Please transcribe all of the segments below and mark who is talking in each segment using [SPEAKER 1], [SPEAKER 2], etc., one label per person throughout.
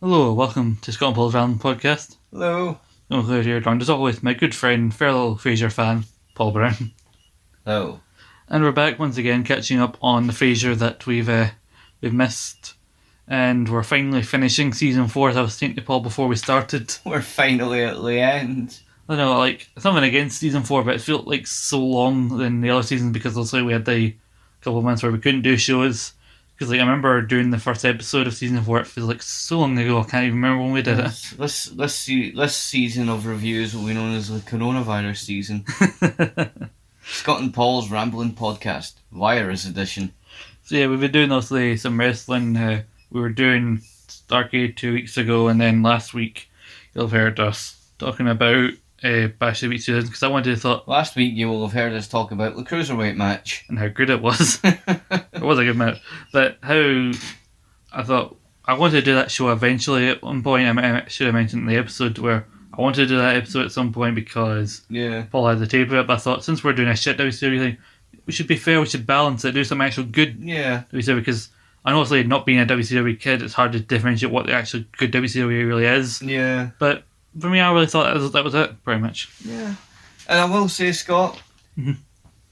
[SPEAKER 1] Hello, welcome to Scott and Paul's Random Podcast.
[SPEAKER 2] Hello.
[SPEAKER 1] I'm glad you're joined as always my good friend, fellow Fraser fan, Paul Brown.
[SPEAKER 2] Hello.
[SPEAKER 1] And we're back once again catching up on the Fraser that we've uh, we've missed. And we're finally finishing season four as I was saying to Paul before we started.
[SPEAKER 2] We're finally at the end.
[SPEAKER 1] I don't know, like something against season four, but it felt like so long than the other seasons because also we had the couple of months where we couldn't do shows. Because like I remember doing the first episode of season four, it feels like so long ago. I can't even remember when we did
[SPEAKER 2] This, this this se- this season of reviews will be known as the coronavirus season.
[SPEAKER 1] it.
[SPEAKER 2] Scott and Paul's rambling podcast, virus edition.
[SPEAKER 1] so yeah, we've been doing obviously some wrestling. Uh, we were doing Starcade two weeks ago, and then last week you'll have heard us talking about uh, Bash of the Week 2000 because I wanted to thought
[SPEAKER 2] Last week you will have heard us talk about the cruiserweight match.
[SPEAKER 1] and how good it was. it was a good match. But how I thought I wanted to do that show eventually at one point. I mean, I should have mentioned in the episode where I wanted to do that episode at some point because
[SPEAKER 2] yeah.
[SPEAKER 1] Paul had the tape of it. But I thought since we're doing a shit WWE thing, we should be fair. We should balance it. Do some actual good
[SPEAKER 2] Yeah.
[SPEAKER 1] WCW because. And obviously, not being a WCW kid, it's hard to differentiate what the actual good WCW really is.
[SPEAKER 2] Yeah.
[SPEAKER 1] But for me, I really thought that was, that was it, pretty much.
[SPEAKER 2] Yeah. And I will say, Scott,
[SPEAKER 1] Mhm.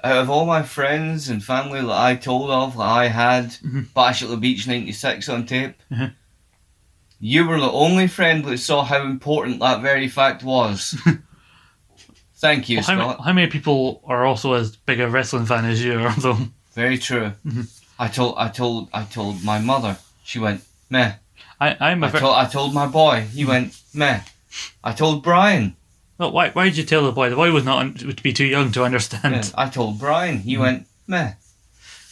[SPEAKER 2] out of all my friends and family that I told of, that I had
[SPEAKER 1] Mhm.
[SPEAKER 2] Bash at the Beach 96 on tape,
[SPEAKER 1] Mhm.
[SPEAKER 2] you were the only friend that saw how important that very fact was. Thank you,
[SPEAKER 1] Well, how, ma-
[SPEAKER 2] Scott.
[SPEAKER 1] how many people are also as big a wrestling fan as you are, though?
[SPEAKER 2] Very true.
[SPEAKER 1] Mhm.
[SPEAKER 2] I told, I told, I told my mother. She went meh.
[SPEAKER 1] I, I'm a
[SPEAKER 2] I
[SPEAKER 1] ver-
[SPEAKER 2] told, I told my boy. He went meh. I told Brian.
[SPEAKER 1] Well, why, why did you tell the boy? The boy was not un- would be too young to
[SPEAKER 2] Yeah,
[SPEAKER 1] understand.
[SPEAKER 2] I told Brian. He went meh.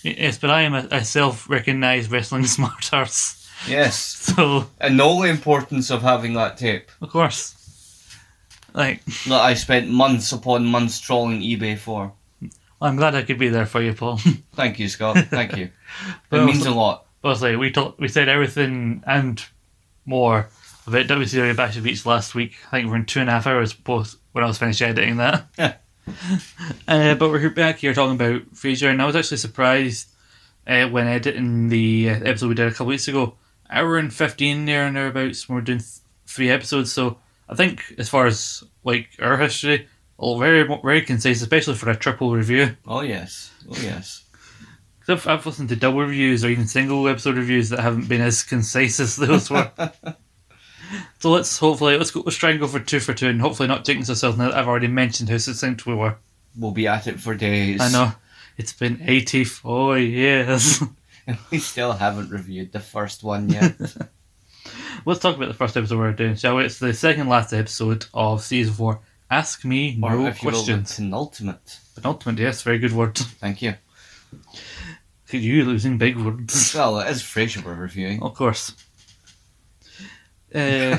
[SPEAKER 1] Y- Yes, but I am a, a self-recognised wrestling smart arse,
[SPEAKER 2] Yes.
[SPEAKER 1] so
[SPEAKER 2] And know the importance of having that tape.
[SPEAKER 1] of course, like
[SPEAKER 2] that I spent months upon months trawling eBay for.
[SPEAKER 1] I'm glad I could be there for you, Paul.
[SPEAKER 2] Thank you, Scott. Thank you. It
[SPEAKER 1] Well,
[SPEAKER 2] means a lot.
[SPEAKER 1] Honestly, we talk, we said everything and more about WCW Bash of Beach last week. I think we're in two and a half hours both when I was finished editing that.
[SPEAKER 2] Yeah.
[SPEAKER 1] uh, but we're back here talking about Fraser, and I was actually surprised uh, when editing the uh, episode we did a couple weeks ago. Hour and fifteen there and thereabouts. When we're doing th- three episodes, so I think as far as like our history, all very very concise, especially for a triple review.
[SPEAKER 2] Oh yes. Oh yes.
[SPEAKER 1] 'Cause I've, I've listened to double reviews or even single episode reviews that haven't been as concise as those were. so let's hopefully let's go let's try and go for two for two and hopefully not jinx ourselves now that I've already mentioned how succinct we were.
[SPEAKER 2] We'll be at it for days.
[SPEAKER 1] I know. It's been eighty four years.
[SPEAKER 2] We still haven't reviewed the first one yet.
[SPEAKER 1] let's talk about the first episode we're doing, shall we? It's the second last episode of season four. Ask me
[SPEAKER 2] or
[SPEAKER 1] no
[SPEAKER 2] if you will, the
[SPEAKER 1] questions.
[SPEAKER 2] penultimate.
[SPEAKER 1] Penultimate, yes, very good word.
[SPEAKER 2] Thank you.
[SPEAKER 1] You losing big words.
[SPEAKER 2] Well, it is Frasier we're reviewing.
[SPEAKER 1] Of course.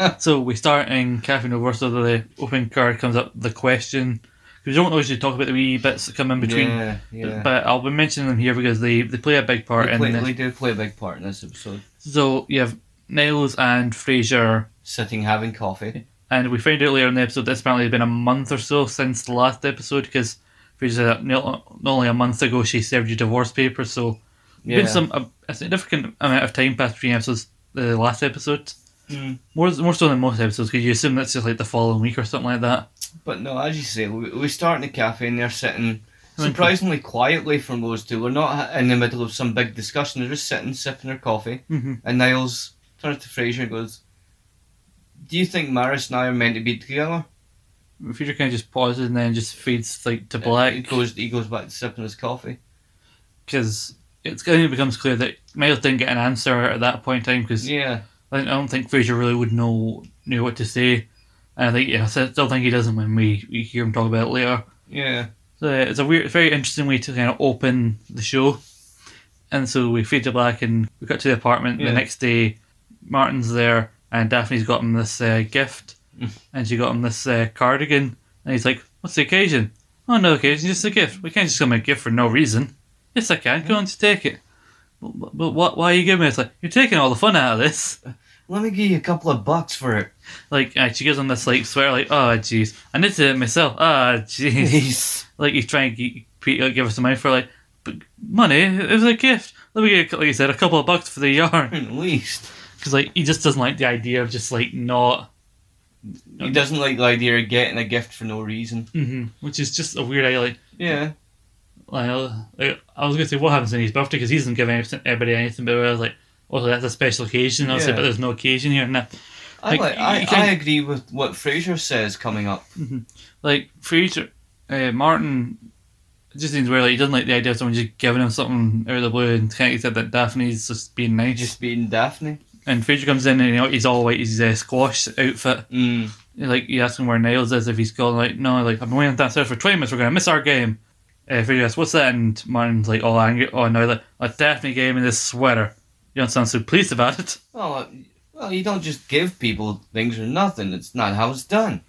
[SPEAKER 1] Uh, so we start in Cafe Nova, so the opening card comes up, the question. 'Cause We don't usually talk about the wee bits that come in between,
[SPEAKER 2] Yeah, yeah.
[SPEAKER 1] but I'll be mentioning them here because they, they play a big part
[SPEAKER 2] we,
[SPEAKER 1] in
[SPEAKER 2] play,
[SPEAKER 1] this.
[SPEAKER 2] we do play a big part in this episode.
[SPEAKER 1] So you have Niles and Fraser,
[SPEAKER 2] Sitting having coffee.
[SPEAKER 1] and we find out later in the episode that's apparently been a month or so since the last episode because Fraser said that not not only a month ago she served you divorce papers, so
[SPEAKER 2] Yeah.
[SPEAKER 1] been some a, a significant amount of time passed between episodes. The last episode.
[SPEAKER 2] Mm.
[SPEAKER 1] More, more so than most episodes, because you assume that's just like the following week or something like that.
[SPEAKER 2] But no, as you say, we, we start in the cafe and they're sitting surprisingly quietly from those two. We're not in the middle of some big discussion. They're just sitting, sipping their coffee.
[SPEAKER 1] Mm-hmm.
[SPEAKER 2] And Niles turns to Fraser and goes, Do you think Maris and I are meant to be together?
[SPEAKER 1] Future kind of just pauses and then just fades like to
[SPEAKER 2] He
[SPEAKER 1] black
[SPEAKER 2] goes, he goes back to sipping his coffee.
[SPEAKER 1] because it's kind of becomes clear that Miles didn't get an answer at that point in time because
[SPEAKER 2] Yeah.
[SPEAKER 1] I, don't- I don't think Fraser really would know knew what to say, and I think yeah, I still think he doesn't when we, we hear him talk about it later.
[SPEAKER 2] Yeah.
[SPEAKER 1] So yeah, it's a weird, very interesting way to kind of open the show. And so we fade to black and we got to the apartment
[SPEAKER 2] Yeah.
[SPEAKER 1] the next day. Martin's there and Daphne's got him this uh, gift
[SPEAKER 2] Mm.
[SPEAKER 1] and she got him this uh, cardigan. And he's like, What's the occasion? Oh, no occasion, just a gift. We can't just give him a gift for no reason. Yes, I can. Go on to take it. But, but, but what, why are you giving me? It's like, You're taking all the fun out of this.
[SPEAKER 2] Let me give you a couple of bucks for it.
[SPEAKER 1] Like, uh, she gives him this like swear, like, oh jeez, I need to do it myself. Ah jeez. like he's trying to g- p- like, give her some money for like but money. It was a gift. Let me get like you said, a couple of bucks for the yarn
[SPEAKER 2] At least.
[SPEAKER 1] because like he just doesn't like the idea of just like not.
[SPEAKER 2] He doesn't like the idea of getting a gift for no reason.
[SPEAKER 1] hmm Which is just a weird idea. Like,
[SPEAKER 2] Yeah.
[SPEAKER 1] like, uh, like, I was gonna say what happens on his birthday because he doesn't give anything, anybody anything, but I was like, also that's a special occasion. I was like,
[SPEAKER 2] Yeah.
[SPEAKER 1] but there's no occasion here. No.
[SPEAKER 2] I,
[SPEAKER 1] Like,
[SPEAKER 2] like, I,
[SPEAKER 1] you can-
[SPEAKER 2] I agree with what Fraser says coming up.
[SPEAKER 1] like Fraser, uh, Martin just seems weird. Like he doesn't like the idea of someone just giving him something out of the blue, and kind of said that Daphne's just being nice.
[SPEAKER 2] Just being Daphne.
[SPEAKER 1] and Fraser comes in and you know, he's all like his uh, squash outfit.
[SPEAKER 2] Mm.
[SPEAKER 1] Like you ask him where Niles is if he's gone. Like no, like I've been waiting downstairs for twenty minutes. We're gonna miss our game. Uh, Fraser asks, "What's that?" And Martin's like all angry. Oh no, like a Daphne game in this sweater. You don't sound so pleased about it.
[SPEAKER 2] Well, uh, well, you don't just give people things or nothing. It's not how it's done.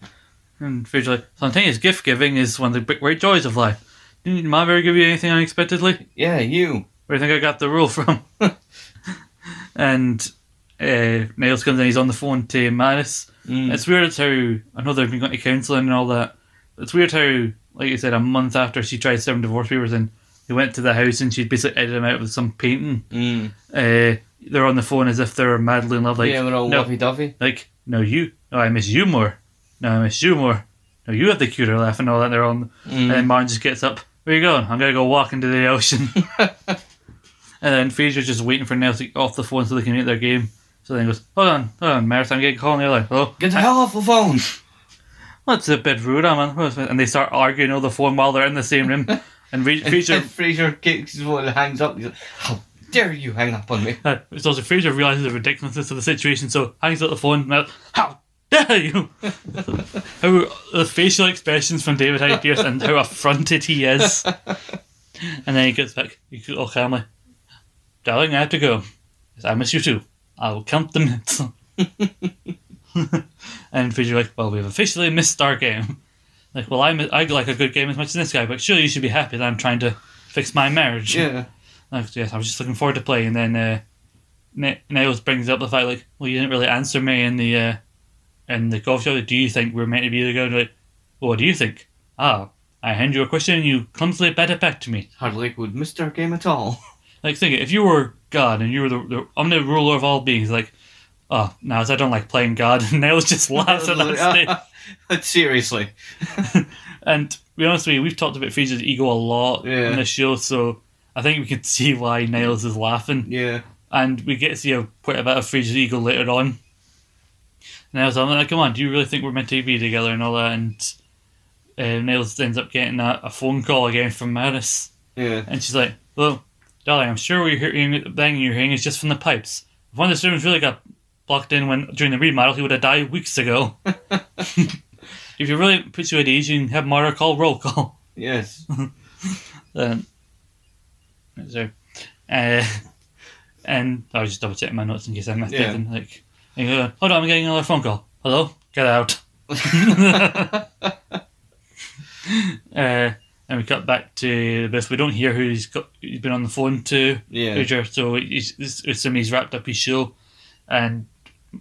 [SPEAKER 1] And Fraser like spontaneous gift giving is one of the big great joys of life. Didn't Mom ever give you anything unexpectedly?
[SPEAKER 2] Yeah, you.
[SPEAKER 1] Where do you think I got the rule from? and uh, Niles comes in, he's on the phone to Maris.
[SPEAKER 2] Mm.
[SPEAKER 1] It's weird how, I know they've been going to counselling and all that. It's weird how, like you said, a month after she tried seven divorce papers and he went to the house and she'd basically edited him out with some painting.
[SPEAKER 2] Mm.
[SPEAKER 1] Uh, they're on the phone as if they're madly in love. Like,
[SPEAKER 2] yeah, we're all
[SPEAKER 1] no,
[SPEAKER 2] lovey dovey.
[SPEAKER 1] like, no, you. No, I miss you more. No, I miss you more. No, you have the cuter laugh and all that. They're on and
[SPEAKER 2] Mm.
[SPEAKER 1] then Martin just gets up. Where you going? I'm gonna go walk into the ocean. and then Fraser's just waiting for Nels to get off the phone so they can make their game. So then he goes, Hold on, hold on, Maris, I'm getting called. And they're like, Hello?
[SPEAKER 2] Get the hell off the phone!
[SPEAKER 1] That's a bit rude, man. And they start arguing over the phone while they're in the same room. And Re- Fraser,
[SPEAKER 2] Fraser, Fraser kicks his one and hangs up. He's like, How dare you hang up on me?
[SPEAKER 1] uh, it's also Fraser realizes the ridiculousness of the situation, so hangs up the phone. And they're like, how dare you? how the facial expressions from David Hyde Pierce and how affronted he is. And then he gets back, he goes all calmly, darling, I have to go. Yes, I miss you too. I'll count the minutes. and Fraser like, well, we've officially missed our game. Like, well, I mi- I like a good game as much as this guy, but surely you should be happy that I'm trying to fix my marriage.
[SPEAKER 2] Yeah.
[SPEAKER 1] Like, yes, I was just looking forward to playing. And then uh, N- Niles brings up the fact, like, well, you didn't really answer me in the uh, in the golf show. Do you think we're meant to be together? Like, well, what do you think? Ah, I hand you a question and you clumsily bat it back to me.
[SPEAKER 2] Hardly would miss our game at all.
[SPEAKER 1] Like, think it, if you were God and you were the, the I'm the ruler of all beings, like, oh, Niles, I don't like playing God. And Niles just laughs at that stage.
[SPEAKER 2] But seriously.
[SPEAKER 1] And to be honest with you, we've talked about Fraser's ego a lot
[SPEAKER 2] Yeah.
[SPEAKER 1] in this show, so I think we can see why Niles is laughing.
[SPEAKER 2] Yeah.
[SPEAKER 1] and we get to see a, quite a bit of Fraser's ego later on. And I was like, come on, do you really think we're meant to be together and all that? And uh, Niles ends up getting a, a phone call again from Maris.
[SPEAKER 2] Yeah.
[SPEAKER 1] And she's like, well, darling, I'm sure what you're hearing, the banging you're hearing is just from the pipes. If one of the servants really got blocked in when during the remodel, he would have died weeks ago. if you really put you at ease, you can have Mara call roll call.
[SPEAKER 2] Yes.
[SPEAKER 1] Um, so, uh, and I was just double checking my notes in case I missed
[SPEAKER 2] Yeah.
[SPEAKER 1] anything. Like, and you go, hold on, I'm getting another phone call. Hello, get out. uh, and we cut back to this. We don't hear who he's got. He's been on the phone to
[SPEAKER 2] Yeah.
[SPEAKER 1] Uger, so he's, he's, assuming he's wrapped up his show. And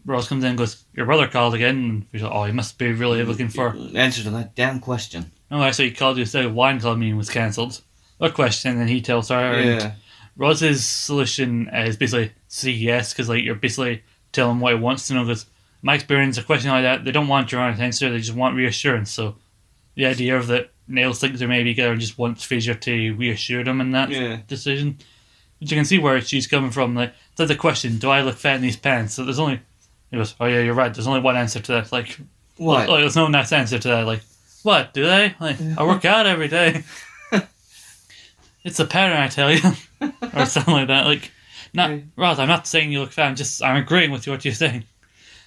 [SPEAKER 1] Ross comes in and goes, "Your brother called again." And he's like, "Oh, he must be really looking for."
[SPEAKER 2] Answer to that damn question.
[SPEAKER 1] Oh, actually, he called you said a wine club meeting was cancelled. A question, and he tells her. and
[SPEAKER 2] Yeah.
[SPEAKER 1] Roz's solution is basically say yes because like you're basically telling him what he wants to know. Because my experience, a question like that, they don't want your honest answer; they just want reassurance. So the idea of that Nails thinks they're maybe together and just wants Fraser to reassure them in that
[SPEAKER 2] Yeah.
[SPEAKER 1] decision, which you can see where she's coming from. Like that's the question: Do I look fat in these pants? So there's only he goes, oh yeah, you're right. There's only one answer to that. Like,
[SPEAKER 2] What?
[SPEAKER 1] like there's no nice answer to that. Like, what do they? Like, I work out every day. it's a pattern, I tell you, or something like that. Like, not
[SPEAKER 2] Yeah.
[SPEAKER 1] Roz. I'm not saying you look fat. I'm just I'm agreeing with what you're saying.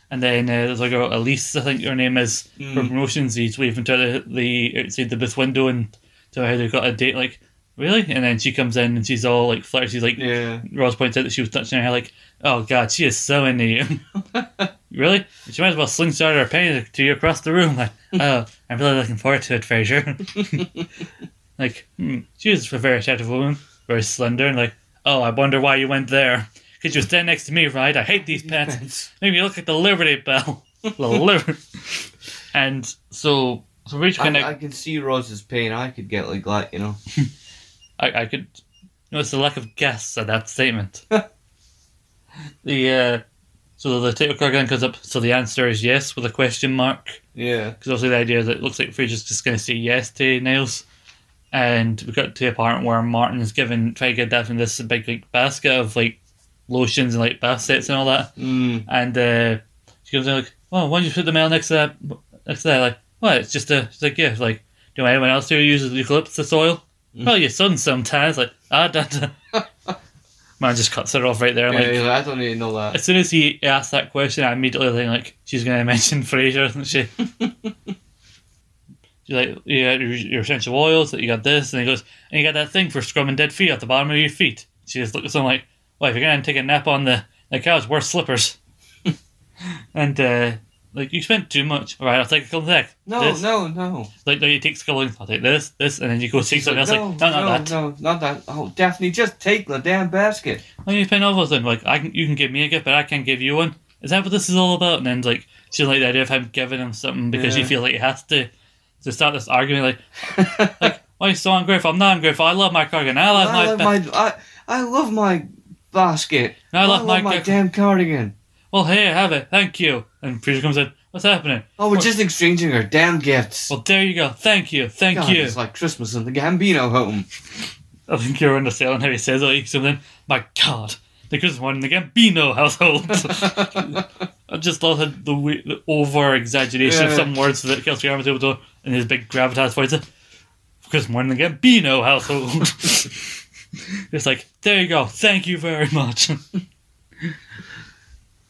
[SPEAKER 1] And then uh, there's a girl, Elise, I think her name is, from
[SPEAKER 2] Mm.
[SPEAKER 1] promotions. He's waving to her the, the outside the booth window and to her they've got a date. Like, really? And then she comes in and she's all like flirty. She's like,
[SPEAKER 2] Yeah.
[SPEAKER 1] Ross points out that she was touching her hair like, oh god, she is so into you. really? She might as well slingshot her penny to you across the room. Like, oh, I'm really looking forward to it, Fraser. like, hmm, she was a very attractive woman, very slender, and like, oh, I wonder why you went there. because you were standing next to me, right? I hate these pants. Make me look like the Liberty Bell. the Liberty. And so, so Rage
[SPEAKER 2] I,
[SPEAKER 1] Connect,
[SPEAKER 2] I can see Roz's pain. I could get like that, you know.
[SPEAKER 1] I, I, could notice the lack of gas at that statement. the uh, so the title card again comes up. So the answer is yes with a question mark.
[SPEAKER 2] Yeah.
[SPEAKER 1] because obviously the idea is that it looks like Fraser's just going to say yes to Niles. And we got to a part where Martin is given trying to get that from this big like basket of like lotions and like bath sets and all that.
[SPEAKER 2] Mm.
[SPEAKER 1] And uh, she comes in like, "Oh, why don't you put the mail next to that? Next to that, like, what? It's just a." She's like, "Yeah." She's like, "Do you know anyone else who uses eucalyptus oil?"
[SPEAKER 2] Mm.
[SPEAKER 1] Well, your son sometimes. Like, ah, da, da. Man just cuts her off right there.
[SPEAKER 2] Yeah,
[SPEAKER 1] Like,
[SPEAKER 2] he's like, I don't need uh, to know that.
[SPEAKER 1] as soon as he asked that question, I immediately think like she's going to mention Fraser, isn't she? She's like, yeah, your, your essential oils. That you got this, and he goes, and you got that thing for scrubbing dead feet at the bottom of your feet. She just looks at him like, well, if you're going to take a nap on the the couch, wear slippers. and uh, like you spent too much. All right, I'll take a couple of
[SPEAKER 2] No,
[SPEAKER 1] this.
[SPEAKER 2] no, no.
[SPEAKER 1] Like no, you take a couple. of- I'll take this, this, and then you go take
[SPEAKER 2] He's
[SPEAKER 1] something
[SPEAKER 2] like,
[SPEAKER 1] else.
[SPEAKER 2] no,
[SPEAKER 1] like, no, not
[SPEAKER 2] no,
[SPEAKER 1] that.
[SPEAKER 2] no, not that. Oh, Daphne, just take the damn basket.
[SPEAKER 1] Why are you paying off with him? Like, I can, you can give me a gift, but I can't give you one. Is that what this is all about? And then, like, she doesn't like the idea of him giving him something because you
[SPEAKER 2] Yeah.
[SPEAKER 1] feel like he has to. To start this argument, like, why are you so ungrateful? I'm not ungrateful. I love my cardigan. I love
[SPEAKER 2] I
[SPEAKER 1] my.
[SPEAKER 2] love
[SPEAKER 1] pa-
[SPEAKER 2] my, I, I love my basket.
[SPEAKER 1] and I love my.
[SPEAKER 2] my
[SPEAKER 1] car-
[SPEAKER 2] damn cardigan.
[SPEAKER 1] well, here, have it. Thank you. And Peter comes in. What's happening?
[SPEAKER 2] Oh, we're
[SPEAKER 1] Well-
[SPEAKER 2] just exchanging our damn gifts.
[SPEAKER 1] Well, there you go. Thank you. Thank
[SPEAKER 2] God,
[SPEAKER 1] you.
[SPEAKER 2] It's like Christmas in the Gambino home.
[SPEAKER 1] I think you're underselling how he says it. Like something. My God, the Christmas one in the Gambino household. I just love the, the, we- the over exaggeration of
[SPEAKER 2] Yeah.
[SPEAKER 1] some words that Kelsey Grammer's able to in his big gravitas voice. Because more than the Gambino household. it's like, there you go, thank you very much.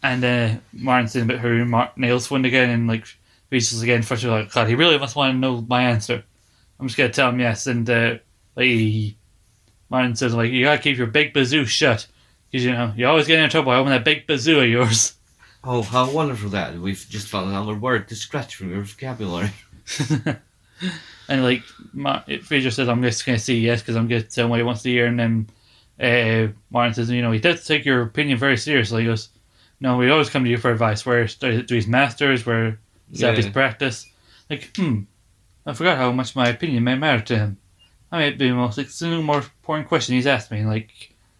[SPEAKER 1] and uh, Martin's saying about her Mark nails one again and like reaches again first of all, like, God, he really must want to know my answer. I'm just gonna tell him yes and uh like he- Martin says like you gotta keep your big bazoo shut. Because you know, you always get in trouble. I open that big bazoo of yours.
[SPEAKER 2] Oh, how wonderful that. We've just found another word to scratch from your vocabulary.
[SPEAKER 1] and like Ma- Fraser says, "I'm just going to say yes because I'm going to tell him what he wants to hear." And then uh, Martin says, "You know, he does take your opinion very seriously." He goes, "No, we always come to you for advice. Where do his masters? Where is that his
[SPEAKER 2] Yeah.
[SPEAKER 1] practice?" Like, hmm, I forgot how much my opinion may matter to him. I may be the most it's the more important question he's asked me. Like,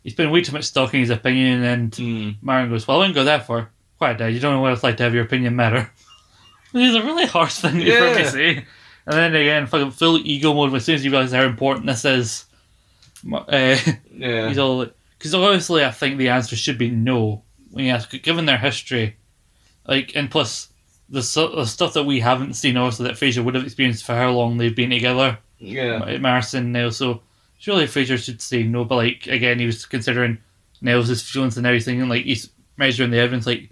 [SPEAKER 1] he's been way too much stalking his opinion, and
[SPEAKER 2] Mm.
[SPEAKER 1] Martin goes, "Well, I wouldn't go that far. Quiet, Dad. You don't know what it's like to have your opinion matter." Which is a really harsh thing to
[SPEAKER 2] Yeah.
[SPEAKER 1] probably say. And then again, fucking full ego mode. As soon as you realize how important this is, Ma- uh,
[SPEAKER 2] Yeah.
[SPEAKER 1] he's all because obviously I think the answer should be no when you ask, given their history, like and plus the, su- the stuff that we haven't seen, obviously that Fraser would have experienced for how long they've been together.
[SPEAKER 2] yeah.
[SPEAKER 1] Mar- Marson now, so surely Fraser should say no. But like again, he was considering Niles' feelings and everything, and like he's measuring the evidence, like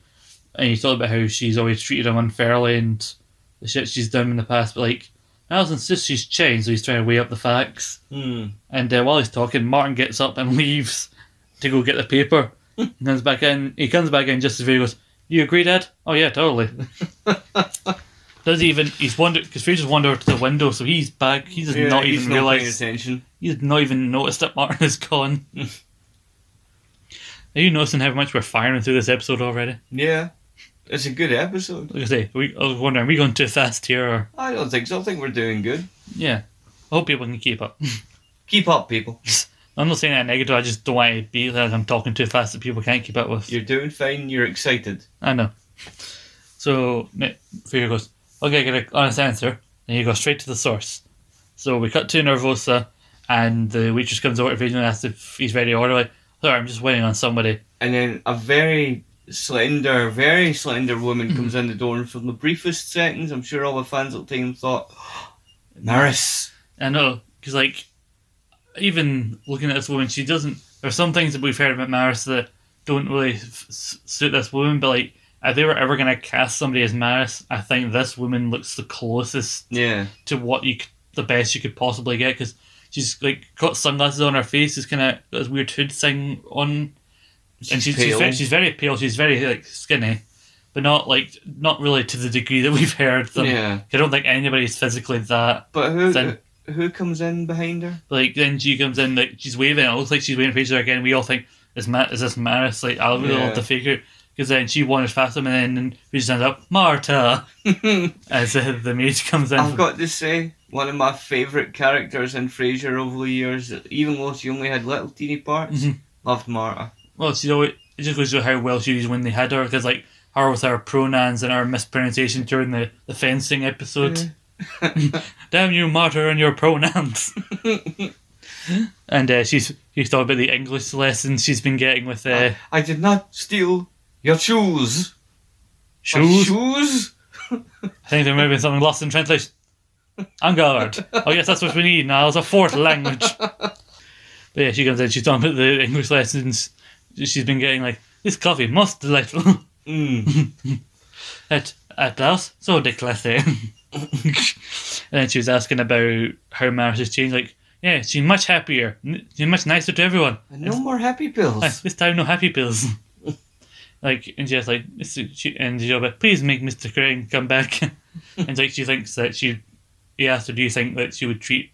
[SPEAKER 1] and he thought about how she's always treated him unfairly and the shit she's done in the past. But like Niles insists she's changed, so he's trying to weigh up the facts.
[SPEAKER 2] Mm.
[SPEAKER 1] And uh, while he's talking, Martin gets up and leaves to go get the paper. he comes back in. He comes back in just as he goes. You agree, Dad? Oh yeah, totally. Does he even? He's wondered because Fraser's wandered to the window, so he's back. He does
[SPEAKER 2] Yeah,
[SPEAKER 1] not
[SPEAKER 2] he's
[SPEAKER 1] even
[SPEAKER 2] not paying
[SPEAKER 1] realize
[SPEAKER 2] attention.
[SPEAKER 1] You've not even noticed that Martin is gone. Are you noticing how much we're firing through this episode already?
[SPEAKER 2] Yeah. It's a good episode.
[SPEAKER 1] Like I say, we, I was wondering, are we going too fast here? Or,
[SPEAKER 2] I don't think so. I think we're doing good.
[SPEAKER 1] yeah. I hope people can keep up.
[SPEAKER 2] Keep up, people.
[SPEAKER 1] I'm not saying that negative, I just don't want to be like I'm talking too fast that people can't keep up with.
[SPEAKER 2] You're doing fine. You're excited.
[SPEAKER 1] I know. So ne- Fear goes, okay, I get an honest answer. And you go straight to the source. So we cut to Nervosa, and the waitress comes over to Fear and asks if he's ready to order. Like, sorry, I'm just waiting on somebody.
[SPEAKER 2] And then a very slender, very slender
[SPEAKER 1] Hmm.
[SPEAKER 2] woman comes in the door, and from the briefest seconds, I'm sure all the fans at the time thought, Maris.
[SPEAKER 1] I know, because like, even looking at this woman, she doesn't. There's some things that we've heard about Maris that don't really f- s- suit this woman. But like, if they were ever gonna cast somebody as Maris, I think this woman looks the closest
[SPEAKER 2] Yeah.
[SPEAKER 1] to what you c- the best you could possibly get because she's like got sunglasses on her face. She's kind of got this weird hood thing on, and she's she's, ve- she's very pale. She's very like skinny, but not like not really to the degree that we've heard them.
[SPEAKER 2] yeah.
[SPEAKER 1] I don't think anybody's physically that
[SPEAKER 2] But who
[SPEAKER 1] Then-
[SPEAKER 2] who comes in behind her?
[SPEAKER 1] Like then she comes in, like she's waving. It looks like she's waving for each other again. We all think, is Ma- is this Maris? Like, I really
[SPEAKER 2] Yeah.
[SPEAKER 1] love the figure. Because then she wanders past him and then he stands up, Marta! As uh, the maid comes in.
[SPEAKER 2] I've got to say, one of my favourite characters in Frasier over the years, even though she only had little teeny parts,
[SPEAKER 1] Mhm.
[SPEAKER 2] loved Marta.
[SPEAKER 1] Well, she's always, it just goes to how well she was when they had her, because, like, her with her pronouns and her mispronunciation during the, the fencing episode.
[SPEAKER 2] Mm.
[SPEAKER 1] Damn you, martyr, and your pronouns. and uh, she's she's talking about the English lessons she's been getting with uh,
[SPEAKER 2] I did not steal your shoes. My
[SPEAKER 1] shoes.
[SPEAKER 2] shoes?
[SPEAKER 1] I think there may be something lost in translation. Vanguard. oh yes, that's what we need now. It's a fourth language. But yeah, she comes in. She's talking about the English lessons she's been getting. Like this coffee, most delightful.
[SPEAKER 2] Mm.
[SPEAKER 1] at at last, so declassé. and then she was asking about how marriage has changed. Like, yeah, she's much happier. N- She's much nicer to everyone.
[SPEAKER 2] And no more happy pills.
[SPEAKER 1] Like, this time no happy pills. like and she's like this is- she and she's like, please make Mr. Crane come back. and like she thinks that she he asked her, Do you think that she would treat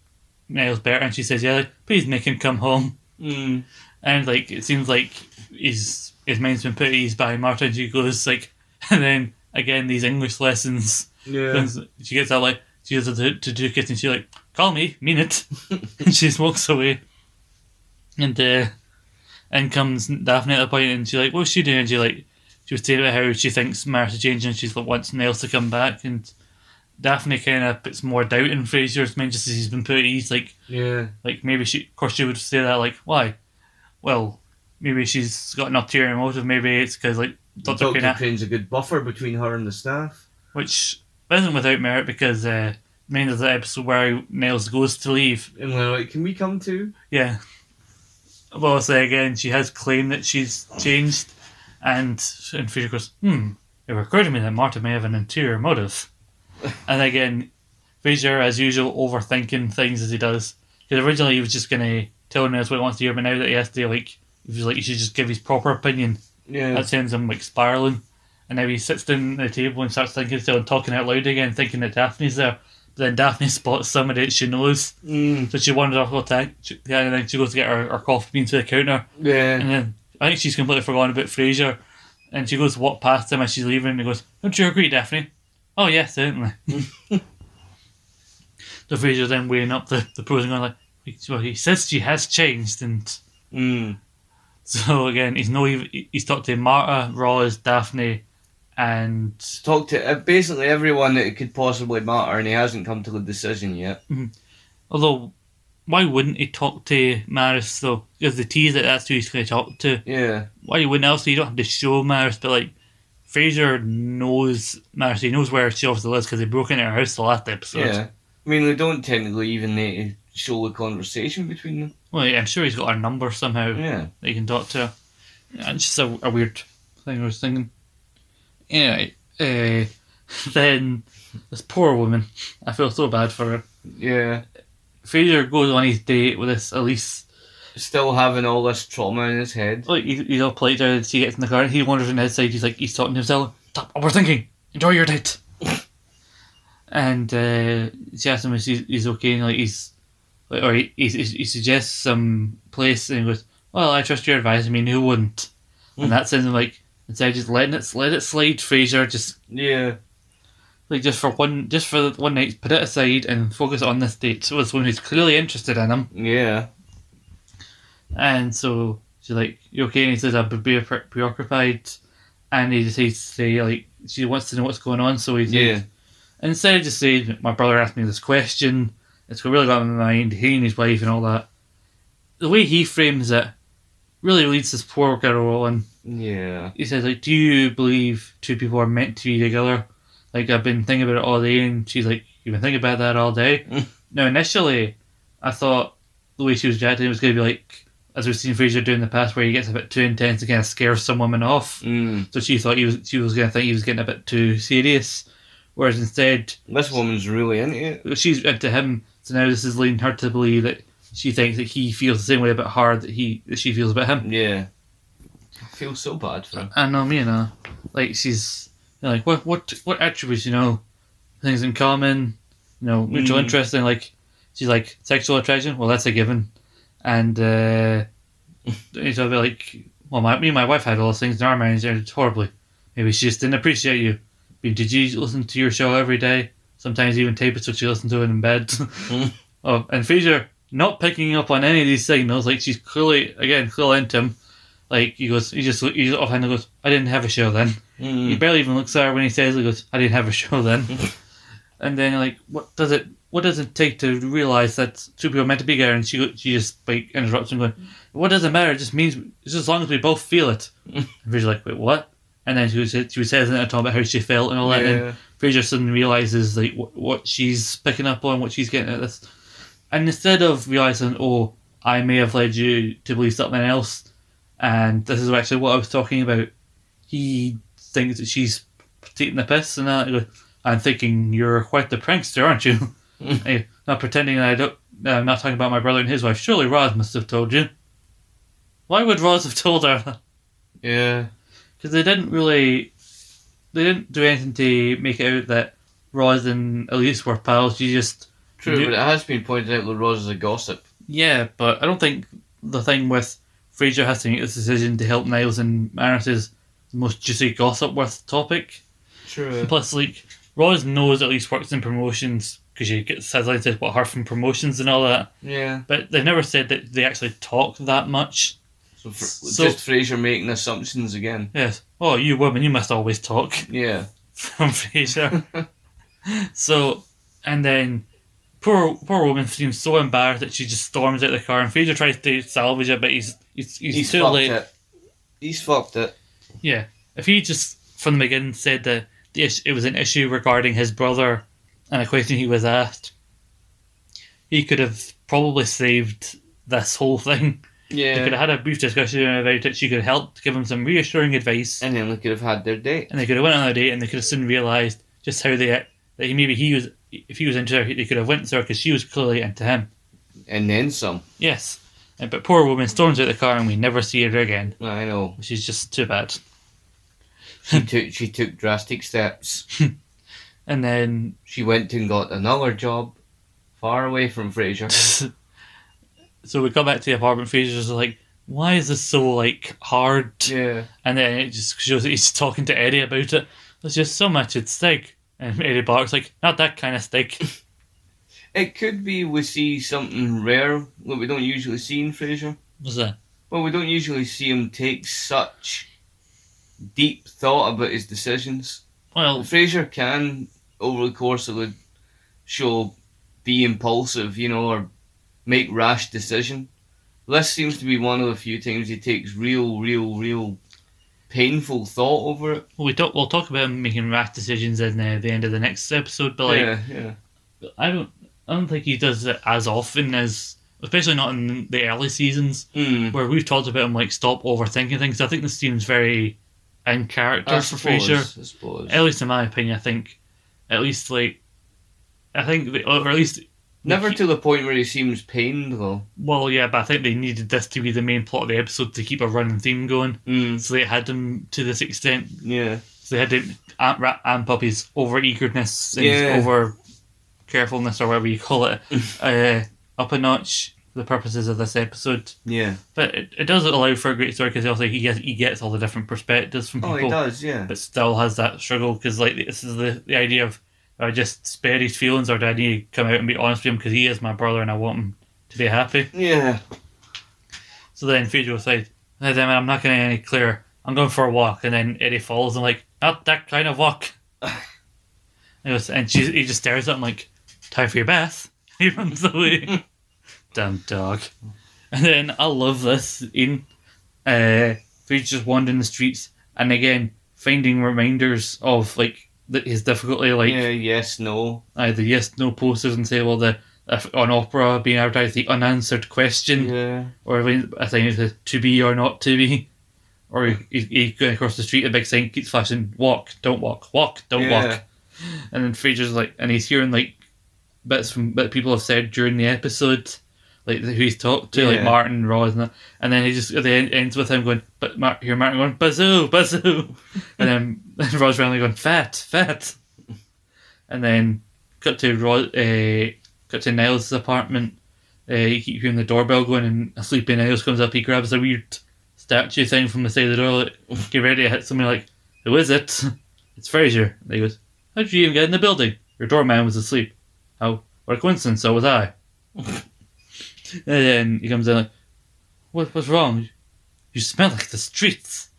[SPEAKER 1] Niles better? And she says, Yeah, like, please make him come home.
[SPEAKER 2] Mm.
[SPEAKER 1] And like it seems like his his mind's been put at ease by Marta and she goes like and then again these English lessons
[SPEAKER 2] Yeah.
[SPEAKER 1] and she gets out like she goes to the to do kiss and she's like, Call me, mean it and she just walks away. And uh in comes Daphne at the point and she's like, What's she doing? And she like she was saying about how she thinks Martha changed and she's like wants Nels to come back and Daphne kinda puts more doubt in Fraser's mind just as he's been put at ease, like
[SPEAKER 2] Yeah.
[SPEAKER 1] like maybe she, of course, she would say that. Like, why? Well, maybe she's got an ulterior motive. Maybe it's because like Doctor
[SPEAKER 2] Dr.
[SPEAKER 1] Pena,
[SPEAKER 2] Crane's a good buffer between her and the staff.
[SPEAKER 1] which isn't without merit because uh, main of the episode where Niles goes to leave.
[SPEAKER 2] And they're like, can we come too?
[SPEAKER 1] Yeah. Well, I'll say again, she has claimed that she's changed, and and Fraser goes, hmm. It occurred to me that Marta may have an interior motive. and again, Fraser, as usual, overthinking things as he does. Because originally he was just gonna tell Niles what he wants to hear, but now that he has to like, he was like, you should just give his proper opinion.
[SPEAKER 2] Yeah.
[SPEAKER 1] That sends him like spiraling. And now he sits down at the table and starts thinking still and talking out loud again, thinking that Daphne's there. But then Daphne spots somebody that she knows,
[SPEAKER 2] Mm.
[SPEAKER 1] so she wanders off the tank. She- Yeah, and then she goes to get her, her coffee bean to the counter,
[SPEAKER 2] Yeah.
[SPEAKER 1] and then I think she's completely forgotten about Fraser. And she goes to walk past him as she's leaving and goes, Don't you agree, Daphne? Oh, yeah, certainly. so Fraser then weighing up the, the pros and going, like, Well, he says she has changed. And
[SPEAKER 2] Mm.
[SPEAKER 1] so again, he's no even, he's talked to Marta, Roz, Daphne, and
[SPEAKER 2] Talk to uh, basically everyone that it could possibly matter, and he hasn't come to a decision yet.
[SPEAKER 1] although. Why wouldn't he talk to Maris though? Because the tease that that's who he's going to talk to.
[SPEAKER 2] Yeah.
[SPEAKER 1] why you wouldn't else? You don't have to show Maris, but like Fraser knows Maris. He knows where she obviously lives because they broke into her house the last episode.
[SPEAKER 2] Yeah. I mean, they don't technically even need to show the conversation between them.
[SPEAKER 1] Well, yeah, I'm sure he's got her number somehow
[SPEAKER 2] Yeah.
[SPEAKER 1] that he can talk to. her. Yeah, it's just a, a weird thing I was thinking. Anyway, uh, then this poor woman, I feel so bad for her.
[SPEAKER 2] Yeah.
[SPEAKER 1] Fraser goes on his date with this Elise.
[SPEAKER 2] Still having all this trauma in his head.
[SPEAKER 1] Like he's, he's all polite there. She gets in the car. and He wanders in outside. He's like he's talking to himself. Stop overthinking. Enjoy your date. and uh, she asks him if he's, he's okay. And like he's, like, or he, he, he suggests some place, and he goes, "Well, I trust your advice. I mean, who wouldn't?" And that sounds like instead of just letting it let it slide, Fraser just
[SPEAKER 2] Yeah.
[SPEAKER 1] like just for one just for one night, put it aside and focus on this date with someone who's clearly interested in him.
[SPEAKER 2] Yeah.
[SPEAKER 1] And so she's like, "You okay?" And he says, "I'm pre- pre- preoccupied." And he decides to say, like, she wants to know what's going on. So he's
[SPEAKER 2] Yeah.
[SPEAKER 1] instead of just saying, "My brother asked me this question," it's really got in my mind. He and his wife and all that. The way he frames it really leads this poor girl on.
[SPEAKER 2] Yeah.
[SPEAKER 1] He says, "Like, do you believe two people are meant to be together?" Like, I've been thinking about it all day, and she's like, "You've been thinking about that all day." now, initially, I thought the way she was reacting was going to be like, as we've seen Fraser do in the past, where he gets a bit too intense and kind of scares some women off.
[SPEAKER 2] Mm.
[SPEAKER 1] So she thought he was she was going to think he was getting a bit too serious, whereas instead
[SPEAKER 2] This woman's really into it.
[SPEAKER 1] she's into him. So now this is leading her to believe that she thinks that he feels the same way about her that he that she feels about him.
[SPEAKER 2] Yeah. I feel so bad for him.
[SPEAKER 1] I know me and her. Like she's you know, like what what what attributes you know, things in common, you know mutual
[SPEAKER 2] Mm.
[SPEAKER 1] interest and like she's like sexual attraction. Well, that's a given, and uh, you know, they're like, well, my, me and my wife had all those things in our marriage ended horribly. Maybe she just didn't appreciate you. But did you listen to your show every day? Sometimes even tape it so she listened to it in bed. oh, and Frasier not picking up on any of these signals. Like she's clearly, again, clearly into him. Like he goes, he just he just offhand goes, I didn't have a show then. He
[SPEAKER 2] Mm.
[SPEAKER 1] barely even looks at her when he says, he goes, I didn't have a show then. and then like, what does it? What does it take to realize that two people are meant to be there? And she go- she just like interrupts him, going, "What does it matter? It just means it's as long as we both feel it." and Frasier's like, "Wait, what?" And then she was, she says in a talk about how she felt and all that. And
[SPEAKER 2] Yeah.
[SPEAKER 1] Frasier suddenly realizes like what, what she's picking up on, what she's getting at this, and instead of realizing, oh, I may have led you to believe something else, and this is actually what I was talking about, he thinks that she's taking the piss and that. He goes, I'm thinking you're quite the prankster, aren't you? Hey, not pretending that I don't. that I'm not talking about my brother and his wife. Surely Roz must have told you. Why would Roz have told her?
[SPEAKER 2] yeah.
[SPEAKER 1] because they didn't really they didn't do anything to make it out that Roz and Elise were pals. She just
[SPEAKER 2] True,
[SPEAKER 1] Do-
[SPEAKER 2] but it has been pointed out that Rose is a gossip.
[SPEAKER 1] yeah, but I don't think the thing with Fraser has to make this decision to help Niles and Maris is the most juicy gossip worth topic.
[SPEAKER 2] True.
[SPEAKER 1] Plus, like Roz knows Elise works in promotions because she gets highlighted about her from promotions and all that.
[SPEAKER 2] Yeah.
[SPEAKER 1] But they've never said that they actually talk that much.
[SPEAKER 2] So, fr-
[SPEAKER 1] So-
[SPEAKER 2] just Fraser making assumptions again.
[SPEAKER 1] Yes. Oh, you women, you must always talk.
[SPEAKER 2] Yeah.
[SPEAKER 1] from Fraser. so, and then poor poor woman seems so embarrassed that she just storms out of the car, and Fraser tries to salvage it, but he's he's, he's,
[SPEAKER 2] He's
[SPEAKER 1] too
[SPEAKER 2] fucked
[SPEAKER 1] late.
[SPEAKER 2] it. He's fucked it.
[SPEAKER 1] Yeah, if he just from the beginning said that the issue, it was an issue regarding his brother and a question he was asked, he could have probably saved this whole thing. They could
[SPEAKER 2] Yeah.
[SPEAKER 1] have had a brief discussion about it. She could have helped give him some reassuring advice.
[SPEAKER 2] And then they could have had their date.
[SPEAKER 1] and they could have went on a date, and they could have soon realized just how they that he, maybe he was if he was into her, they could have went to her because she was clearly into him.
[SPEAKER 2] And then some.
[SPEAKER 1] Yes, and, but poor woman storms out the car, and we never see her again,
[SPEAKER 2] I know.
[SPEAKER 1] which is just too bad.
[SPEAKER 2] She took she took drastic steps.
[SPEAKER 1] And then
[SPEAKER 2] She went and got another job far away from Fraser.
[SPEAKER 1] so we come back to the apartment. Fraser's like, "Why is this so like hard?"
[SPEAKER 2] yeah.
[SPEAKER 1] And then it just shows that he's talking to Eddie about it. There's just so much at stake. And Eddie barks like, "Not that kind of steak."
[SPEAKER 2] It could be we see something rare that we don't usually see in Fraser.
[SPEAKER 1] Was that?
[SPEAKER 2] Well, we don't usually see him take such deep thought about his decisions.
[SPEAKER 1] Well,
[SPEAKER 2] Fraser can, over the course of a show, be impulsive, you know, or make rash decision. This seems to be one of the few times he takes real, real, real painful thought over it.
[SPEAKER 1] we talk. We'll talk about him making rash decisions in uh, the end of the next episode. But like,
[SPEAKER 2] yeah, yeah.
[SPEAKER 1] I don't I don't think he does it as often as especially not in the early seasons
[SPEAKER 2] Mm.
[SPEAKER 1] where we've talked about him like stop overthinking things. I think this seems very in character
[SPEAKER 2] I
[SPEAKER 1] for
[SPEAKER 2] suppose.
[SPEAKER 1] Fraser.
[SPEAKER 2] I suppose.
[SPEAKER 1] At least in my opinion, I think at least like I think they, or at least
[SPEAKER 2] Never to the point where he seems pained, though.
[SPEAKER 1] well yeah, but I think they needed this to be the main plot of the episode to keep a running theme going.
[SPEAKER 2] Mm.
[SPEAKER 1] So they had him to this extent.
[SPEAKER 2] Yeah.
[SPEAKER 1] So they had to amp, ra- amp up his over eagerness and
[SPEAKER 2] Yeah.
[SPEAKER 1] his over carefulness or whatever you call it uh, up a notch for the purposes of this episode.
[SPEAKER 2] Yeah.
[SPEAKER 1] But it, it does allow for a great story because also he gets he gets all the different perspectives from
[SPEAKER 2] Oh,
[SPEAKER 1] people,
[SPEAKER 2] he does, yeah.
[SPEAKER 1] but still has that struggle because like this is the, the idea of do I just spare his feelings or do I need to come out and be honest with him because he is my brother and I want him to be happy.
[SPEAKER 2] Yeah.
[SPEAKER 1] So then Fiji was like, "No, damn it, I'm not going any clearer. I'm going for a walk." And then Eddie follows him like, "Not that kind of walk." and, he was, and she, he just stares at him like, "Time for your bath." He runs away. Damn dog. And then I love this in uh, Fiji just wandering the streets and again finding reminders of like th- his difficulty, like
[SPEAKER 2] yeah, yes, no.
[SPEAKER 1] either yes, no posters and say, well, the if, on opera being advertised the unanswered question
[SPEAKER 2] Yeah.
[SPEAKER 1] or when a sign says to be or not to be, or he, he, he going across the street, a big sign keeps flashing, walk, don't walk, walk, don't
[SPEAKER 2] Yeah.
[SPEAKER 1] walk, and then Fraser's like, and he's hearing like bits from that people have said during the episode, like who he's talked to, like
[SPEAKER 2] Yeah.
[SPEAKER 1] Martin, Ross, and, that. and then he just at the end ends with him going, but Mar- here Martin going, bazoo, bazoo, and then Ross randomly going, fat, fat, and then cut to Ro- uh, cut to Niles' apartment. Uh, you keep hearing the doorbell going, and a sleepy Niles comes up. He grabs a weird statue thing from the side of the door, like, get ready to hit somebody, like, who is it? It's Fraser. And he goes, How did you even get in the building? Your doorman was asleep. How? What a coincidence, so was I. and then he comes in, like, what, What's wrong? You smell like the streets.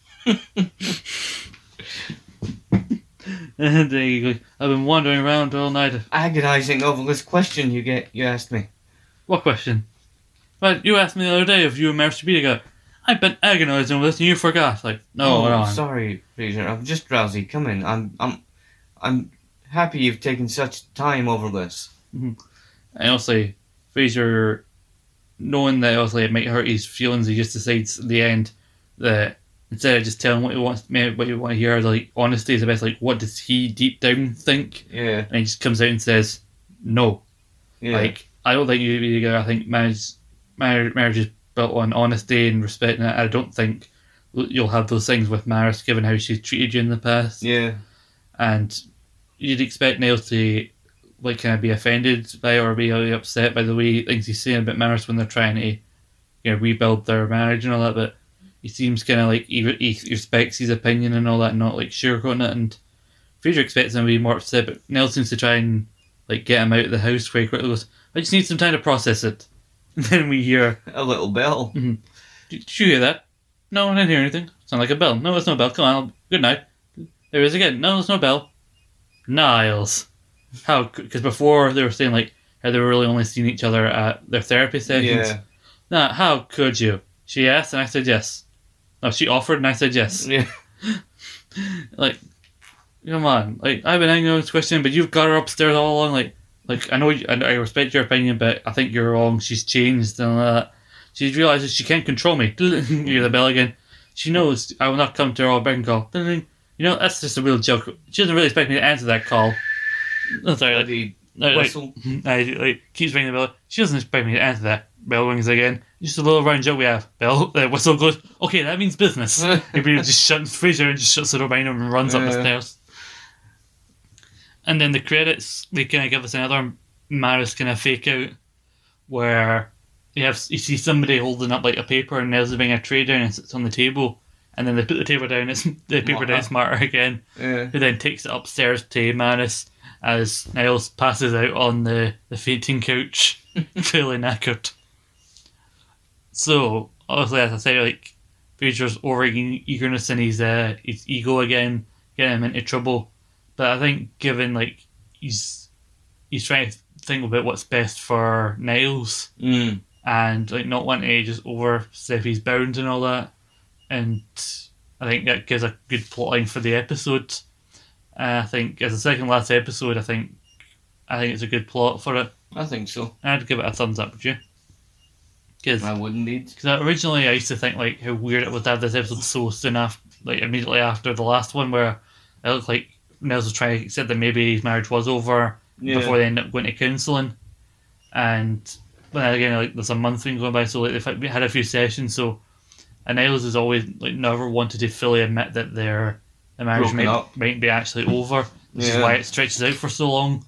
[SPEAKER 1] and then he goes, I've been wandering around all night.
[SPEAKER 2] Agonizing over this question you get you asked
[SPEAKER 1] Oh,
[SPEAKER 2] me.
[SPEAKER 1] What question? Well, you asked me the other day if you were married to be together. I've been agonizing with this and you forgot. Like, no, no. I'm-
[SPEAKER 2] Oh, sorry, Fraser. I'm just drowsy. Come in. I'm I'm I'm happy you've taken such time over this.
[SPEAKER 1] And obviously, Fraser, knowing that obviously it might hurt his feelings, he just decides at the end that instead of just telling what he wants, maybe what you want to hear, like honesty is the best. Like, what does he deep down think?
[SPEAKER 2] Yeah.
[SPEAKER 1] And he just comes out and says, "No,
[SPEAKER 2] Yeah.
[SPEAKER 1] like I don't think you be together. I think marriage, marriage, marriage is built on honesty and respect. And I don't think you'll have those things with Maris, given how she's treated you in the past.
[SPEAKER 2] yeah.
[SPEAKER 1] and you'd expect Nails to like kind of be offended by or be really upset by the way things he's saying about marriage when they're trying to you know rebuild their marriage and all that. But he seems kind of like he, he respects his opinion and all that, and not like sugarcoating it. And Fraser expects him to be more upset, but Nails seems to try and like get him out of the house quite quickly. Goes, I just need some time to process it. And then we hear,
[SPEAKER 2] A little bell.
[SPEAKER 1] "Did you hear that? No, I didn't hear anything. Sound like a bell. No, it's no bell. Come on, I'll- good night." There it is again. No, it's no bell. Niles. How? Because before they were saying like how they were really only seeing each other at their therapy sessions.
[SPEAKER 2] Yeah.
[SPEAKER 1] Nah, how could you? She asked and I said yes. No, she offered and I said yes.
[SPEAKER 2] Yeah.
[SPEAKER 1] Come on, like I've been angry with this question, but you've got her upstairs all along. Like, like I know, you, I, I respect your opinion, but I think you're wrong. She's changed and all that. She realizes she can't control me. Hear the bell again. She knows I will not come to her all beck and call. You know that's just a real joke. She doesn't really expect me to answer that call. I'm sorry, like,
[SPEAKER 2] Bloody
[SPEAKER 1] like, like,
[SPEAKER 2] whistle.
[SPEAKER 1] I like keeps ringing the bell. She doesn't expect me to answer that. Bell rings again. Just a little round joke we have. Bell uh, whistle goes. Okay, that means business. Maybe he just shuts Fraser and just shuts the door behind him and runs up the
[SPEAKER 2] Yeah.
[SPEAKER 1] stairs. And then the credits they kind of give us another Maris kind of fake out where you have you see somebody holding up like a paper and there's being a tray down and sits on the table. And then they put the table down. It's the paper down.
[SPEAKER 2] Martha.
[SPEAKER 1] It's Marta again
[SPEAKER 2] yeah.
[SPEAKER 1] who then takes it upstairs to Maris as Niles passes out on the, the fainting couch, fairly knackered. So, obviously, as I said, like, Fraser's over eagerness and his, uh, his ego again, getting him into trouble. But I think, given, like, he's he's trying to think about what's best for Niles
[SPEAKER 2] Mm.
[SPEAKER 1] and like not wanting to just overstep his bounds and all that. And I think that gives a good plotline for the episode. Uh, I think as a second last episode, I think I think it's a good plot for it.
[SPEAKER 2] I think so.
[SPEAKER 1] I'd give it a thumbs up, would you? Because
[SPEAKER 2] I would indeed.
[SPEAKER 1] originally I used to think like how weird it was to have this episode so soon after, like immediately after the last one, where it looked like Nels was trying to accept that maybe his marriage was over,
[SPEAKER 2] Yeah.
[SPEAKER 1] before they end up going to counselling. And but then again, like there's a month thing going by, so like they've had a few sessions. So and Niles has always like never wanted to fully admit that their the marriage
[SPEAKER 2] Broken
[SPEAKER 1] might,
[SPEAKER 2] up.
[SPEAKER 1] might be actually over, which is
[SPEAKER 2] Yeah.
[SPEAKER 1] why it stretches out for so long.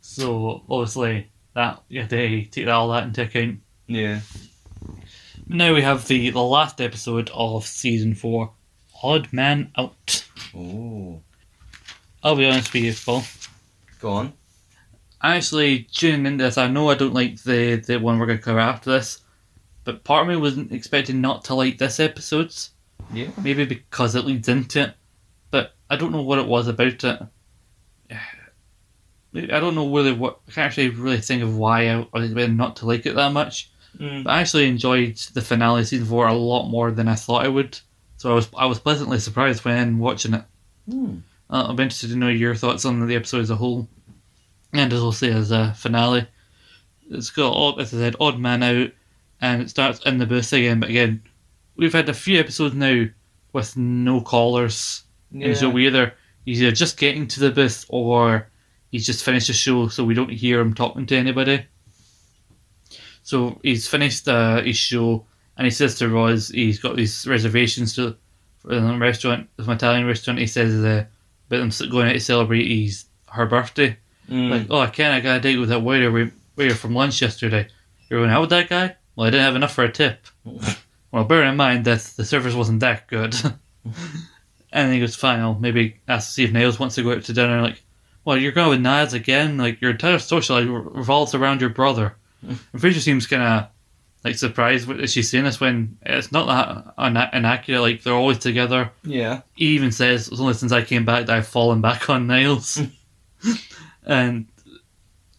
[SPEAKER 1] So obviously that you have to take all that into account.
[SPEAKER 2] yeah.
[SPEAKER 1] Now we have the the last episode of season four, Odd Man Out.
[SPEAKER 2] Oh.
[SPEAKER 1] I'll be honest with you, Paul.
[SPEAKER 2] Go on.
[SPEAKER 1] actually tuning into this, I know I don't like the, the one we're going to cover after this, but part of me wasn't expecting not to like this episode.
[SPEAKER 2] Yeah.
[SPEAKER 1] Maybe because it leads into it, but I don't know what it was about it. I don't know really what I can't actually really think of why I was expecting not to like it that much.
[SPEAKER 2] Mm.
[SPEAKER 1] But I actually enjoyed the finale of season four a lot more than I thought I would. So I was I was pleasantly surprised when watching it.
[SPEAKER 2] Mm.
[SPEAKER 1] Uh, I'm interested to know your thoughts on the episode as a whole, and as I'll say as a finale. It's got, odd, as I said, odd man out, and it starts in the booth again. But again, we've had a few episodes now with no callers,
[SPEAKER 2] Yeah.
[SPEAKER 1] and so we either he's either just getting to the booth or he's just finished the show, so we don't hear him talking to anybody. So he's finished uh, his show, and he says to Roz, he's got these reservations to for a restaurant, an Italian restaurant. He says uh, about them s- going out to celebrate his her birthday.
[SPEAKER 2] Mm.
[SPEAKER 1] Like, oh, I can't. I got a date with that waiter. We we were from lunch yesterday. You're going, how would that guy? Well, I didn't have enough for a tip. well, bear in mind that the service wasn't that good. and he goes, fine, I'll maybe ask to see if Nails wants to go out to dinner. Like, well, you're going with Niles again? Like, your entire social life re- revolves around your brother. and Fraser seems kind of, like, surprised that she's saying this when it's not that un- inaccurate. Like, they're always together.
[SPEAKER 2] Yeah.
[SPEAKER 1] He even says, it's only since I came back that I've fallen back on Niles. and,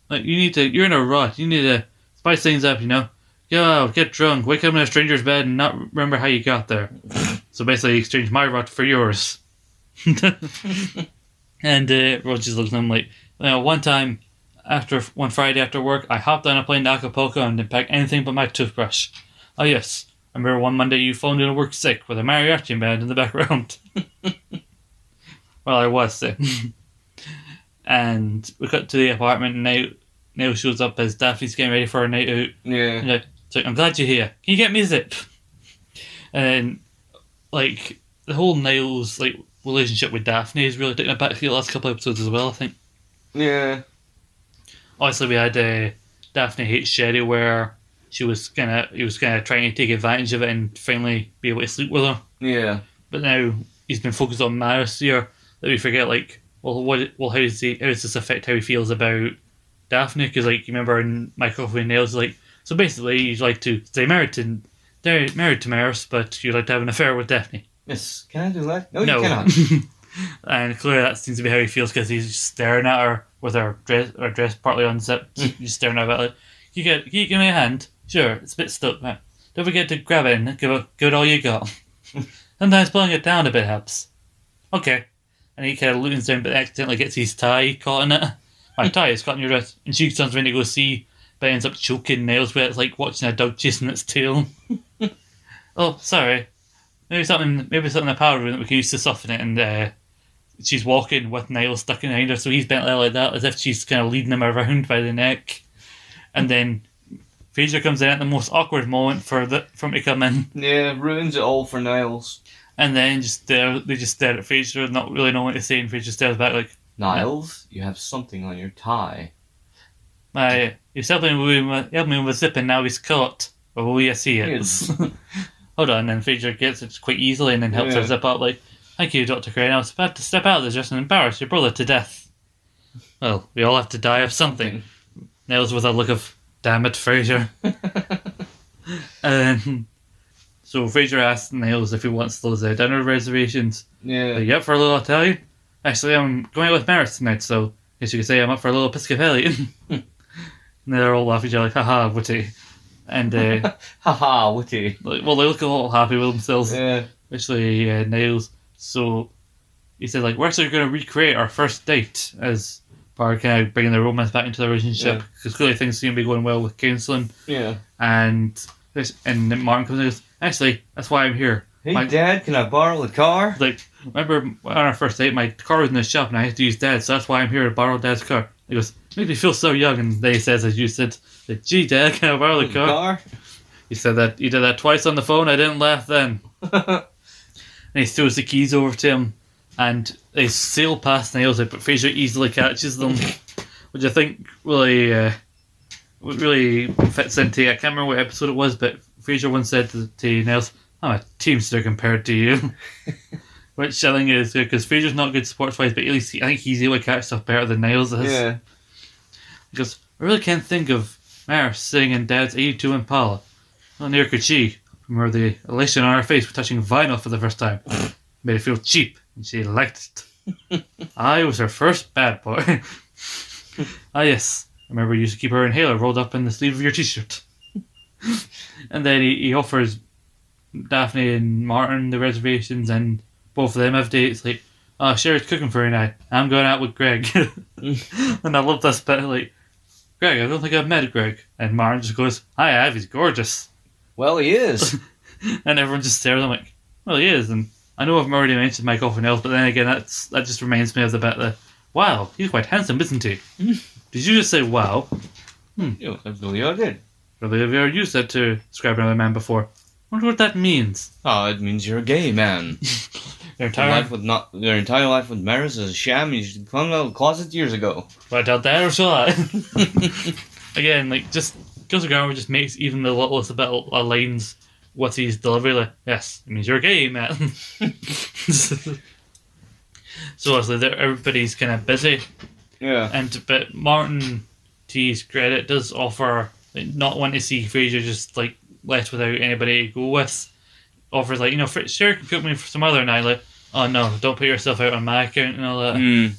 [SPEAKER 1] like, you need to, you're in a rut. You need to spice things up, you know? Go out, get drunk, wake up in a stranger's bed and not remember how you got there. so basically, he exchanged my rut for yours. and uh, Roger looks at him like, you know, one time, after one Friday after work, I hopped on a plane to Acapulco and didn't pack anything but my toothbrush. Oh, yes. I remember one Monday you phoned in to work sick with a mariachi band in the background. well, I was sick. and we cut to the apartment, and Neil, Neil shows up as Daphne's getting ready for her night out.
[SPEAKER 2] Yeah.
[SPEAKER 1] Yeah. So I'm glad you're here. Can you get me a zip? And like the whole Niles like relationship with Daphne is really taking a backseat the last couple of episodes as well. I think.
[SPEAKER 2] Yeah.
[SPEAKER 1] Obviously, we had uh, Daphne hates Sherry, where she was gonna he was gonna trying to take advantage of it and finally be able to sleep with her.
[SPEAKER 2] Yeah.
[SPEAKER 1] But now he's been focused on Maris here that we forget like well what well how does he how does this affect how he feels about Daphne? Because like you remember in My Coffee and Nails like so basically you'd like to stay married to they're married to Maris, but you'd like to have an affair with Daphne.
[SPEAKER 2] Yes. Can I do that? No, you cannot.
[SPEAKER 1] and clearly that seems to be how he feels because he's just staring at her with her dress, her dress partly unzipped,
[SPEAKER 2] Hmm.
[SPEAKER 1] just staring at her. Like, you get, can you give me a hand? Sure, it's a bit stuck, man. Don't forget to grab it and give it, give it all you got.
[SPEAKER 2] Hmm.
[SPEAKER 1] Sometimes pulling it down a bit helps. Okay. And he kind of looms down, but accidentally gets his tie caught in it.
[SPEAKER 2] Hmm.
[SPEAKER 1] My tie is caught in your dress. And she turns around to go see, but ends up choking nails where it's like watching a dog chasing its tail. oh, sorry. Maybe something, maybe something in the power room that we can use to soften it. And uh, she's walking with Niall stuck in behind her, so he's bent low like that, as if she's kind of leading him around by the neck. And then Phaedra comes in at the most awkward moment for the for him to come in,
[SPEAKER 2] Yeah. Ruins it all for Niles.
[SPEAKER 1] and then just stare, they just stare at Phaedra, not really knowing what to say, and Phaedra stares back like,
[SPEAKER 2] Niles, you have something on your tie.
[SPEAKER 1] "My, he's helping me, with, helping me with zip, and now he's caught." Oh yes, he is. Hold on, and Phaedra gets it quite easily, and then helps
[SPEAKER 2] Yeah.
[SPEAKER 1] her zip up like, "Thank you, Doctor Crane. I was about to step out of this just and embarrass your brother to death." Well, we all have to die of something. Nails with a look of damn it, Fraser. um, so Fraser asks Nails if he wants those uh, dinner reservations.
[SPEAKER 2] Yeah.
[SPEAKER 1] Like, you up Uh, for a little Italian? Actually, I'm going out with Maris tonight, so I guess you could say I'm up for a little Episcopalian. and they're all laughing at each other, like, haha, witty. And, uh,
[SPEAKER 2] Haha, witty.
[SPEAKER 1] like, well, they look all happy with themselves
[SPEAKER 2] Yeah.
[SPEAKER 1] actually uh, Niles. So he said, like, we're actually going to recreate our first date as part of kind of bringing the romance back into the relationship
[SPEAKER 2] Yeah.
[SPEAKER 1] because clearly things seem to be going well with counselling.
[SPEAKER 2] Yeah.
[SPEAKER 1] And this, and then Martin comes in and goes, actually, that's why I'm here.
[SPEAKER 2] Hey,
[SPEAKER 1] My-
[SPEAKER 2] Dad, can I borrow the car?
[SPEAKER 1] Like, remember on our first date, my car was in the shop and I had to use Dad's, so that's why I'm here to borrow Dad's car. He goes, make me feel so young. And then he says, as you said, like, gee, Dad, can I
[SPEAKER 2] Oh,
[SPEAKER 1] borrow the car? He said that he did that twice on the phone. I didn't laugh then. and he throws the keys over to him, and they sail past Nails, but Fraser easily catches them, which I think really, uh, what really fits into. I can't remember what episode it was, but Fraser once said to, to Nails, "I'm a teamster compared to you." Which I think is good because Fraser's not good sports wise, but at least he, I think he's able to catch stuff better than Nails is.
[SPEAKER 2] Yeah.
[SPEAKER 1] Because I really can't think of Maris sitting in Dad's 82 Impala. Not near could she. Remember the elation on her face with touching vinyl for the first time. Made her feel cheap, and she liked it. I was her first bad boy. ah, yes. Remember you used to keep her inhaler rolled up in the sleeve of your t-shirt. and then he, he offers Daphne and Martin the reservations, and both of them have dates. Like, oh, Sherry's cooking for tonight. I'm going out with Greg. and I love this bit, like, Greg, I don't think I've met Greg. And Martin just goes, Hi, I have, he's gorgeous.
[SPEAKER 2] Well, he is.
[SPEAKER 1] And everyone just stares at him like, Well, he is. And I know I've already mentioned Mike Offen else, but then again, that's that just reminds me of the bit that, Wow, he's quite handsome, isn't he? Did you just say wow?
[SPEAKER 2] you really are good.
[SPEAKER 1] Probably have you ever used that to describe another man before? wonder what that means.
[SPEAKER 2] Oh, it means you're a gay man.
[SPEAKER 1] Their
[SPEAKER 2] Your
[SPEAKER 1] entire
[SPEAKER 2] life with not your entire life with Maris is a sham. You should come out of the closet years ago.
[SPEAKER 1] Right out there, shall I? Again, like just Kelsey Grammer just makes even the littlest bit of uh, lines with his delivery. Like, yes, it means you're gay, Matt. so obviously, they're- everybody's kind of busy,
[SPEAKER 2] Yeah.
[SPEAKER 1] and but Martin, to his credit, does offer like, not want to see Fraser just like left without anybody to go with. Offers like you know, Fr- sure, you can put me for some other night. Like, oh no, don't put yourself out on my account and all that.
[SPEAKER 2] Mm.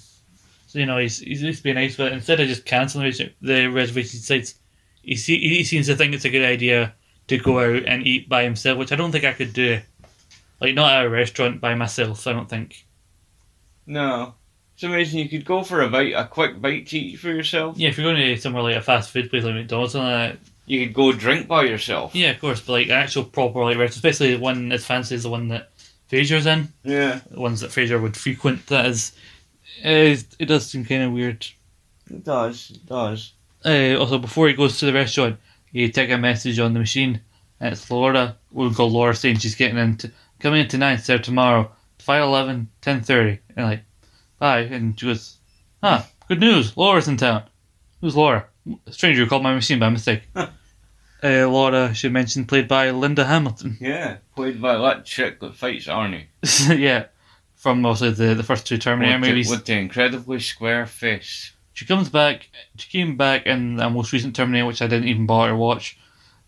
[SPEAKER 1] So you know, he's he's just being nice, but instead of just cancelling the reser- the reservation sites, he see, he seems to think it's a good idea to go out and eat by himself, which I don't think I could do. Like not at a restaurant by myself, I don't think.
[SPEAKER 2] No. For some reason you could go for a bite, a quick bite to eat for yourself.
[SPEAKER 1] Yeah, if you're going to somewhere like a fast food place like McDonald's and all that,
[SPEAKER 2] You could go drink by yourself.
[SPEAKER 1] yeah, of course. But like an actual proper like restaurant, especially the one as fancy as the one that Fraser's in,
[SPEAKER 2] Yeah.
[SPEAKER 1] the ones that Fraser would frequent. That is, is it does seem kind of weird.
[SPEAKER 2] It does. It does.
[SPEAKER 1] uh, also before he goes to the restaurant, he take a message on the machine. And it's Laura. We'll call Laura saying she's getting in t- coming in tonight instead of tomorrow. 5.11, 10.30. And like, bye. And she goes, ah, good news. Laura's in town. Who's Laura? A stranger who called my machine by mistake. uh, Laura, she mentioned, played by Linda Hamilton.
[SPEAKER 2] Yeah. Played by that chick that fights Arnie.
[SPEAKER 1] yeah, from also the, the first two Terminator
[SPEAKER 2] With the-
[SPEAKER 1] movies.
[SPEAKER 2] with the incredibly square face.
[SPEAKER 1] She comes back, she came back in the most recent Terminator, which I didn't even bother to watch.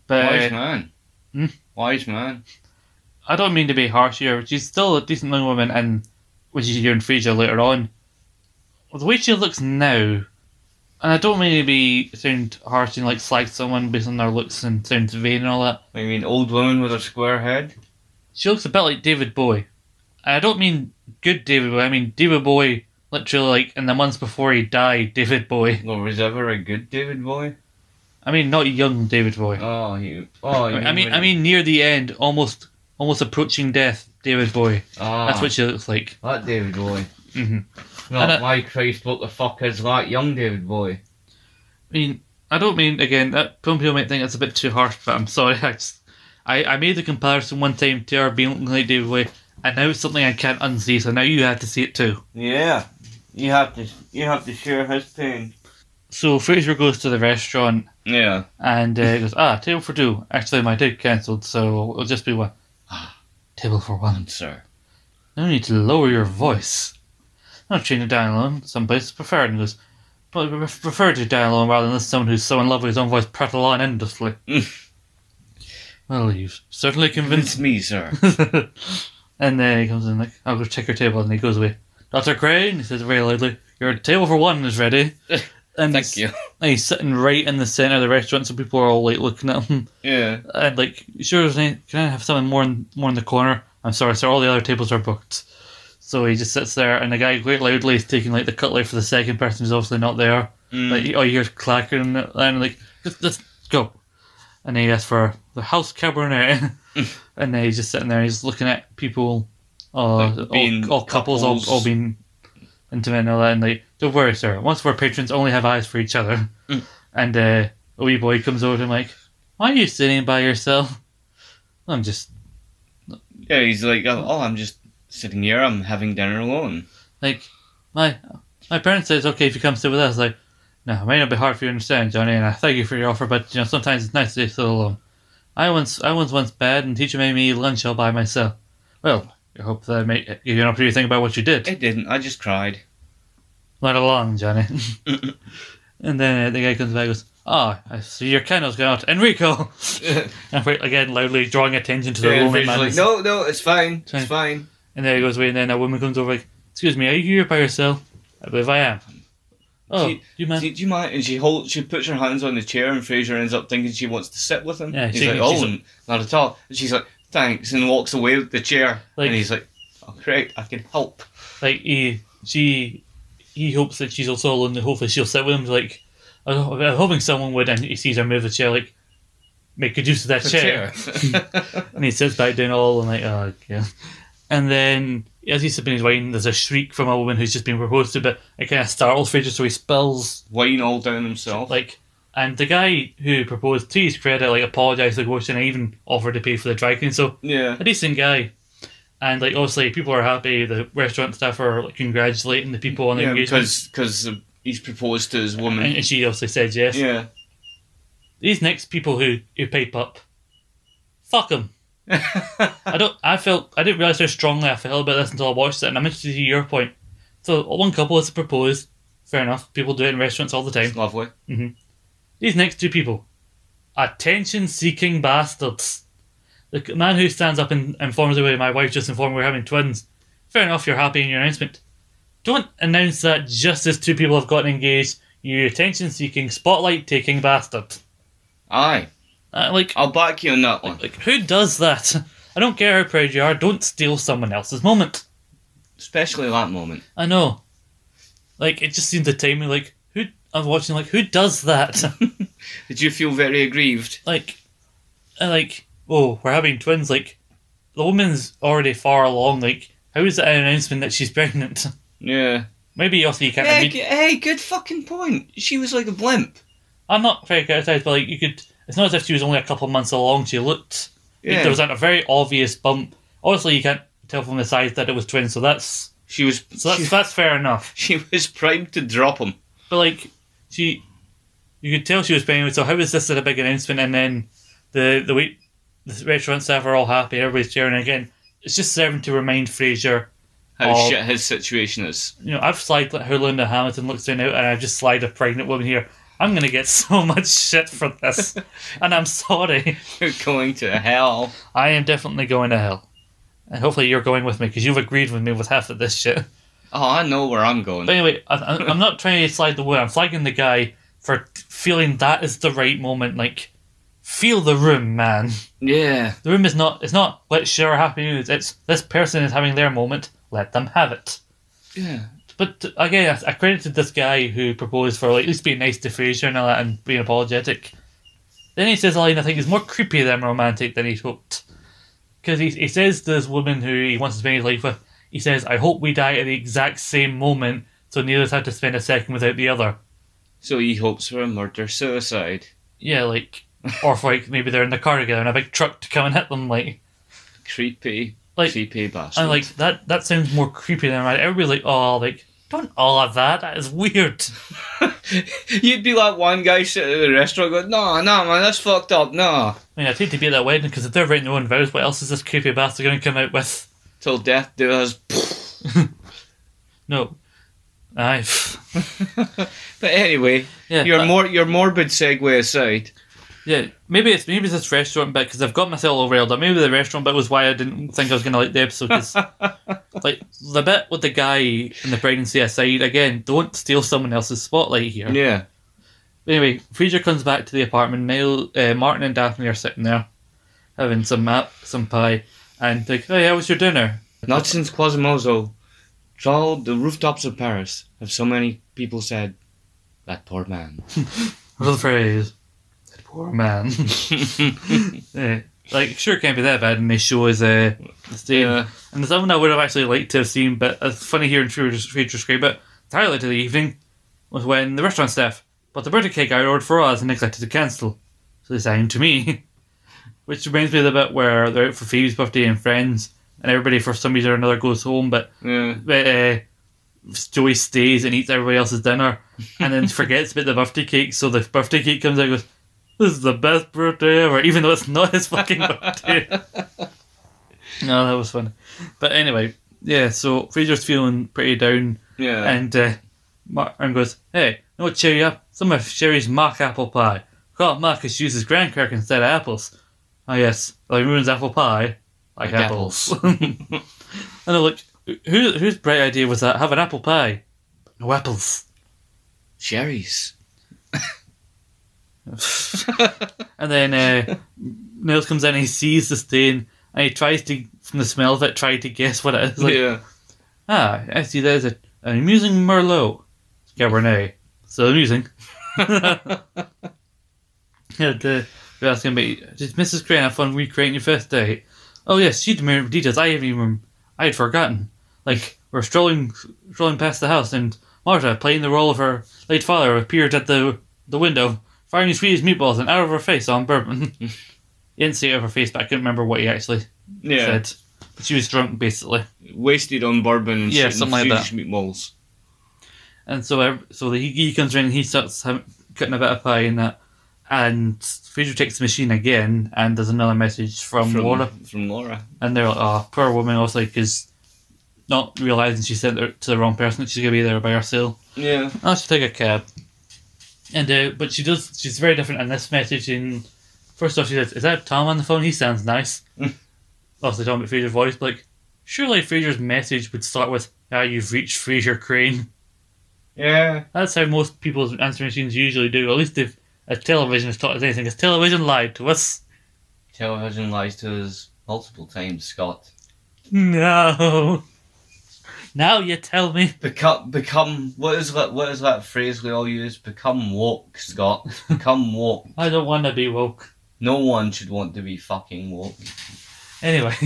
[SPEAKER 1] But, uh,
[SPEAKER 2] Wise man.
[SPEAKER 1] Hmm?
[SPEAKER 2] Wise man.
[SPEAKER 1] I don't mean to be harsh here. She's still a decent young woman, and when she's here in Frasier later on, Well, the way she looks now, and I don't mean to be sound harsh and like slag someone based on their looks and sounds vain and all that.
[SPEAKER 2] I mean, old woman with a square head.
[SPEAKER 1] She looks a bit like David Bowie. And I don't mean good David Bowie. I mean David Bowie, literally like in the months before he died, David Bowie.
[SPEAKER 2] Well, was ever a good David Bowie?
[SPEAKER 1] I mean not young David Bowie.
[SPEAKER 2] Oh, you. Oh, you
[SPEAKER 1] I mean,
[SPEAKER 2] would-
[SPEAKER 1] I mean near the end, almost, almost approaching death, David Bowie.
[SPEAKER 2] Ah,
[SPEAKER 1] That's what she looks like.
[SPEAKER 2] that David Bowie.
[SPEAKER 1] hmm
[SPEAKER 2] No,
[SPEAKER 1] And I-
[SPEAKER 2] my Christ, what the fuck is that young David Bowie?
[SPEAKER 1] I mean, I don't mean again. That, some people might think that's a bit too harsh, but I'm sorry. I just, I, I made the comparison one time to her being looking like David Bowie, and now it's something I can't unsee. So now you have to see it too.
[SPEAKER 2] Yeah, you have to. You have to share his pain.
[SPEAKER 1] So Fraser goes to the restaurant
[SPEAKER 2] Yeah.
[SPEAKER 1] and uh, goes, ah, table for two. Actually, my date cancelled, so it'll just be one. Ah, table for one.
[SPEAKER 2] Sir.
[SPEAKER 1] No need to lower your voice. I'll change it down alone. Some places prefer it. And he goes, but I pref- prefer to down alone rather than listen to someone who's so in love with his own voice prattle on endlessly.
[SPEAKER 2] Mm.
[SPEAKER 1] well, you've certainly convinced
[SPEAKER 2] Convince me, sir.
[SPEAKER 1] me. and then he comes in like, I'll go check your table. And he goes away. Dr. Crane, he says very loudly, your table for one is ready. And he's,
[SPEAKER 2] Thank you.
[SPEAKER 1] and he's sitting right in the centre of the restaurant, so people are all like looking at him.
[SPEAKER 2] Yeah.
[SPEAKER 1] And like, sure, can I have something more in more in the corner? I'm sorry, sir. All the other tables are booked. So he just sits there, and the guy quite loudly is taking like the cutlet for the second person who's obviously not there.
[SPEAKER 2] Mm.
[SPEAKER 1] Like, oh, you hear clacking, and like, just, just go. And he asks for the house cabernet, and then he's just sitting there. He's looking at people, uh,
[SPEAKER 2] Like being
[SPEAKER 1] all, all couples, all,
[SPEAKER 2] couples.
[SPEAKER 1] all being intimate and all that. And like, don't worry, sir. Once we're patrons, only have eyes for each other.
[SPEAKER 2] Mm.
[SPEAKER 1] And uh, a wee boy comes over to him like, "Why are you sitting by yourself?" I'm just
[SPEAKER 2] yeah, he's like, oh, I'm just sitting here. I'm having dinner alone.
[SPEAKER 1] like my my parents said it's okay if you come sit with us. Like, no, it may not be hard for you to understand, Johnny, and I thank you for your offer, but you know sometimes it's nice to sit alone. I once I was once bad, and teacher made me eat lunch all by myself. Well, I hope that may give you an opportunity to think about what you did.
[SPEAKER 2] It didn't. I just cried.
[SPEAKER 1] Let along, Johnny. and then uh, the guy comes back and goes, "Ah, I see your candle's gone out, Enrico." and wait, again, loudly drawing attention to the
[SPEAKER 2] Yeah,
[SPEAKER 1] lonely
[SPEAKER 2] he's
[SPEAKER 1] man.
[SPEAKER 2] like, no, no, it's fine.
[SPEAKER 1] Fine.
[SPEAKER 2] It's fine.
[SPEAKER 1] And then he goes away, and then a woman comes over like, "Excuse me, are you here by yourself?" I believe I am. Oh,
[SPEAKER 2] She-
[SPEAKER 1] you man.
[SPEAKER 2] Do, do you mind? And she holds, she puts her hands on the chair, and Fraser ends up thinking she wants to sit with him.
[SPEAKER 1] Yeah,
[SPEAKER 2] he's
[SPEAKER 1] she-
[SPEAKER 2] like,
[SPEAKER 1] she's
[SPEAKER 2] oh,
[SPEAKER 1] like-
[SPEAKER 2] not at all. And she's like, thanks, and walks away with the chair.
[SPEAKER 1] Like-
[SPEAKER 2] and he's like, oh, great, I can help.
[SPEAKER 1] like he she he hopes that she's also alone and hopefully she'll sit with him like I was I was hoping someone would and he sees her move the chair like make good use of that
[SPEAKER 2] The
[SPEAKER 1] chair.
[SPEAKER 2] chair.
[SPEAKER 1] and he sits back down all and like oh yeah and then as he's sipping his wine there's a shriek from a woman who's just been proposed to but it kind of startles Fraser so he spills
[SPEAKER 2] Wine all down himself.
[SPEAKER 1] like and the guy who proposed to his credit like apologised to the ghost and even offered to pay for the dry clean so
[SPEAKER 2] yeah.
[SPEAKER 1] a decent guy. And like obviously people are happy, the restaurant staff are like congratulating the people on the
[SPEAKER 2] Yeah,
[SPEAKER 1] engagement.
[SPEAKER 2] Mm. because because he's proposed to his woman.
[SPEAKER 1] And and she obviously said yes.
[SPEAKER 2] yeah.
[SPEAKER 1] these next people who who pipe up, fuck them. I don't. I felt I didn't realize how strongly I felt about this until I watched it, and I'm interested to hear your point. So one couple has proposed. Fair enough. People do it in restaurants all the time.
[SPEAKER 2] It's lovely.
[SPEAKER 1] These next two people, attention seeking bastards. The c- man who stands up and informs away, my wife just informed we're having twins. Fair enough, you're happy in your announcement. Don't announce that just as two people have gotten engaged, you attention seeking, spotlight taking bastard.
[SPEAKER 2] Aye,
[SPEAKER 1] Uh, like,
[SPEAKER 2] I'll back you on that one.
[SPEAKER 1] like, who does that? I don't care how proud you are, don't steal someone else's moment.
[SPEAKER 2] Especially that moment.
[SPEAKER 1] I know. Like, it just seemed to time me, like, who, I'm watching, like, who does that?
[SPEAKER 2] Did you feel very aggrieved?
[SPEAKER 1] like, uh, like, oh, we're having twins. Like, the woman's already far along. Like, how is it an announcement that she's pregnant?
[SPEAKER 2] Yeah.
[SPEAKER 1] Maybe also you can't.
[SPEAKER 2] Hey,
[SPEAKER 1] imme-
[SPEAKER 2] g- hey, good fucking point. She was like a blimp.
[SPEAKER 1] I'm not very criticised, but like, you could. It's not as if she was only a couple months along. She looked.
[SPEAKER 2] Yeah.
[SPEAKER 1] There was like, a very obvious bump. Obviously, you can't tell from the size that it was twins. So that's
[SPEAKER 2] she was.
[SPEAKER 1] so that's
[SPEAKER 2] she,
[SPEAKER 1] that's fair enough.
[SPEAKER 2] she was primed to drop him.
[SPEAKER 1] But like, she, you could tell she was pregnant. So how is this at a big announcement? And then the the wait, the restaurant staff are all happy. Everybody's cheering again. It's just serving to remind Fraser
[SPEAKER 2] How
[SPEAKER 1] Oh.
[SPEAKER 2] shit his situation is.
[SPEAKER 1] you know, I've slid like how Linda Hamilton looks down out, and I've just slid a pregnant woman here. I'm gonna get so much shit for this, and I'm sorry.
[SPEAKER 2] You're going to hell.
[SPEAKER 1] I am definitely going to hell, and hopefully you're going with me because you've agreed with me with half of this shit.
[SPEAKER 2] Oh, I know where I'm
[SPEAKER 1] But
[SPEAKER 2] going.
[SPEAKER 1] anyway, I, I- I'm not trying to slide the wood. I'm flagging the guy for t- feeling that is the right moment. Like, feel the room, man.
[SPEAKER 2] Yeah.
[SPEAKER 1] The room is not. It's not. Let's share our happy news. It's this person is having their moment. Let them have it.
[SPEAKER 2] Yeah.
[SPEAKER 1] But again, I, I credited this guy who proposed for like at least being nice to Fraser and all that and being apologetic. Then he says a line I think is more creepy than romantic than he'd hoped. Because he, he says to this woman who he wants to spend his life with, he says, I hope we die at the exact same moment so neither of us have to spend a second without the other.
[SPEAKER 2] So he hopes for a murder suicide.
[SPEAKER 1] Yeah, like, or if like maybe they're in the car together and a big truck to come and hit them, like.
[SPEAKER 2] Creepy,
[SPEAKER 1] Like,
[SPEAKER 2] creepy bastard.
[SPEAKER 1] and like that that sounds more creepy than romantic. Everybody's like, oh, like, don't all of that. That is weird.
[SPEAKER 2] You'd be like one guy sitting at the restaurant going, "No, no, man, that's fucked up. No,
[SPEAKER 1] I mean, I'd hate to be at that wedding because if they're writing their own vows, what else is this creepy bastard going to come out with?
[SPEAKER 2] till death do us."
[SPEAKER 1] No. Aye.
[SPEAKER 2] But anyway,
[SPEAKER 1] yeah,
[SPEAKER 2] your
[SPEAKER 1] uh,
[SPEAKER 2] more your morbid segue aside,
[SPEAKER 1] yeah. Maybe it's maybe it's this restaurant bit because I've got myself all railed up. Maybe the restaurant bit was why I didn't think I was going to like the episode. 'cause, like the bit with the guy and the pregnancy aside, again, don't steal someone else's spotlight here.
[SPEAKER 2] yeah,
[SPEAKER 1] Anyway, Fraser comes back to the apartment. Mel, uh, Martin and Daphne are sitting there having some map, some pie, and like, hey, how was your dinner?
[SPEAKER 2] not since Quasimodo trawled the rooftops of Paris have so many people said that poor man.
[SPEAKER 1] What the phrase? That poor man. yeah. Eh, Like, sure, it can't be that bad, and they show his uh, stain.
[SPEAKER 2] Yeah.
[SPEAKER 1] And there's something I would have actually liked to have seen, but it's funny hearing Fraser Fraser scream, but the highlight of the evening was when the restaurant staff bought the birthday cake I ordered for us and neglected to cancel. So they sang to me. Which reminds me of the bit where they're out for Phoebe's birthday and friends, and everybody for some reason or another goes home, but
[SPEAKER 2] Yeah,
[SPEAKER 1] but uh, Joey stays and eats everybody else's dinner, and then forgets about the birthday cake. So the birthday cake comes out and goes, "This is the best birthday ever," even though it's not his fucking birthday. no, that was fun. But anyway, yeah. So Fraser's feeling pretty down,
[SPEAKER 2] yeah.
[SPEAKER 1] and uh, Martin goes, "Hey, no cherry up. Some of Sherry's mock apple pie. Caught Marcus uses graham cracker instead of apples. Ah, yes, like ruins apple pie, like,
[SPEAKER 2] Like
[SPEAKER 1] apples." and I look, who whose bright idea was that? Have an apple pie, no apples.
[SPEAKER 2] Sherry's.
[SPEAKER 1] And then uh, Nails comes in, and he sees the stain, and he tries to, from the smell of it, try to guess what it is. Like,
[SPEAKER 2] yeah,
[SPEAKER 1] Ah, I see there's a, an amusing Merlot. Cabernet. So amusing. and uh, we ask him, about, did Mrs. Crane have fun recreating your first date? Oh, yes, she remembered details I haven't even, I had forgotten. Like, we're strolling strolling past the house, and Marta, playing the role of her late father, appeared at the the window, firing Swedish meatballs and out of her face on bourbon. he didn't say out of her face, but I couldn't remember what he actually
[SPEAKER 2] yeah.
[SPEAKER 1] said. But she was drunk, basically.
[SPEAKER 2] Wasted on bourbon. And
[SPEAKER 1] Yeah,
[SPEAKER 2] shit
[SPEAKER 1] something like
[SPEAKER 2] and
[SPEAKER 1] that.
[SPEAKER 2] Swedish Meatballs.
[SPEAKER 1] And so, ev- so the, he, he comes in and he starts having, cutting a bit of pie and that. And Phaedra takes the machine again, and there's another message from,
[SPEAKER 2] from
[SPEAKER 1] Laura,
[SPEAKER 2] From Laura.
[SPEAKER 1] and they're like, "Oh, poor woman," also because not realizing she sent it to the wrong person, that she's gonna be there by herself.
[SPEAKER 2] Yeah.
[SPEAKER 1] I'll just take a cab. And uh, but she does. She's very different in this message. In first off, she says, "Is that Tom on the phone? He sounds nice." also, Tom about Fraser's voice, but, like surely Fraser's message would start with, "Ah, you've reached Fraser Crane."
[SPEAKER 2] Yeah.
[SPEAKER 1] That's how most people's answering machines usually do. At least if a television has taught us anything, is television lied to us.
[SPEAKER 2] Television lies to us multiple times, Scott.
[SPEAKER 1] No. Now you tell me.
[SPEAKER 2] Become, become. What is that? What is that phrase we all use? Become woke, Scott. Become woke.
[SPEAKER 1] I don't want to be woke.
[SPEAKER 2] No one should want to be fucking woke.
[SPEAKER 1] Anyway,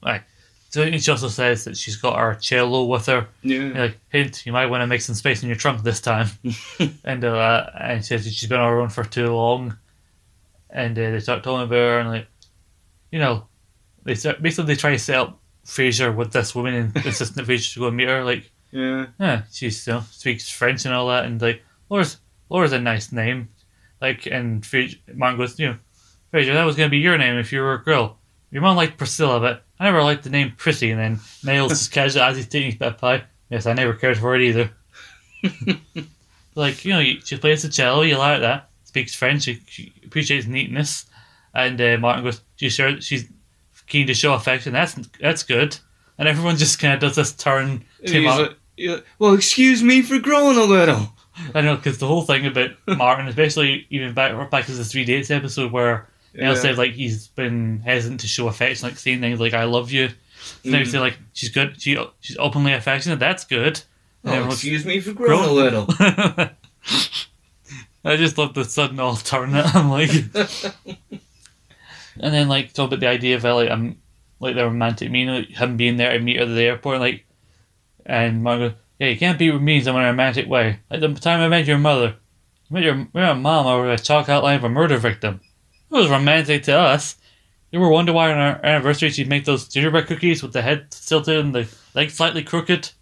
[SPEAKER 1] right. So she also says that she's got her cello with her.
[SPEAKER 2] Yeah.
[SPEAKER 1] You're like, hint, you might want to make some space in your trunk this time. and uh, and she says that she's been on her own for too long. And uh, they start talking about her and like, you know, they start basically they try to set up Fraser with this woman and insisting that Fraser should go and meet her. Like,
[SPEAKER 2] Yeah.
[SPEAKER 1] yeah, she you know, speaks French and all that, and like Laura's Laura's a nice name, like and Fraser, Martin goes, you know, Fraser, that was gonna be your name if you were a girl. Your mom liked Priscilla, but I never liked the name Prissy. And then Niles just casual as he's taking his bit of pie. Yes, I never cared for it either. like you know, you, she plays the cello, you like that. Speaks French, she, she appreciates neatness, and uh, Martin goes, she's sure she's keen to show affection. That's that's good. And everyone just kind of does this turn to
[SPEAKER 2] He's
[SPEAKER 1] Martin.
[SPEAKER 2] like- he's like, well, excuse me for growing a little.
[SPEAKER 1] I know because the whole thing about Martin, especially even back back to the three dates episode where Nell said like he's been hesitant to show affection, like saying things like "I love you." And Now
[SPEAKER 2] Mhm.
[SPEAKER 1] he's saying like she's good, she she's openly affectionate. That's good. And
[SPEAKER 2] Oh,
[SPEAKER 1] everyone's-
[SPEAKER 2] excuse me for growing a
[SPEAKER 1] Grow-
[SPEAKER 2] little.
[SPEAKER 1] I just love the sudden alternate. I'm like, and then like talk about the idea of uh, like um like the romantic meaning, like, him being there to meet her at the airport, like, and Margot, yeah, you can't be with me in some romantic way. Like the time I met your mother, I met your, met my mom over a chalk outline of a murder victim. It was romantic to us. You ever wonder why on our anniversary she'd make those gingerbread cookies with the head tilted and the legs slightly crooked?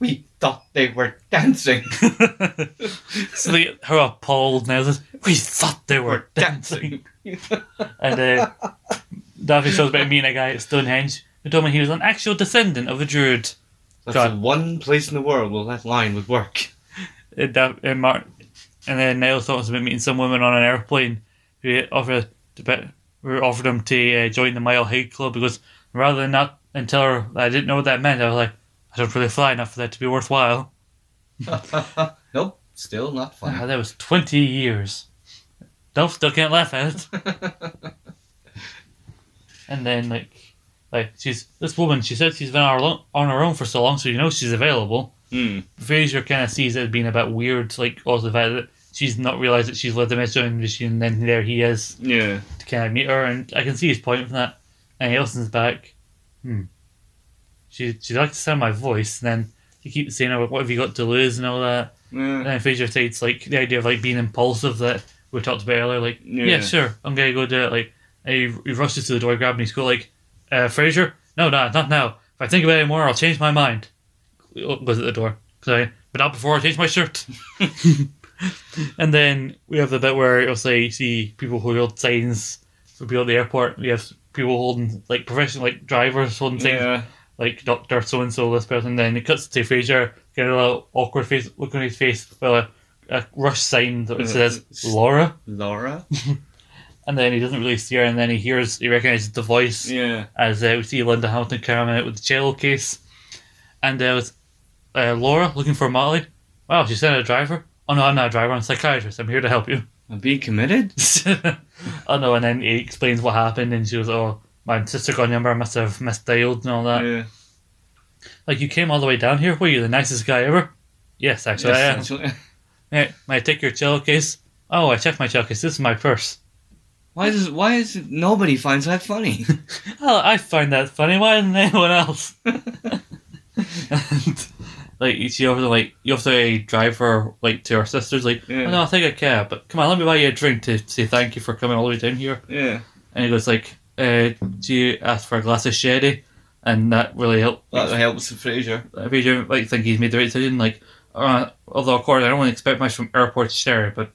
[SPEAKER 2] We thought they were dancing.
[SPEAKER 1] so they, her appalled now. says, We thought they were dancing. And uh, Davy tells about meeting a guy at Stonehenge who told me he was an actual descendant of a druid.
[SPEAKER 2] That's
[SPEAKER 1] God.
[SPEAKER 2] the one place in the world where that line would work.
[SPEAKER 1] And, uh, Dav- and, Mark, and then Niles talks about meeting some women on an airplane who offered to bet, who offered him to uh, join the Mile High Club because rather than not and tell her that I didn't know what that meant, I was like, I don't really fly enough for that to be worthwhile.
[SPEAKER 2] nope, still not
[SPEAKER 1] Ah,
[SPEAKER 2] fun.
[SPEAKER 1] that was 20 years. Nope, still can't laugh at it. and then, like, like she's this woman, she said she's been on her, lo- on her own for so long, so you know she's available.
[SPEAKER 2] Hmm.
[SPEAKER 1] Fraser kind of sees it as being a bit weird, like, also the fact that she's not realised that she's led the message on the machine, and then there he is
[SPEAKER 2] Yeah.
[SPEAKER 1] to kind of meet her, and I can see his point from that. And Elson's back. Hmm. She, she'd like to sound my voice, and then he keeps saying, oh, What have you got to lose, and all that. And
[SPEAKER 2] Yeah.
[SPEAKER 1] then Fraser states like the idea of like being impulsive that we talked about earlier. Like, yeah,
[SPEAKER 2] Yeah.
[SPEAKER 1] sure, I'm gonna go do it. Like, and he, he rushes to the door, grabbing his coat. Like, uh, Fraser, no, no, not now. If I think about it more, I'll change my mind. Oh, Goes at the door. Sorry, but not before I change my shirt. and then we have the bit where it'll say see people who hold signs for people at the airport. We have people holding like professional like drivers holding signs
[SPEAKER 2] Yeah.
[SPEAKER 1] like Doctor So and So, this person. Then it cuts to Fraser, get a little awkward face, look on his face with a, a rush sign that says Laura,
[SPEAKER 2] Laura?
[SPEAKER 1] and then he doesn't really see her, and then he hears, he recognizes the voice
[SPEAKER 2] Yeah.
[SPEAKER 1] as uh, we see Linda Hamilton coming out with the cello case, and uh, with uh, Laura looking for Molly. Wow, she sent a driver. Oh no, I'm not a driver. I'm a psychiatrist. I'm here to help you.
[SPEAKER 2] I'm being committed?
[SPEAKER 1] oh no, and then he explains what happened, and she was, oh, my sister got a number. I must have misdialed and all that.
[SPEAKER 2] yeah.
[SPEAKER 1] Like you came all the way down here. Were you the nicest guy ever? Yes, actually I am.
[SPEAKER 2] Essentially-
[SPEAKER 1] May, may I take your cello case? Oh, I checked my cello case. This is my purse.
[SPEAKER 2] Why does why is it, nobody finds that funny?
[SPEAKER 1] Oh, I find that funny. Why isn't anyone else? and, like you see over the like you have to drive her like to her sister's like
[SPEAKER 2] Yeah.
[SPEAKER 1] oh, no I'll take a cab but come on let me buy you a drink to say thank you for coming all the way down here
[SPEAKER 2] yeah.
[SPEAKER 1] and he goes like uh, do you ask for a glass of sherry and that really helped
[SPEAKER 2] That helps Fraser.
[SPEAKER 1] Fraser like think he's made the right decision. Like, Uh, although, of course, I don't really expect much from Airport Sherry, but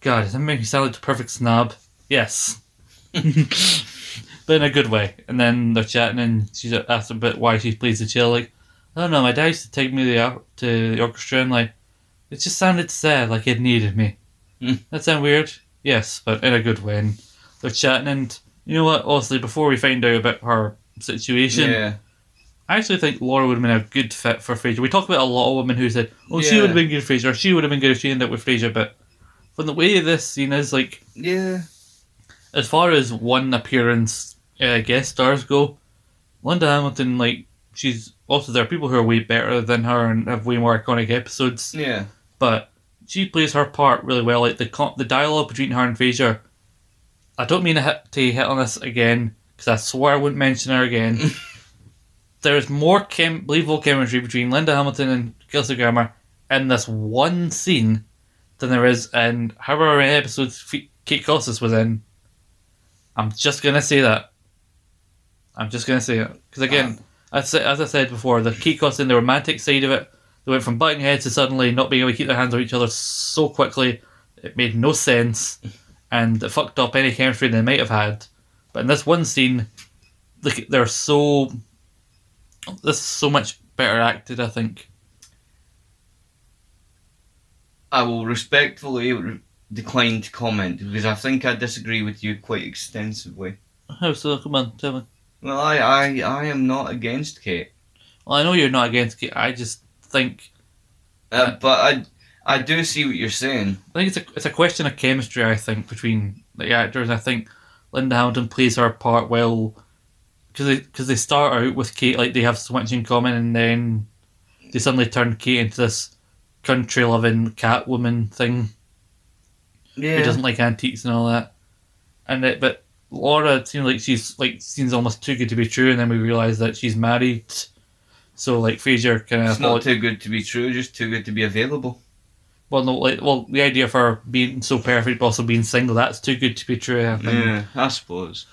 [SPEAKER 1] God, that made me sound like the perfect snob. Yes. but in a good way. And then they're chatting, and she's asked a bit why she plays the cello. Like, I don't know, my dad used to take me to the, or- to the orchestra, and like, it just sounded sad, like it needed me.
[SPEAKER 2] Hmm.
[SPEAKER 1] That sound weird? Yes, but in a good way. And they're chatting, and you know what? Honestly, before we find out about her situation,
[SPEAKER 2] Yeah.
[SPEAKER 1] I actually think Laura would have been a good fit for Fraser. We talk about a lot of women who said, "Oh, she would have
[SPEAKER 2] Yeah.
[SPEAKER 1] been good for Fraser. She would have been good if she ended up with Fraser." But from the way this scene is, like
[SPEAKER 2] Yeah.
[SPEAKER 1] as far as one appearance uh, guest stars go, Linda Hamilton, like she's also there are people who are way better than her and have way more iconic episodes,
[SPEAKER 2] Yeah.
[SPEAKER 1] but she plays her part really well. Like the co- the dialogue between her and Fraser. I don't mean to hit, to hit on this again because I swear I wouldn't mention her again. there is more chem- believable chemistry between Linda Hamilton and Kelsey Grammer in this one scene than there is in however many episodes Fe- Kate Costas was in. I'm just gonna say that. I'm just gonna say it because again, as, I- as I said before, the Kate Costas and the romantic side of it, they went from butting heads to suddenly not being able to keep their hands on each other so quickly. It made no sense, and it fucked up any chemistry they might have had. But in this one scene, look, they're so this is so much better acted, I think.
[SPEAKER 2] I will respectfully re- decline to comment because I think I disagree with you quite extensively.
[SPEAKER 1] How so? Come on, tell me.
[SPEAKER 2] Well, I, I, I am not against Kate,
[SPEAKER 1] Well, I know you're not against it. I just think
[SPEAKER 2] uh, but I, I do see what you're saying.
[SPEAKER 1] I think it's a it's a question of chemistry. I think between the actors, I think Linda Hamilton plays her part well because they because they start out with Kate like they have so much in common, and then they suddenly turn Kate into this country loving Catwoman thing.
[SPEAKER 2] Yeah.
[SPEAKER 1] who doesn't like antiques and all that. And it, but Laura it seems like she's like seems almost too good to be true, and then we realise that she's married. So like Fraser kind
[SPEAKER 2] it's
[SPEAKER 1] of
[SPEAKER 2] not too good to be true, just too good to be available.
[SPEAKER 1] well, no, like well, the idea of her being so perfect but also being single—that's too good to be true. I think.
[SPEAKER 2] Yeah, I suppose.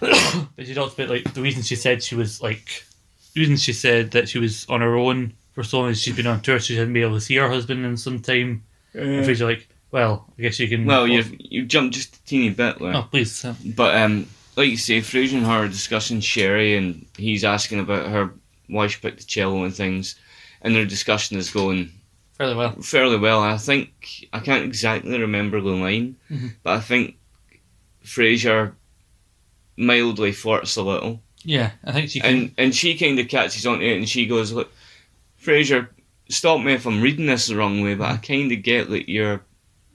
[SPEAKER 1] But she talks about like the reason she said she was like, the reason she said that she was on her own for so long. is She's been on tour, she hadn't been able to see her husband in some time. And Fraser like, well, I guess you can.
[SPEAKER 2] Well, you've you jumped just a teeny bit there.
[SPEAKER 1] Oh, please. uh,
[SPEAKER 2] But um, like you say, Fraser and her are discussing Sherry, and he's asking about her why she picked the cello and things, and their discussion is going
[SPEAKER 1] Fairly well.
[SPEAKER 2] fairly well. I think I can't exactly remember the line,
[SPEAKER 1] Mhm.
[SPEAKER 2] but I think Fraser mildly flirts a little,
[SPEAKER 1] Yeah, I think she can.
[SPEAKER 2] and and she kind of catches onto it, and she goes, "Look, Fraser, stop me if I'm reading this the wrong way, but I kind of get that you're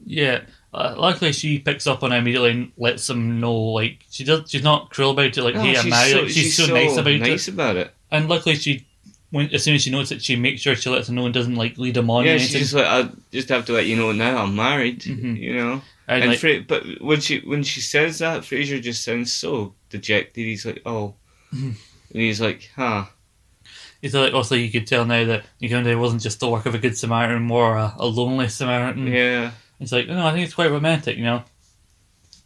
[SPEAKER 1] Yeah. Uh, luckily, she picks up on it immediately and lets him know. Like she does, she's not cruel about it. Like, hey,
[SPEAKER 2] Oh,
[SPEAKER 1] I'm married. Like, she's, so, nice about
[SPEAKER 2] nice
[SPEAKER 1] it.
[SPEAKER 2] about it.
[SPEAKER 1] And luckily, she when as soon as she knows it, she makes sure she lets him know and doesn't like lead him on.
[SPEAKER 2] Yeah,
[SPEAKER 1] or
[SPEAKER 2] she's
[SPEAKER 1] anything.
[SPEAKER 2] just like I just have to let you know now I'm married.
[SPEAKER 1] Mhm.
[SPEAKER 2] You know,
[SPEAKER 1] and,
[SPEAKER 2] and
[SPEAKER 1] like,
[SPEAKER 2] Fra- but when she when she says that, Fraser just sounds so dejected. He's like, oh,
[SPEAKER 1] Mhm.
[SPEAKER 2] and he's like, huh.
[SPEAKER 1] it's like also you could tell now that Uganda wasn't just the work of a good Samaritan, more a, a lonely Samaritan.
[SPEAKER 2] Yeah,
[SPEAKER 1] It's like no, I think it's quite romantic. You know,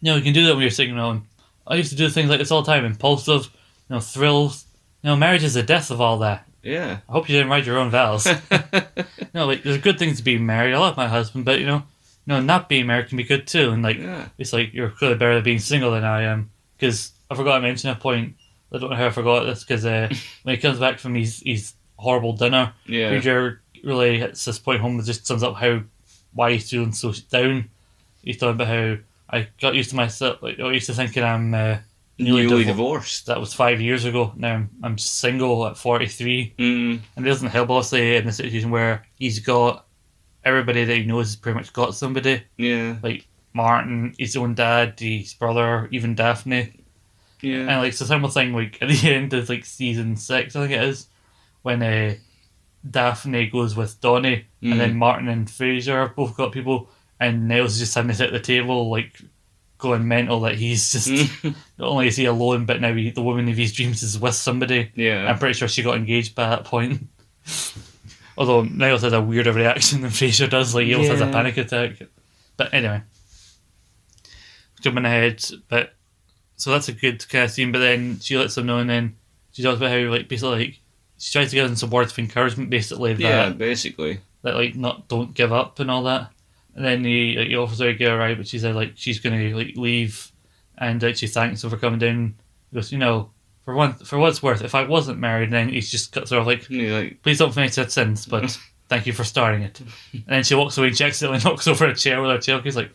[SPEAKER 1] you know, you can do that when you're single. And I used to do things like this all the time, impulsive, you know, thrills. You know, marriage is the death of all that.
[SPEAKER 2] yeah.
[SPEAKER 1] I hope you didn't write your own vows. No, like there's good things to being married. I love my husband, but you know, no, not being married can be good too. And like,
[SPEAKER 2] yeah.
[SPEAKER 1] it's like you're clearly better at being single than I am. Because I forgot to mention a point. I don't know how I forgot this. Because uh, when he comes back from his his horrible dinner,
[SPEAKER 2] Yeah.
[SPEAKER 1] Peter really hits this point home. That just sums up how why he's feeling so down. He's talking about how I got used to myself. Like, I used to thinking I'm uh,
[SPEAKER 2] Newly,
[SPEAKER 1] newly, divorced.
[SPEAKER 2] divorced.
[SPEAKER 1] That was five years ago. Now I'm, I'm single at forty three.
[SPEAKER 2] Mm,
[SPEAKER 1] And it doesn't help, obviously, in the situation where he's got everybody that he knows has pretty much got somebody.
[SPEAKER 2] yeah,
[SPEAKER 1] Martin, his own dad, his brother, even Daphne.
[SPEAKER 2] yeah.
[SPEAKER 1] And like, it's a similar thing, like, at the end of like season six, I think it is, when uh, Daphne goes with Donnie,
[SPEAKER 2] Mm.
[SPEAKER 1] and then Martin and Fraser have both got people, and Nell's just having to sit at the table, like, going mental that he's just,
[SPEAKER 2] Mm.
[SPEAKER 1] not only is he alone, but now he, the woman of his dreams is with somebody. I'm
[SPEAKER 2] yeah.
[SPEAKER 1] pretty sure she got engaged by that point. Although Niles has a weirder reaction than Fraser does, like he almost has a
[SPEAKER 2] Yeah.
[SPEAKER 1] panic attack. But anyway, jumping ahead, but so that's a good kind of scene. But then she lets him know, and then she talks about how like basically like she tries to give him some words of encouragement, basically. That
[SPEAKER 2] Yeah, basically.
[SPEAKER 1] that like not don't give up and all that. And then he, like, he offers her a go ride, but she said uh, like she's gonna like leave, and like, she thanks him for coming down. He goes, you know, for one for what's worth, if I wasn't married, then he just cuts her off like,
[SPEAKER 2] And you're like,
[SPEAKER 1] please don't finish that sentence, but thank you for starting it. And then she walks away, and she accidentally knocks over a chair with her tail. He's like,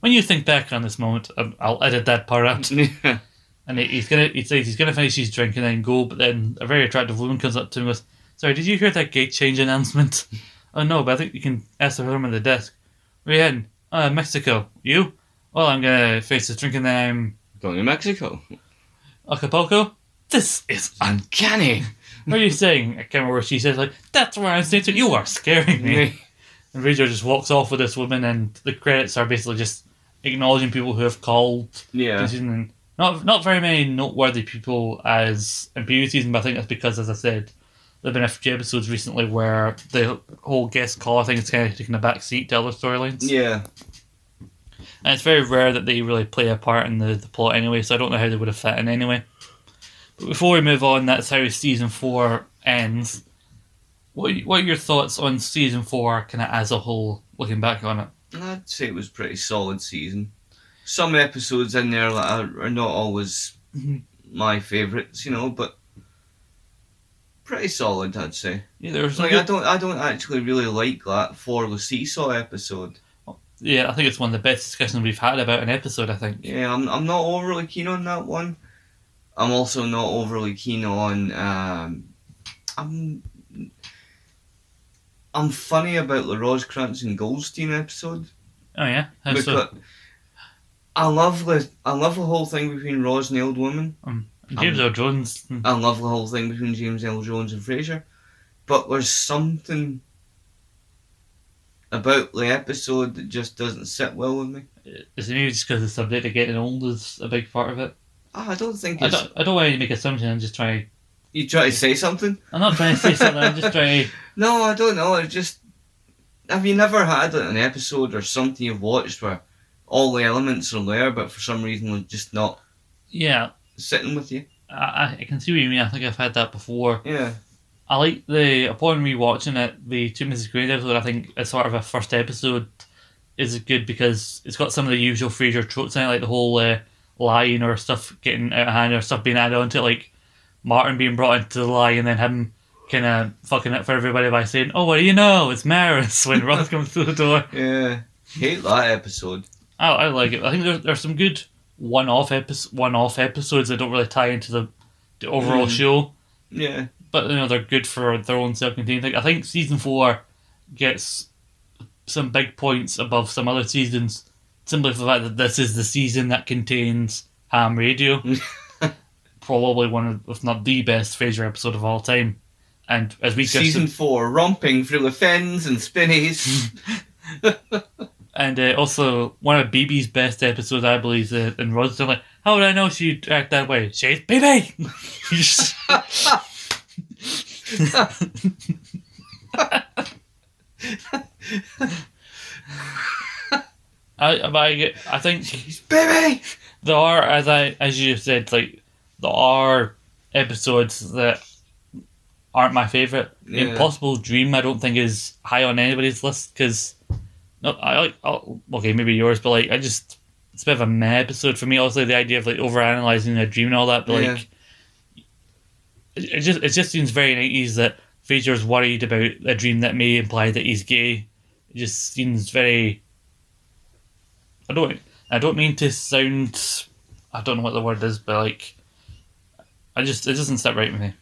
[SPEAKER 1] when you think back on this moment, um, I'll edit that part out.
[SPEAKER 2] yeah,
[SPEAKER 1] And he- he's gonna he says he's gonna finish his drink and then go, but then a very attractive woman comes up to him and goes, Sorry, did you hear that gate change announcement? oh no, but I think you can ask the woman at the desk. Where you heading? Uh Mexico. You? Well I'm gonna finish this drink and then I'm
[SPEAKER 2] going to Mexico.
[SPEAKER 1] Acapulco? This is
[SPEAKER 2] Uncanny.
[SPEAKER 1] what are you saying? I can't remember what she says like, That's where I'm staying to you are scaring me. And Rizzo just walks off with this woman, and the credits are basically just acknowledging people who have called.
[SPEAKER 2] Yeah.
[SPEAKER 1] This isn't- Not not very many noteworthy people as in previous season, but I think that's because, as I said, there've been a few episodes recently where the whole guest caller thing is kind of taking a back seat to other storylines,
[SPEAKER 2] Yeah.
[SPEAKER 1] and it's very rare that they really play a part in the, the plot anyway. So I don't know how they would have fit in anyway. But before we move on, that's how season four ends. What are you- what are your thoughts on season four, kind of as a whole, looking back on it?
[SPEAKER 2] I'd say it was pretty solid season. Some episodes in there that are, are not always
[SPEAKER 1] Mhm.
[SPEAKER 2] my favourites, you know, but pretty solid, I'd say.
[SPEAKER 1] Yeah, there was some
[SPEAKER 2] Like
[SPEAKER 1] good-
[SPEAKER 2] I don't, I don't actually really like that for the seesaw episode.
[SPEAKER 1] Yeah, I think it's one of the best discussions we've had about an episode. I think.
[SPEAKER 2] Yeah, I'm, I'm not overly keen on that one. I'm also not overly keen on. Um, I'm, I'm funny about the Rosecrans and Goldstein episode.
[SPEAKER 1] Oh yeah. How so?
[SPEAKER 2] Because I love the I love the whole thing between Roz and the old woman.
[SPEAKER 1] James Earl Jones. mm,
[SPEAKER 2] I love the whole thing between James L. Jones and Fraser. But there's something about the episode that just doesn't sit well with me.
[SPEAKER 1] Is it maybe just because the subject of getting old is a big part of it?
[SPEAKER 2] Ah, I don't think
[SPEAKER 1] I
[SPEAKER 2] it's.
[SPEAKER 1] don't. I don't want to make assumptions. I'm just trying.
[SPEAKER 2] You try to say something?
[SPEAKER 1] I'm not trying to say something. I'm just trying. to...
[SPEAKER 2] No, I don't know. It's just. Have you never had an episode or something you've watched where all the elements are there, but for some reason they're just not
[SPEAKER 1] Yeah.
[SPEAKER 2] sitting with you?
[SPEAKER 1] I, I- I can see what you mean. I think I've had that before.
[SPEAKER 2] Yeah.
[SPEAKER 1] I like the upon rewatching it, the Two Mrs. Green episode. I think as sort of a first episode is good because it's got some of the usual Frasier tropes in it, like the whole uh, lying or stuff getting out of hand or stuff being added onto it, like Martin being brought into the lie and then him kind of fucking it for everybody by saying, "Oh, what do you know? It's Maris." When Ross comes through the door,
[SPEAKER 2] Yeah. Hate that episode.
[SPEAKER 1] I, I like it. I think there's there's some good one-off episodes, one-off episodes that don't really tie into the, the overall
[SPEAKER 2] Mhm.
[SPEAKER 1] show
[SPEAKER 2] Yeah.
[SPEAKER 1] but you know they're good for their own self-contained thing. I think season four gets some big points above some other seasons simply for the fact that this is the season that contains ham radio. Probably one of, if not the best Frasier episode of all time. And as we
[SPEAKER 2] Season four, romping through the fens and spinnies.
[SPEAKER 1] and uh, also one of BB's best episodes, I believe, is uh, in Rod's I'm like, how would I know she'd act that way? She's BB. I, I, I get- I think
[SPEAKER 2] Baby!
[SPEAKER 1] there are as I as you said like there are episodes that aren't my favorite.
[SPEAKER 2] Yeah.
[SPEAKER 1] Impossible Dream I don't think is high on anybody's list because no I like oh, okay maybe yours but like I just it's a bit of a meh episode for me. Also the idea of like overanalyzing a dream and all that but
[SPEAKER 2] Yeah.
[SPEAKER 1] like it, it just it just seems very nineties that Fraser's worried about a dream that may imply that he's gay. It just seems very I don't I don't mean to sound I don't know what the word is, but like I just it doesn't sit right with me.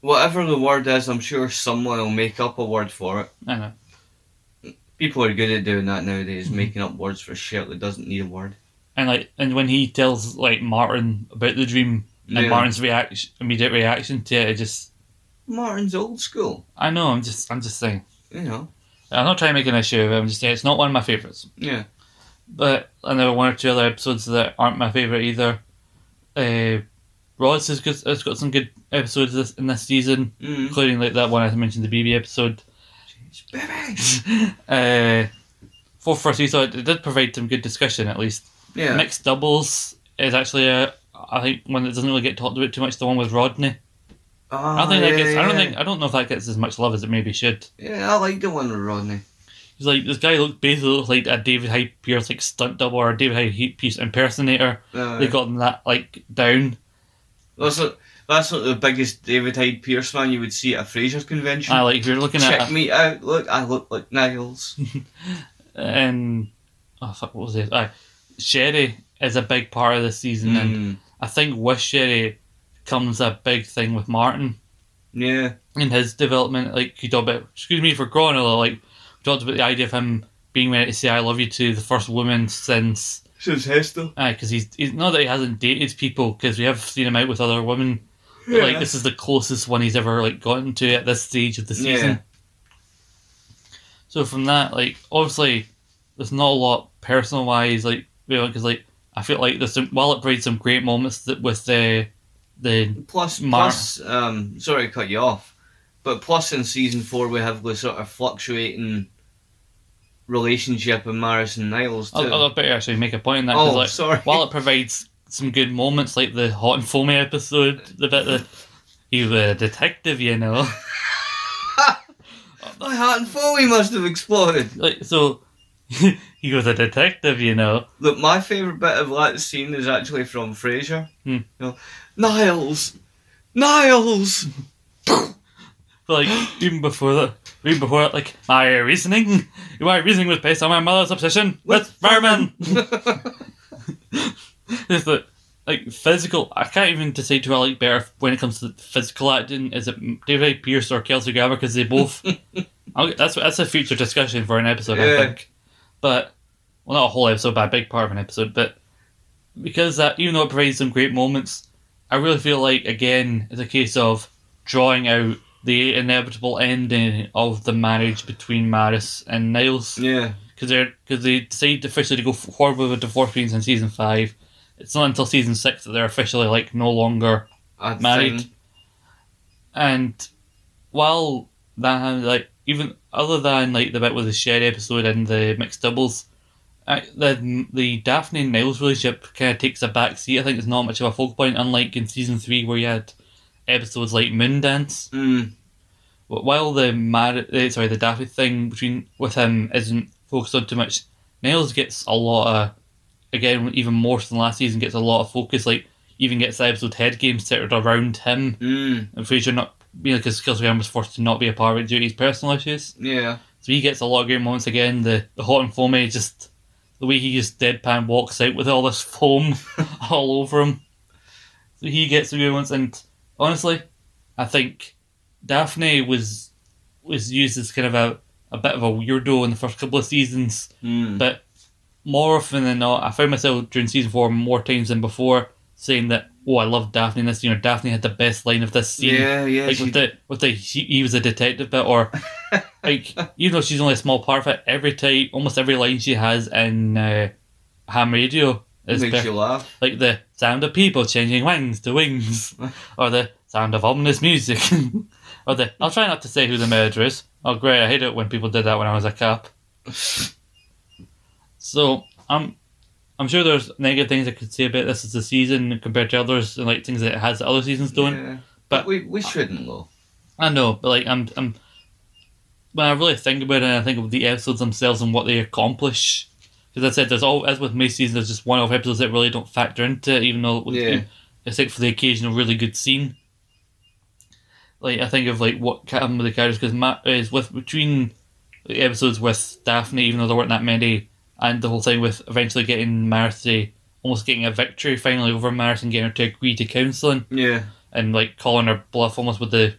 [SPEAKER 2] Whatever the word is, I'm sure someone will make up a word for it.
[SPEAKER 1] I don't know.
[SPEAKER 2] People are good at doing that nowadays, making up words for shit that doesn't need a word.
[SPEAKER 1] And like and when he tells like Martin about the dream and
[SPEAKER 2] Yeah.
[SPEAKER 1] Martin's reaction immediate reaction to it, it just
[SPEAKER 2] Martin's old school,
[SPEAKER 1] I know, I'm just I'm just saying.
[SPEAKER 2] you know.
[SPEAKER 1] I'm not trying to make an issue of it, I'm just saying it's not one of my favourites.
[SPEAKER 2] Yeah.
[SPEAKER 1] but and there are one or two other episodes that aren't my favorite either. Uh, Ross has got, has got some good episodes this, in this season,
[SPEAKER 2] Mm.
[SPEAKER 1] including like that one I mentioned, the BB episode.
[SPEAKER 2] Baby!
[SPEAKER 1] Uh, for first season, it did provide some good discussion at least.
[SPEAKER 2] Yeah.
[SPEAKER 1] Mixed doubles is actually a I think one that doesn't really get talked about too much. The one with Rodney,
[SPEAKER 2] Oh,
[SPEAKER 1] I don't think
[SPEAKER 2] yeah,
[SPEAKER 1] that gets. I don't
[SPEAKER 2] yeah.
[SPEAKER 1] think. I don't know if that gets as much love as it maybe should.
[SPEAKER 2] Yeah, I like the one with Rodney.
[SPEAKER 1] He's like this guy looked basically looked like a David Hyde Pierce like stunt double or a David Hyde Pierce impersonator.
[SPEAKER 2] Uh,
[SPEAKER 1] They got him that like down.
[SPEAKER 2] that's what, that's what the biggest David Hyde Pierce man you would see at a Fraser convention.
[SPEAKER 1] I like if you're Ah, looking
[SPEAKER 2] Check
[SPEAKER 1] at
[SPEAKER 2] me out. Look, I look like Niles.
[SPEAKER 1] and oh fuck, what was it? Aye. Sherry is a big part of this season, and
[SPEAKER 2] Mm,
[SPEAKER 1] I think with Sherry comes a big thing with Martin.
[SPEAKER 2] Hmm, yeah,
[SPEAKER 1] in his development, like you talked about, excuse me for growing a little, like we talked about the idea of him being ready to say "I love you" to the first woman since,
[SPEAKER 2] says Hester.
[SPEAKER 1] because he's, he's not that he hasn't dated people, because we have seen him out with other women. but, Like this is the closest one he's ever like gotten to at this stage of the season.
[SPEAKER 2] Yeah.
[SPEAKER 1] So from that, like obviously, there's not a lot personal wise, like because like I feel like there's some while it provides some great moments that with the the
[SPEAKER 2] Plus,
[SPEAKER 1] Mar-
[SPEAKER 2] plus, um, sorry to cut you off, but plus in season four we have the sort of fluctuating relationship of Maris and Niles too.
[SPEAKER 1] I'll, I'll better actually make a point in that. 'cause,
[SPEAKER 2] oh,
[SPEAKER 1] like,
[SPEAKER 2] sorry.
[SPEAKER 1] while it provides some good moments like the hot and foamy episode, the bit that you were a detective, you know.
[SPEAKER 2] My heart and foley must have exploded.
[SPEAKER 1] Like so he was a detective, you know.
[SPEAKER 2] Look, my favourite bit of that scene is actually from Frasier.
[SPEAKER 1] Hmm.
[SPEAKER 2] You know, Niles, Niles.
[SPEAKER 1] But like even before that even before that, like my reasoning my reasoning was based on my mother's obsession with firemen. It's that like physical I can't even decide who I like better when it comes to the physical acting. Is it David Pierce or Kelsey Grammer? Because they both I'll, that's that's a future discussion for an episode, I
[SPEAKER 2] Yeah.
[SPEAKER 1] think. But well, not a whole episode, but a big part of an episode. But because that, even though it provides some great moments, I really feel like again it's a case of drawing out the inevitable ending of the marriage between Maris and Niles
[SPEAKER 2] yeah,
[SPEAKER 1] because they because they decide officially to go forward with a divorce proceedings in season five. It's not until season six that they're officially like no longer
[SPEAKER 2] I
[SPEAKER 1] Married.
[SPEAKER 2] think-
[SPEAKER 1] and while that happened, like even other than like the bit with the shared episode and the mixed doubles, I, the the Daphne and Niles relationship kind of takes a back seat. I think it's not much of a focal point, unlike in season three where you had episodes like Moon Dance.
[SPEAKER 2] Mm,
[SPEAKER 1] But while the mar- eh, sorry the Daphne thing between with him isn't focused on too much, Niles gets a lot of again even more so than last season gets a lot of focus. Like even gets the episode head game centered around him
[SPEAKER 2] mm,
[SPEAKER 1] and Fraser not you know because Kilgraham was forced to not be a part of it due to his personal issues.
[SPEAKER 2] yeah.
[SPEAKER 1] So he gets a lot of great moments again. The, the hot and foamy just the way he just deadpan walks out with all this foam all over him. So he gets the good ones, and honestly, I think Daphne was was used as kind of a a bit of a weirdo in the first couple of seasons
[SPEAKER 2] Mm.
[SPEAKER 1] but more often than not, I found myself during season four more times than before saying that, "Oh, I love Daphne in this scene," or "Daphne had the best line of this scene."
[SPEAKER 2] Yeah, yeah.
[SPEAKER 1] like
[SPEAKER 2] she-
[SPEAKER 1] with the with the he, he was a detective bit, or like even though she's only a small part of it, every time, almost every line she has in uh, Ham Radio is
[SPEAKER 2] makes
[SPEAKER 1] perfect.
[SPEAKER 2] you laugh.
[SPEAKER 1] like the sound of people changing wings to wings, or the sound of ominous music, or the I'll try not to say who the murderer is. Oh, great! I hate it when people did that when I was a cop. So I'm I'm sure there's negative things I could say about this as a season compared to others and like things that it has that other seasons doing.
[SPEAKER 2] Yeah.
[SPEAKER 1] but-
[SPEAKER 2] But we we shouldn't though.
[SPEAKER 1] I know, but like I'm I'm when I really think about it and I think of the episodes themselves and what they accomplish. Because I said there's all as with May season there's just one off episodes that really don't factor into it, even though it was
[SPEAKER 2] Yeah.
[SPEAKER 1] good, except for the occasional really good scene. Like I think of like what happened with the characters because Matt is with between the episodes with Daphne, even though there weren't that many, and the whole thing with eventually getting Maris to almost getting a victory finally over Maris and getting her to agree to counselling
[SPEAKER 2] Yeah.
[SPEAKER 1] and like calling her bluff almost with the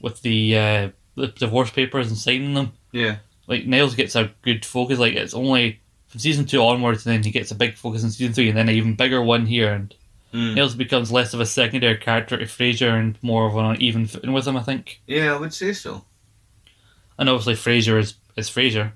[SPEAKER 1] with the uh, the divorce papers and signing them.
[SPEAKER 2] Yeah.
[SPEAKER 1] Like Niles gets a good focus. Like it's only from season two onwards, and then he gets a big focus in season three, and then an even bigger one here. And
[SPEAKER 2] Mm.
[SPEAKER 1] Niles becomes less of a secondary character to Fraser and more of an even footing with him. I think,
[SPEAKER 2] Yeah, I would say so.
[SPEAKER 1] and obviously Fraser is is Fraser.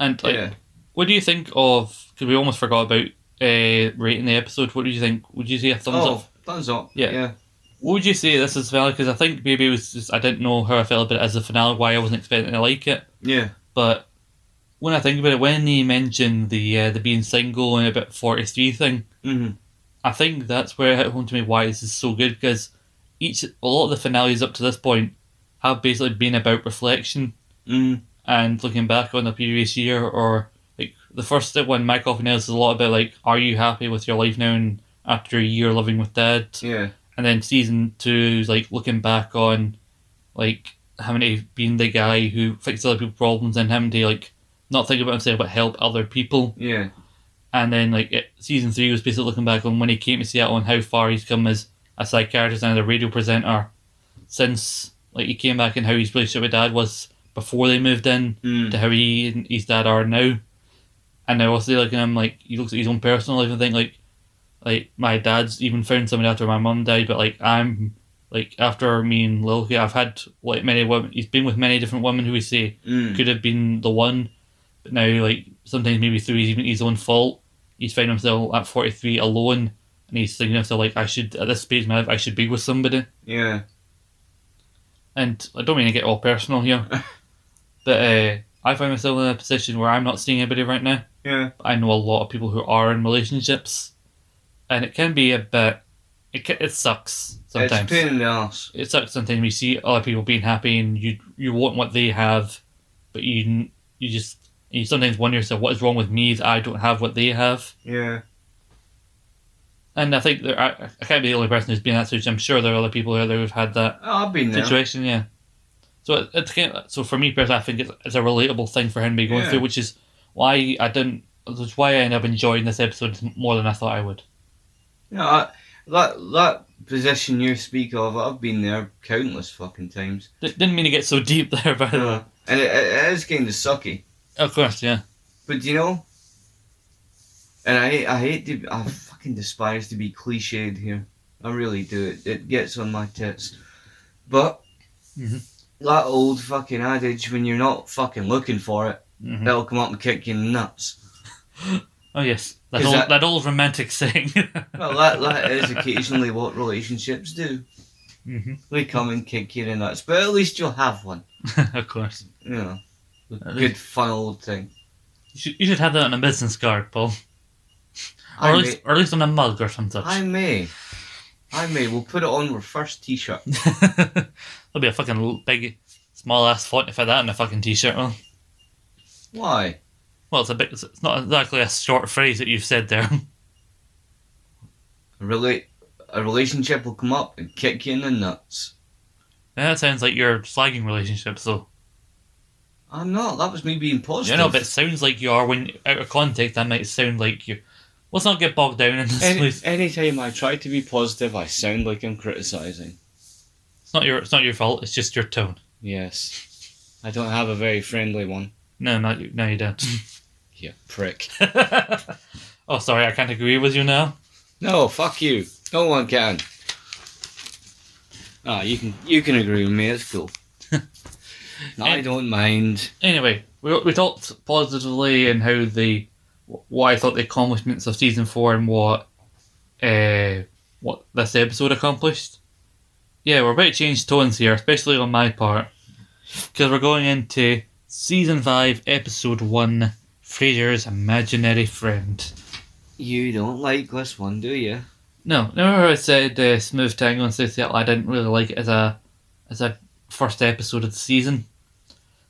[SPEAKER 1] And like,
[SPEAKER 2] Yeah.
[SPEAKER 1] what do you think of? Because we almost forgot about uh, rating the episode. What do you think? Would you say a thumbs up?
[SPEAKER 2] Oh, thumbs up.
[SPEAKER 1] Yeah.
[SPEAKER 2] Yeah.
[SPEAKER 1] What would you say this is valid? Because I think maybe it was just I didn't know how I felt about it as a finale, why I wasn't expecting to like it.
[SPEAKER 2] Yeah.
[SPEAKER 1] But when I think about it, when he mentioned the uh, the being single and about forty three thing,
[SPEAKER 2] Mm-hmm.
[SPEAKER 1] I think that's where it hit home to me why this is so good. Because each a lot of the finales up to this point have basically been about reflection
[SPEAKER 2] Mm,
[SPEAKER 1] and looking back on the previous year or like the first one, Mike often is a lot about like, are you happy with your life now and after a year living with dad?
[SPEAKER 2] yeah.
[SPEAKER 1] And then season two is like looking back on like having to been the guy who fixed other people's problems and having to like not think about himself but help other people.
[SPEAKER 2] Yeah.
[SPEAKER 1] And then like it, season three was basically looking back on when he came to Seattle and how far he's come as a psychiatrist and a radio presenter since like he came back and how his relationship with dad was before they moved in
[SPEAKER 2] Mm,
[SPEAKER 1] to how he and his dad are now. And now also like him like he looks at his own personal life and think like like my dad's even found someone after my mum died, but like I'm like after me and Lil here, I've had like many women he's been with many different women who we say
[SPEAKER 2] mm.
[SPEAKER 1] could have been the one. But now like sometimes maybe through his even his own fault, he's found himself at forty three alone and he's thinking to himself like I should at this stage in my life I should be with somebody
[SPEAKER 2] Yeah.
[SPEAKER 1] and I don't mean to get all personal here, but uh, I find myself in a position where I'm not seeing anybody right now.
[SPEAKER 2] Yeah.
[SPEAKER 1] But I know a lot of people who are in relationships, and it can be a bit. It ca it sucks sometimes.
[SPEAKER 2] It's a pain in the ass.
[SPEAKER 1] It sucks sometimes. when You see other people being happy, and you you want what they have, but you you just you sometimes wonder yourself what is wrong with me that I don't have what they have.
[SPEAKER 2] Yeah.
[SPEAKER 1] And I think there I, I can't be the only person who's been in that situation. I'm sure there are other people out there who've had that
[SPEAKER 2] Oh, I've been there.
[SPEAKER 1] situation. Yeah. So it, it's kind of, so for me personally, I think it's, it's a relatable thing for him to be going
[SPEAKER 2] Yeah.
[SPEAKER 1] through, which is why I didn't. That's why I ended up enjoying this episode more than I thought I would.
[SPEAKER 2] No, I, that that position you speak of, I've been there countless fucking times.
[SPEAKER 1] D- didn't mean to get so deep there, but
[SPEAKER 2] and it, it is kind of sucky.
[SPEAKER 1] of course, yeah,
[SPEAKER 2] But you know, and I I hate to I fucking despise to be cliched here. I really do. It it gets on my tits. But
[SPEAKER 1] Mhm.
[SPEAKER 2] that old fucking adage, when you're not fucking looking for it,
[SPEAKER 1] Mhm.
[SPEAKER 2] it'll come up and kick you in the nuts.
[SPEAKER 1] oh yes, that
[SPEAKER 2] 'Cause
[SPEAKER 1] old
[SPEAKER 2] that-
[SPEAKER 1] that, old romantic saying.
[SPEAKER 2] Well, that that is occasionally what relationships do.
[SPEAKER 1] Mhm.
[SPEAKER 2] They come and kick you in the nuts. But at least you'll have one.
[SPEAKER 1] of course,
[SPEAKER 2] You know, a
[SPEAKER 1] At
[SPEAKER 2] good fun old thing.
[SPEAKER 1] you should, you should have that on a business card, Paul, or
[SPEAKER 2] I
[SPEAKER 1] at
[SPEAKER 2] may,
[SPEAKER 1] least, or at least on a mug or some such.
[SPEAKER 2] I may, I may. We'll put it on our first T-shirt.
[SPEAKER 1] There'll be a fucking big, small ass font if I had that on a fucking t-shirt. Well,
[SPEAKER 2] Why?
[SPEAKER 1] well, it's a bit. It's it's not exactly a short phrase that you've said there.
[SPEAKER 2] A relate a relationship will come up and kick you in the nuts.
[SPEAKER 1] Yeah, that sounds like you're slagging relationships, though.
[SPEAKER 2] I'm not. That was me being
[SPEAKER 1] You
[SPEAKER 2] positive.
[SPEAKER 1] know, but it sounds like you are. When out of context, that might sound like you. Let's not get bogged down in this,
[SPEAKER 2] Any,
[SPEAKER 1] please.
[SPEAKER 2] anytime I try to be positive, I sound like I'm criticizing.
[SPEAKER 1] It's not your. It's not your fault. It's just your tone.
[SPEAKER 2] Yes, I don't have a very friendly one.
[SPEAKER 1] No, not you. No, you don't.
[SPEAKER 2] You prick.
[SPEAKER 1] oh, sorry. I can't agree with you now.
[SPEAKER 2] No, fuck you. No one can. Ah, you can you can agree with me. It's cool. I don't mind.
[SPEAKER 1] Anyway, we we talked positively and how the what I thought the accomplishments of season four and what uh what this episode accomplished. Yeah, we're about to change tones here, especially on my part, because we're going into season five, episode one, Frasier's imaginary friend.
[SPEAKER 2] You don't like this one, do you?
[SPEAKER 1] No, remember I said uh, Smooth Tango and South Seattle. I didn't really like it as a as a first episode of the season.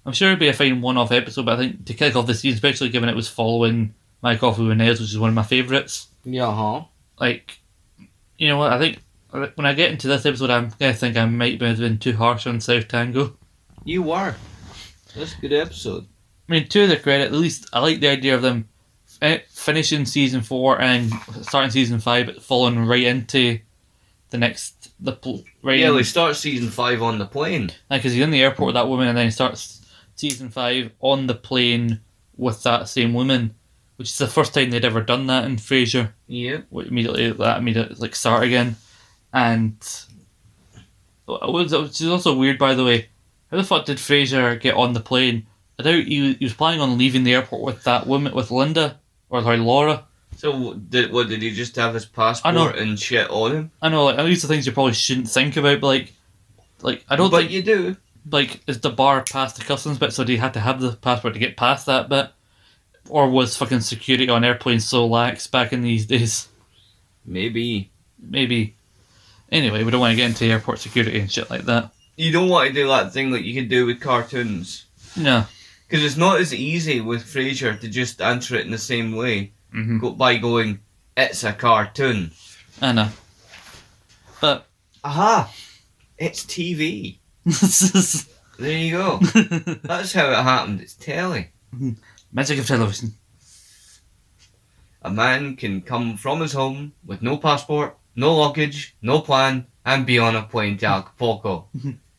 [SPEAKER 1] I'm sure it'd be a fine one-off episode, but I think to kick off the season, especially given it was following My Coffee with Nails, which is one of my favourites.
[SPEAKER 2] Yeah, huh?
[SPEAKER 1] Like, you know what? I think when I get into this episode, I'm gonna think I might be been too harsh on South Tango.
[SPEAKER 2] You were. That's a good episode.
[SPEAKER 1] I mean, to their credit, at least I like the idea of them fi- finishing season four and starting season five, but falling right into the next the pl- right
[SPEAKER 2] Yeah,
[SPEAKER 1] in-
[SPEAKER 2] they start season five on the plane.
[SPEAKER 1] because he's in the airport with that woman, and then he starts season five on the plane with that same woman, which is the first time they'd ever done that in Frasier.
[SPEAKER 2] Yep.
[SPEAKER 1] Which immediately that immediately like start again, and it was which is also weird by the way. How the fuck did Frasier get on the plane? I doubt he, was- he was planning on leaving the airport with that woman with Linda or sorry Laura.
[SPEAKER 2] So did what did he just have his
[SPEAKER 1] I know.
[SPEAKER 2] passport and shit on him?
[SPEAKER 1] I know like these are things you probably shouldn't think about, but like. Like I don't
[SPEAKER 2] but
[SPEAKER 1] think
[SPEAKER 2] you do.
[SPEAKER 1] like is the bar past the customs bit so do you have to have the passport to get past that bit or was fucking security on airplanes so lax back in these days
[SPEAKER 2] Maybe.
[SPEAKER 1] maybe Anyway, we don't want to get into airport security and shit like that.
[SPEAKER 2] You don't want to do that thing like you could do with cartoons.
[SPEAKER 1] No.
[SPEAKER 2] Because it's not as easy with Frasier to just answer it in the same way
[SPEAKER 1] hmm
[SPEAKER 2] go, by going, it's a cartoon.
[SPEAKER 1] I know. But
[SPEAKER 2] Aha! It's TV.
[SPEAKER 1] magic
[SPEAKER 2] There you go. That's how it happened. It's telly.
[SPEAKER 1] of television.
[SPEAKER 2] A man can come from his home with no passport, no luggage, no plan, and be on a plane to Acapulco.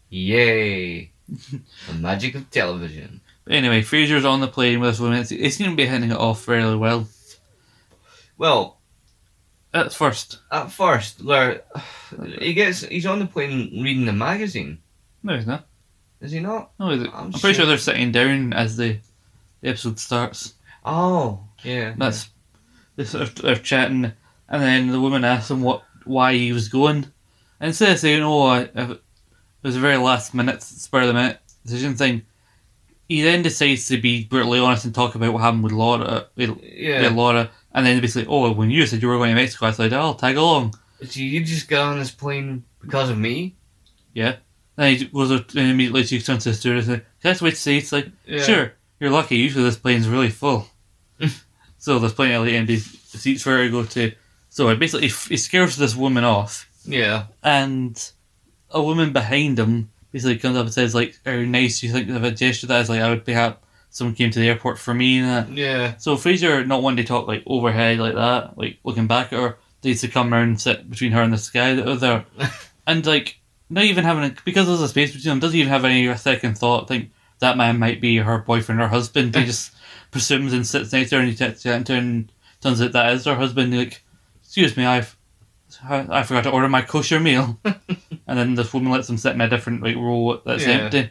[SPEAKER 2] Yay! The magic of television.
[SPEAKER 1] Anyway, Frasier's on the plane with women. It's- It seems to be hitting it off fairly well
[SPEAKER 2] Well,
[SPEAKER 1] at first.
[SPEAKER 2] at first, Lar- he gets he's on the plane reading a magazine,
[SPEAKER 1] No, he's not.
[SPEAKER 2] is he not?
[SPEAKER 1] No, he's I'm,
[SPEAKER 2] I'm
[SPEAKER 1] pretty
[SPEAKER 2] sure-
[SPEAKER 1] sure they're sitting down as the, the episode starts.
[SPEAKER 2] Oh, yeah.
[SPEAKER 1] That's they sort of they're chatting, and then the woman asks him what why he was going, and instead of saying, "Oh, I, I- it was a very last minute spur of the minute decision thing," he then decides to be brutally honest and talk about what happened with Laura, with,
[SPEAKER 2] yeah.
[SPEAKER 1] with Laura, and then basically, "Oh, when you said you were going to Mexico, I said I'll tag along."
[SPEAKER 2] So you just got on this plane because of me?
[SPEAKER 1] Then he goes up and immediately she turns to the stewardess and says, "That's what say." It's like, "Sure, you're lucky. Usually this plane's really full." so there's plenty of empty E seats for her to go to. So it basically f- he scares this woman off,
[SPEAKER 2] Yeah.
[SPEAKER 1] and a woman behind him basically comes up and says, "Like, how nice do you think of a gesture that is? Like, I would be happy someone came to the airport for me." And that.
[SPEAKER 2] Yeah.
[SPEAKER 1] So Fraser, not wanting to talk like overhead like that, like looking back at her, needs to come around and sit between her and this guy that was there, and like not even having a, because there's a space between them, doesn't even have any second thought. Think that man might be her boyfriend or husband. He just presumes and sits next to her, and he turns and turn- turns out that is her husband. He's like, excuse me, I've I I forgot to order my kosher meal, and then this woman lets him sit in a different like row that's
[SPEAKER 2] Yeah.
[SPEAKER 1] empty.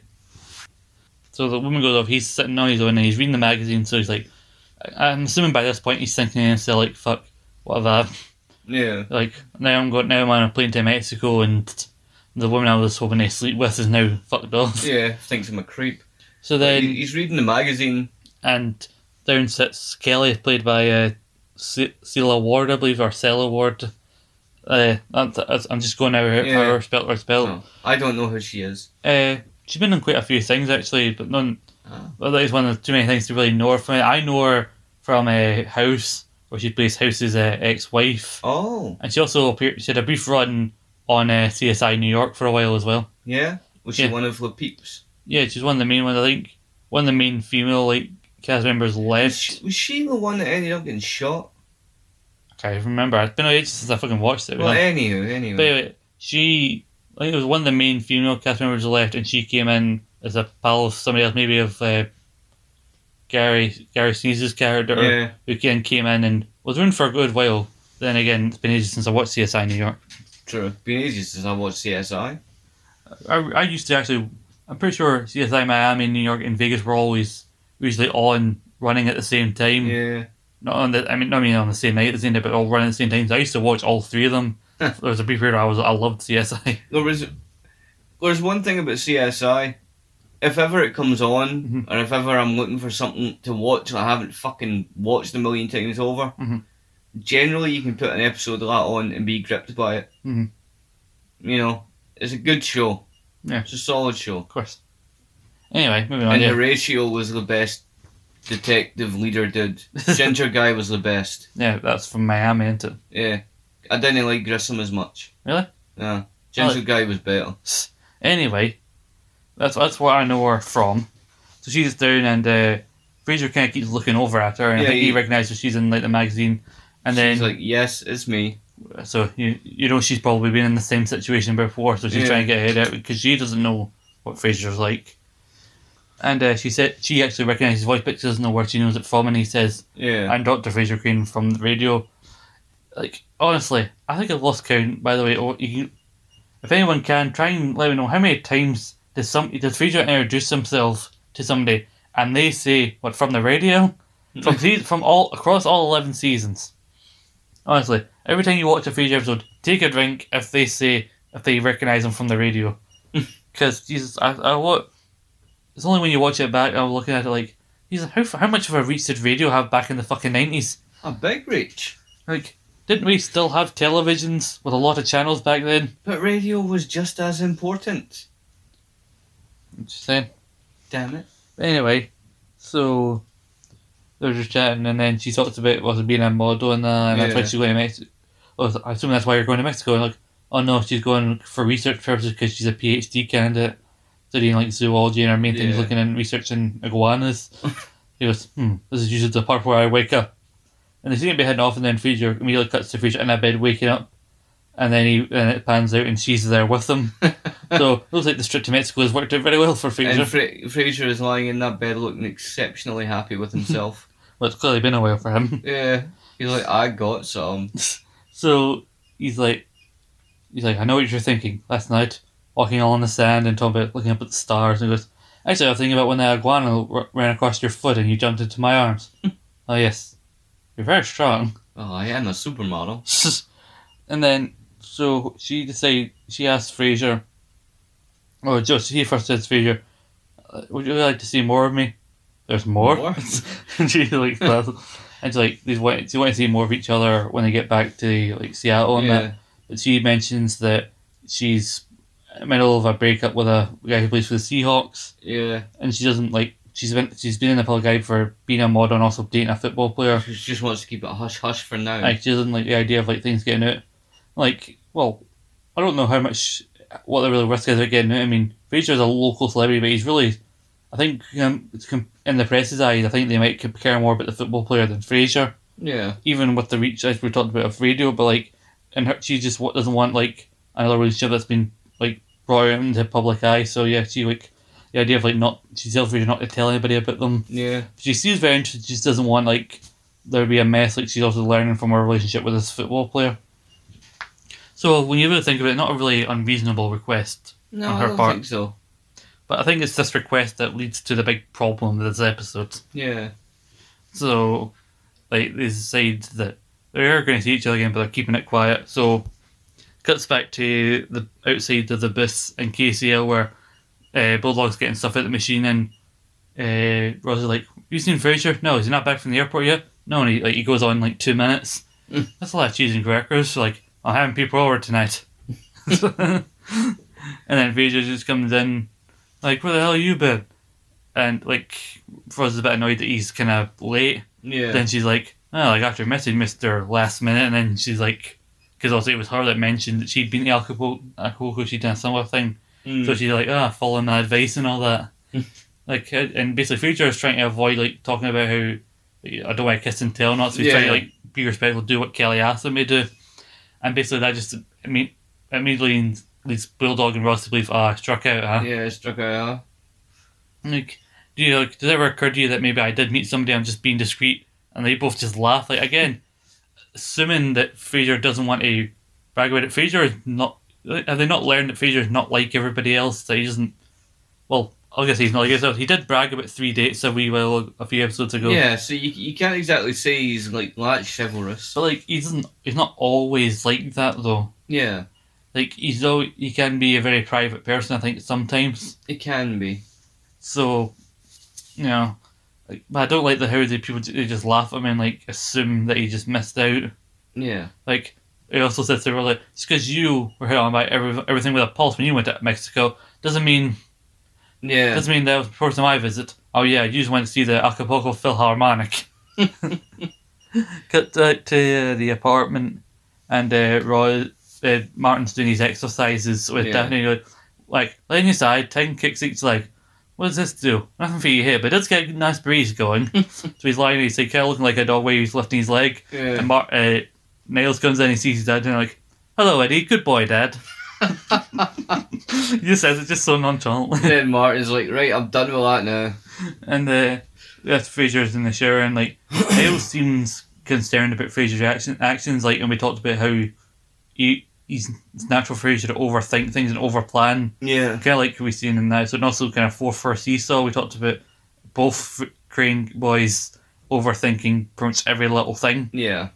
[SPEAKER 1] So the woman goes off. He's sitting on his own, and he's reading the magazine. So he's like. I'm assuming by this point he's thinking to himself like, "Fuck, what have I
[SPEAKER 2] Yeah.
[SPEAKER 1] like now I'm going now I'm on a plane to Mexico and the woman I was hoping to sleep with is now fucked off."
[SPEAKER 2] Yeah. Thinks I'm a creep.
[SPEAKER 1] So
[SPEAKER 2] Then,
[SPEAKER 1] then
[SPEAKER 2] he's reading the magazine.
[SPEAKER 1] and down sits Kelly, played by uh, C- Celia Ward, I believe, or Cella Ward. Uh, that's, that's, I'm just going out how
[SPEAKER 2] Yeah.
[SPEAKER 1] her spelt her spell.
[SPEAKER 2] Oh, I don't know who she is.
[SPEAKER 1] Uh, she's been in quite a few things actually, but none.
[SPEAKER 2] Ah.
[SPEAKER 1] Well, that is one of the too many things to really know her from. I know her from uh, House, where she plays House's uh, ex-wife.
[SPEAKER 2] Oh,
[SPEAKER 1] And she also appeared, she had a brief run on uh, CSI New York for a while as well.
[SPEAKER 2] yeah. Was she
[SPEAKER 1] Yeah.
[SPEAKER 2] one of the peeps?
[SPEAKER 1] Yeah, she's one of the main ones. I think one of the main female like cast members
[SPEAKER 2] Was
[SPEAKER 1] left.
[SPEAKER 2] she, was she the one that ended up getting shot?
[SPEAKER 1] I can't even remember. It's been a ages since I fucking watched it.
[SPEAKER 2] Well,
[SPEAKER 1] man.
[SPEAKER 2] anywho,
[SPEAKER 1] but
[SPEAKER 2] anyway.
[SPEAKER 1] anyway, she I think it was one of the main female cast members left, and she came in as a pal of somebody else, maybe of uh, Gary Gary Sneeze's character,
[SPEAKER 2] Yeah.
[SPEAKER 1] who again came in and was ruined for a good while. Then again, it's been ages since I watched CSI New York.
[SPEAKER 2] True. Been ages since I watched CSI.
[SPEAKER 1] I, I used to actually. I'm pretty sure CSI Miami, New York, and Vegas were always usually on running at the same time.
[SPEAKER 2] Yeah.
[SPEAKER 1] Not on the. I mean, not I mean on the same night at the same time, but all running at the same time. So I used to watch all three of them. there was a brief period I was I loved CSI.
[SPEAKER 2] There was, there's one thing about CSI. If ever it comes on,
[SPEAKER 1] Mhm.
[SPEAKER 2] or if ever I'm looking for something to watch that I haven't fucking watched a million times over,
[SPEAKER 1] Mhm.
[SPEAKER 2] generally you can put an episode of that on and be gripped by it.
[SPEAKER 1] Mhm.
[SPEAKER 2] You know, it's a good show.
[SPEAKER 1] Yeah.
[SPEAKER 2] It's a solid show.
[SPEAKER 1] Of course. Anyway, moving on.
[SPEAKER 2] and
[SPEAKER 1] Yeah.
[SPEAKER 2] Horatio was the best detective leader dude. Ginger guy was the best.
[SPEAKER 1] yeah, that's from Miami, isn't it?
[SPEAKER 2] Yeah. I didn't like Grissom as much.
[SPEAKER 1] Really? Oh.
[SPEAKER 2] Yeah. Ginger
[SPEAKER 1] like-
[SPEAKER 2] guy was better.
[SPEAKER 1] Anyway, that's that's where I know her from. So she's down, and uh, Fraser kind of keeps looking over at her, and I
[SPEAKER 2] Yeah,
[SPEAKER 1] think he,
[SPEAKER 2] he-
[SPEAKER 1] recognizes she's in like the magazine. And then
[SPEAKER 2] She's like, yes, it's me.
[SPEAKER 1] So you you know she's probably been in the same situation before, so she's
[SPEAKER 2] Yeah.
[SPEAKER 1] trying to get ahead out because she doesn't know what Fraser's like. And uh, she said she actually recognises his voice, but she doesn't know where she knows it from. And he says,
[SPEAKER 2] Yeah.
[SPEAKER 1] "I'm Doctor Fraser Crane from the radio." Like honestly, I think I've lost count. By the way, Oh, you, if anyone can try and let me know how many times does some does Fraser introduce himself to somebody and they say what from the radio? from se- from all across all eleven seasons. Honestly, every time you watch a Frasier episode, take a drink if they say if they recognize them from the radio, because Jesus, I, I what? It's only when you watch it back I'm looking at it like, Jesus, how f- how much of a reach did radio have back in the fucking nineties?
[SPEAKER 2] a big reach.
[SPEAKER 1] Like Didn't we still have televisions with a lot of channels back then?
[SPEAKER 2] But radio was just as important.
[SPEAKER 1] I'm just saying.
[SPEAKER 2] Damn it.
[SPEAKER 1] Anyway, so they were just chatting, and then she talked about was being a model and that, and that's why
[SPEAKER 2] Yeah.
[SPEAKER 1] she's going to Mexico. Oh, I assume that's why you're going to Mexico. And like, oh no, she's going for research purposes because she's a PhD candidate studying like zoology, and her main thing is
[SPEAKER 2] Yeah.
[SPEAKER 1] looking and researching iguanas. he goes, hmm, this is usually the part where I wake up. And they seem to be heading off, and then Fraser immediately cuts to Fraser in a bed waking up, and then he and it pans out, and she's there with them. so it looks like the trip to Mexico has worked out very well for Fraser.
[SPEAKER 2] And Fra- Fraser is lying in that bed looking exceptionally happy with himself.
[SPEAKER 1] well, it's clearly been a while for him.
[SPEAKER 2] yeah. He's like, I got some.
[SPEAKER 1] So he's like, he's like, I know what you're thinking. Last night, walking along the sand and talking about looking up at the stars, and he goes, actually, I was thinking about when that iguana r- ran across your foot and you jumped into my arms. oh yes, you're very strong.
[SPEAKER 2] Oh, I am a supermodel.
[SPEAKER 1] and then, so she decide she asks Fraser. Oh, just he first says Fraser, "Uh, would you like to see more of me? There's more.
[SPEAKER 2] More?
[SPEAKER 1] and she like, that's- and she's like, they want, they want to see more of each other when they get back to like Seattle and that
[SPEAKER 2] yeah.
[SPEAKER 1] but she mentions that she's in the middle of a breakup with a guy who plays for the Seahawks,
[SPEAKER 2] Yeah.
[SPEAKER 1] and she doesn't like. She's been she's been in the public eye for being a model and also dating a football player.
[SPEAKER 2] She just wants to keep it hush hush for now.
[SPEAKER 1] Like she doesn't like the idea of like things getting out. Like, well, I don't know how much what the real risk is of getting out. I mean, Fraser's a local celebrity, but he's really, I think, um, it's com- in the press's eyes, I think they might care more about the football player than Fraser.
[SPEAKER 2] yeah.
[SPEAKER 1] even with the reach as we talked about of radio, but like, and her, she just wa- doesn't want like another relationship that's been like brought out into public eye. So yeah, she like the idea of like not she's afraid not to tell anybody about them.
[SPEAKER 2] Yeah.
[SPEAKER 1] She seems very interested. She just doesn't want like there to be a mess. Like she's also learning from her relationship with this football player. So when you really think of it, not a really unreasonable request,
[SPEAKER 2] No,
[SPEAKER 1] On
[SPEAKER 2] I
[SPEAKER 1] her
[SPEAKER 2] don't
[SPEAKER 1] part.
[SPEAKER 2] think so.
[SPEAKER 1] but I think it's this request that leads to the big problem of this episode.
[SPEAKER 2] Yeah.
[SPEAKER 1] So, like, they decide that they are going to see each other again, but they're keeping it quiet. So, cuts back to the outside of the bus in KCL where uh, Bulldog's getting stuff at the machine, and uh, Ross is like, "You seen Fraser? No, he's not back from the airport yet. No, and he like he goes on like two minutes.
[SPEAKER 2] Mm.
[SPEAKER 1] That's a lot of cheese and crackers. So, like, I'm having people over tonight." and then Fraser just comes in, like, "Where the hell you been?" And like Ross is a bit annoyed that he's kind of late.
[SPEAKER 2] Yeah.
[SPEAKER 1] Then she's like, "Oh, I got your message, Mister Last Minute." And then she's like, because also it was her that mentioned that she'd been to Acapulco, Acapulco she'd done some other thing.
[SPEAKER 2] Mm.
[SPEAKER 1] So she's like, "Ah, following my advice and all that." like, uh, and basically, Future is trying to avoid like talking about how like, I don't want to kiss and tell, not so he's
[SPEAKER 2] Yeah,
[SPEAKER 1] trying to
[SPEAKER 2] yeah.
[SPEAKER 1] like be respectful, do what Kelly asked him to do, and basically that just I mean immediately leads Bulldog and Ross to believe, "Ah, I struck out." Huh?
[SPEAKER 2] yeah, struck her out.
[SPEAKER 1] Like, do you like? Does it ever occur to you that maybe I did meet somebody? I'm just being discreet, and they both just laugh. Like again, assuming that Fraser doesn't want to brag about it. Fraser is not. Have they not learned that Fraser is not like everybody else? That he doesn't. Well, I guess he's not like himself. He did brag about three dates a wee while a few episodes ago.
[SPEAKER 2] Yeah, so you, you can't exactly say he's like that chivalrous.
[SPEAKER 1] But like, he doesn't. He's not always like that though.
[SPEAKER 2] Yeah,
[SPEAKER 1] Like he's though he can be a very private person. I think sometimes.
[SPEAKER 2] it can be.
[SPEAKER 1] So, you know, like, but I don't like the how the people they just laugh at me and like assume that he just missed out.
[SPEAKER 2] Yeah,
[SPEAKER 1] Like he also says they were like, it's because you were hit on by every, everything with a pulse when you went to Mexico doesn't mean
[SPEAKER 2] yeah.
[SPEAKER 1] doesn't mean that was the first time I visit. Oh yeah, you just went to see the Acapulco Philharmonic. Cut out to uh, the apartment, and uh, Roy, uh, Martin's doing his exercises with
[SPEAKER 2] Yeah.
[SPEAKER 1] Daphne. Like, like laying aside, ten kicks each leg. What does this do? Nothing for you here, but it does get a nice breeze going. so he's lying, he's like, kind of looking like a dog where he's lifting his leg.
[SPEAKER 2] yeah.
[SPEAKER 1] And Mar- uh, Nails comes in, he sees his dad, and like, "Hello, Eddie. Good boy, Dad." he just says it just so nonchalantly.
[SPEAKER 2] then Martin's like, right, I'm done with that now.
[SPEAKER 1] And uh, that's Fraser's in the shower, and like Hales seems concerned about Fraser's action, actions. Like, and we talked about how he he's it's natural for Fraser to overthink things and overplan,
[SPEAKER 2] Yeah,
[SPEAKER 1] kind of like we've seen in that. So, and also kind of four for seesaw. We talked about both F- Crane boys overthinking pretty much every little thing.
[SPEAKER 2] yeah,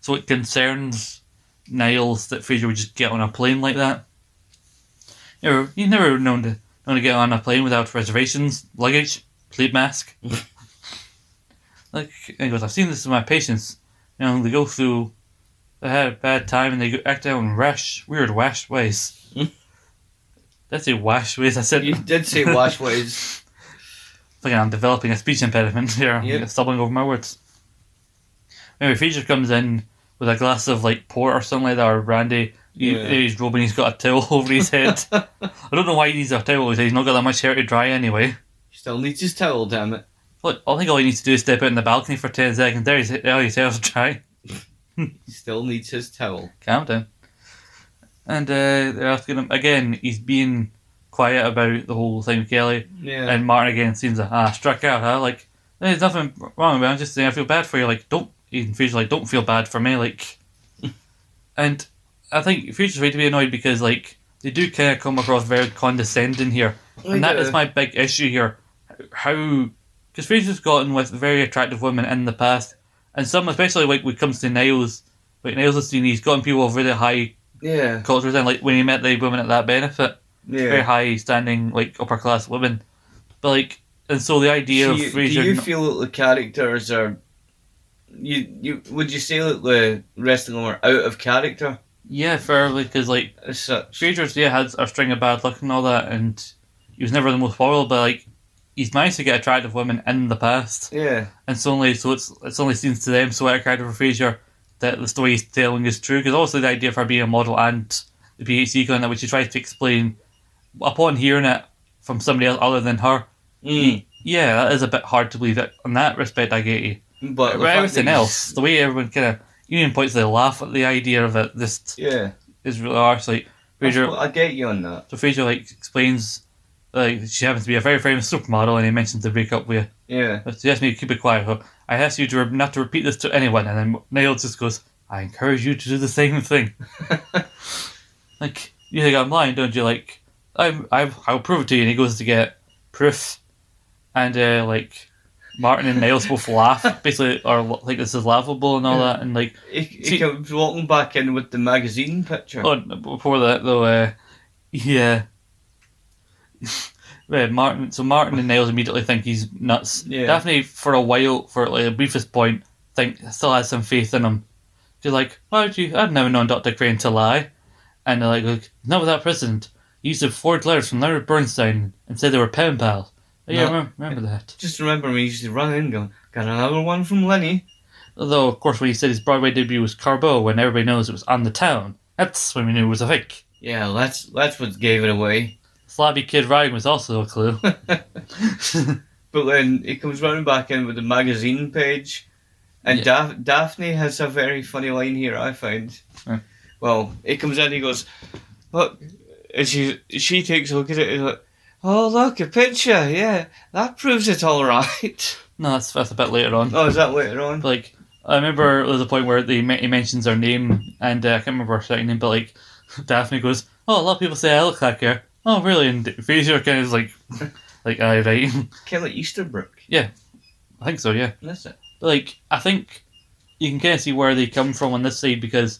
[SPEAKER 1] So it concerns Niles that Fraser would just get on a plane like that. You never, you never known to known to get on a plane without reservations, luggage, sleep mask. like and he goes, I've seen this with my patients. You know, they go through They had a bad time and they acted out in rash, weird wash ways.
[SPEAKER 2] Hmm.
[SPEAKER 1] Did I say wash ways? I said
[SPEAKER 2] You did say wash ways.
[SPEAKER 1] Look, I'm developing a speech impediment here. I'm
[SPEAKER 2] Yep.
[SPEAKER 1] stumbling over my words. Anyway, Fraser comes in with a glass of like port or something like that, or brandy. He-
[SPEAKER 2] Yeah.
[SPEAKER 1] He's rubbing. He's got a towel over his head. I don't know why he needs a towel. He's not got that much hair to dry anyway.
[SPEAKER 2] Still needs his towel, damn it.
[SPEAKER 1] Look, I think all he needs to do is step out on the balcony for ten seconds. There, his, there his hair's dry.
[SPEAKER 2] He still needs his towel.
[SPEAKER 1] Calm down. And uh, they're asking him again. He's being quiet about the whole thing, with Kelly.
[SPEAKER 2] Yeah.
[SPEAKER 1] And Martin again seems like, ah, struck out, huh? Like, there's nothing wrong with it. I'm just saying I feel bad for you. Like, don't, even Future, like, don't feel bad for me. Like, and I think Future's right to be annoyed because, like, they do kind of come across very condescending here. And that is my big issue here. How, because Future's gotten with very attractive women in the past, and some, especially like when it comes to Niles, like Niles has seen, he's gotten people of really high
[SPEAKER 2] Yeah.
[SPEAKER 1] cultures, and like when he met the woman at that benefit very
[SPEAKER 2] Yeah.
[SPEAKER 1] high standing, like upper class women. But like, and so the
[SPEAKER 2] Do
[SPEAKER 1] idea
[SPEAKER 2] you,
[SPEAKER 1] of
[SPEAKER 2] do you
[SPEAKER 1] Fraser,
[SPEAKER 2] feel that the characters are you you would you say that the rest of them are out of character
[SPEAKER 1] yeah, fairly, because like
[SPEAKER 2] as such?
[SPEAKER 1] Fraser's yeah had a string of bad luck and all that, and he was never the most popular, but like he's managed to get attractive women in the past,
[SPEAKER 2] Yeah.
[SPEAKER 1] and so only so it's it's only seems to them so attractive for Fraser that the story he's telling is true. Because obviously the idea of her being a model and the PhD going that which she tries to explain upon hearing it from somebody else other than her,
[SPEAKER 2] Mm.
[SPEAKER 1] yeah, that is a bit hard to believe. That on that respect, I get you.
[SPEAKER 2] But the
[SPEAKER 1] But
[SPEAKER 2] fact
[SPEAKER 1] everything
[SPEAKER 2] that he's-
[SPEAKER 1] else, the way everyone kind of union points, they laugh at the idea of it. This
[SPEAKER 2] Yeah.
[SPEAKER 1] is really harsh. Like
[SPEAKER 2] That's
[SPEAKER 1] Fraser,
[SPEAKER 2] what- I get you on that.
[SPEAKER 1] so Fraser like explains, like she happens to be a very famous supermodel, and he mentions the breakup with.
[SPEAKER 2] Yeah.
[SPEAKER 1] her. She asked me to keep it quiet. Her, I asked you to re- not to repeat this to anyone, and then Niall just goes, "I encourage you to do the same thing." like you think I'm lying, don't you? Like I'm, I'm I'll prove it to you. And he goes to get proof, and uh, like Martin and Niles both laugh, basically, or like this is laughable and all that, and like.
[SPEAKER 2] He, he
[SPEAKER 1] See-
[SPEAKER 2] comes walking back in with the magazine picture.
[SPEAKER 1] Oh, no, before that though, uh, yeah. Right, Martin. So Martin and Niles immediately think he's nuts.
[SPEAKER 2] Yeah.
[SPEAKER 1] Daphne, for a while, for like the briefest point, think still has some faith in him. She's like, "Why would you? I've never known Doctor Crane to lie." And they're like, "Look, not with that president. He used to forge letters from Leonard Bernstein and said they were pen pals." Oh, yeah,
[SPEAKER 2] No.
[SPEAKER 1] remember, remember that.
[SPEAKER 2] Just remember me, he used to run in going, Got another one from Lenny.
[SPEAKER 1] Although, of course, when he said his Broadway debut was Carbo, when everybody knows it was on the town, that's when we knew it was a fake.
[SPEAKER 2] Yeah, that's that's what gave it away.
[SPEAKER 1] Sloppy Kid Ryan was also a clue.
[SPEAKER 2] But then he comes running back in with the magazine page, and Daph- Daphne has a very funny line here. I find.
[SPEAKER 1] Yeah.
[SPEAKER 2] Well, he comes in. He goes, "Look," and she she takes a look at it. And like, oh, look, a picture. Yeah, that proves it all right.
[SPEAKER 1] No, that's, that's a bit later on.
[SPEAKER 2] oh, is that later on?
[SPEAKER 1] Like, I remember there's a point where they, men- he mentions her name, and uh, I can't remember her second name, but like, Daphne goes, Oh, a lot of people say I look like her. Oh, really? And Fraser kind of is like, like, aye, right.
[SPEAKER 2] Kelly Easterbrook.
[SPEAKER 1] I think so, yeah.
[SPEAKER 2] That's it.
[SPEAKER 1] But, like, I think you can kind of see where they come from on this side because,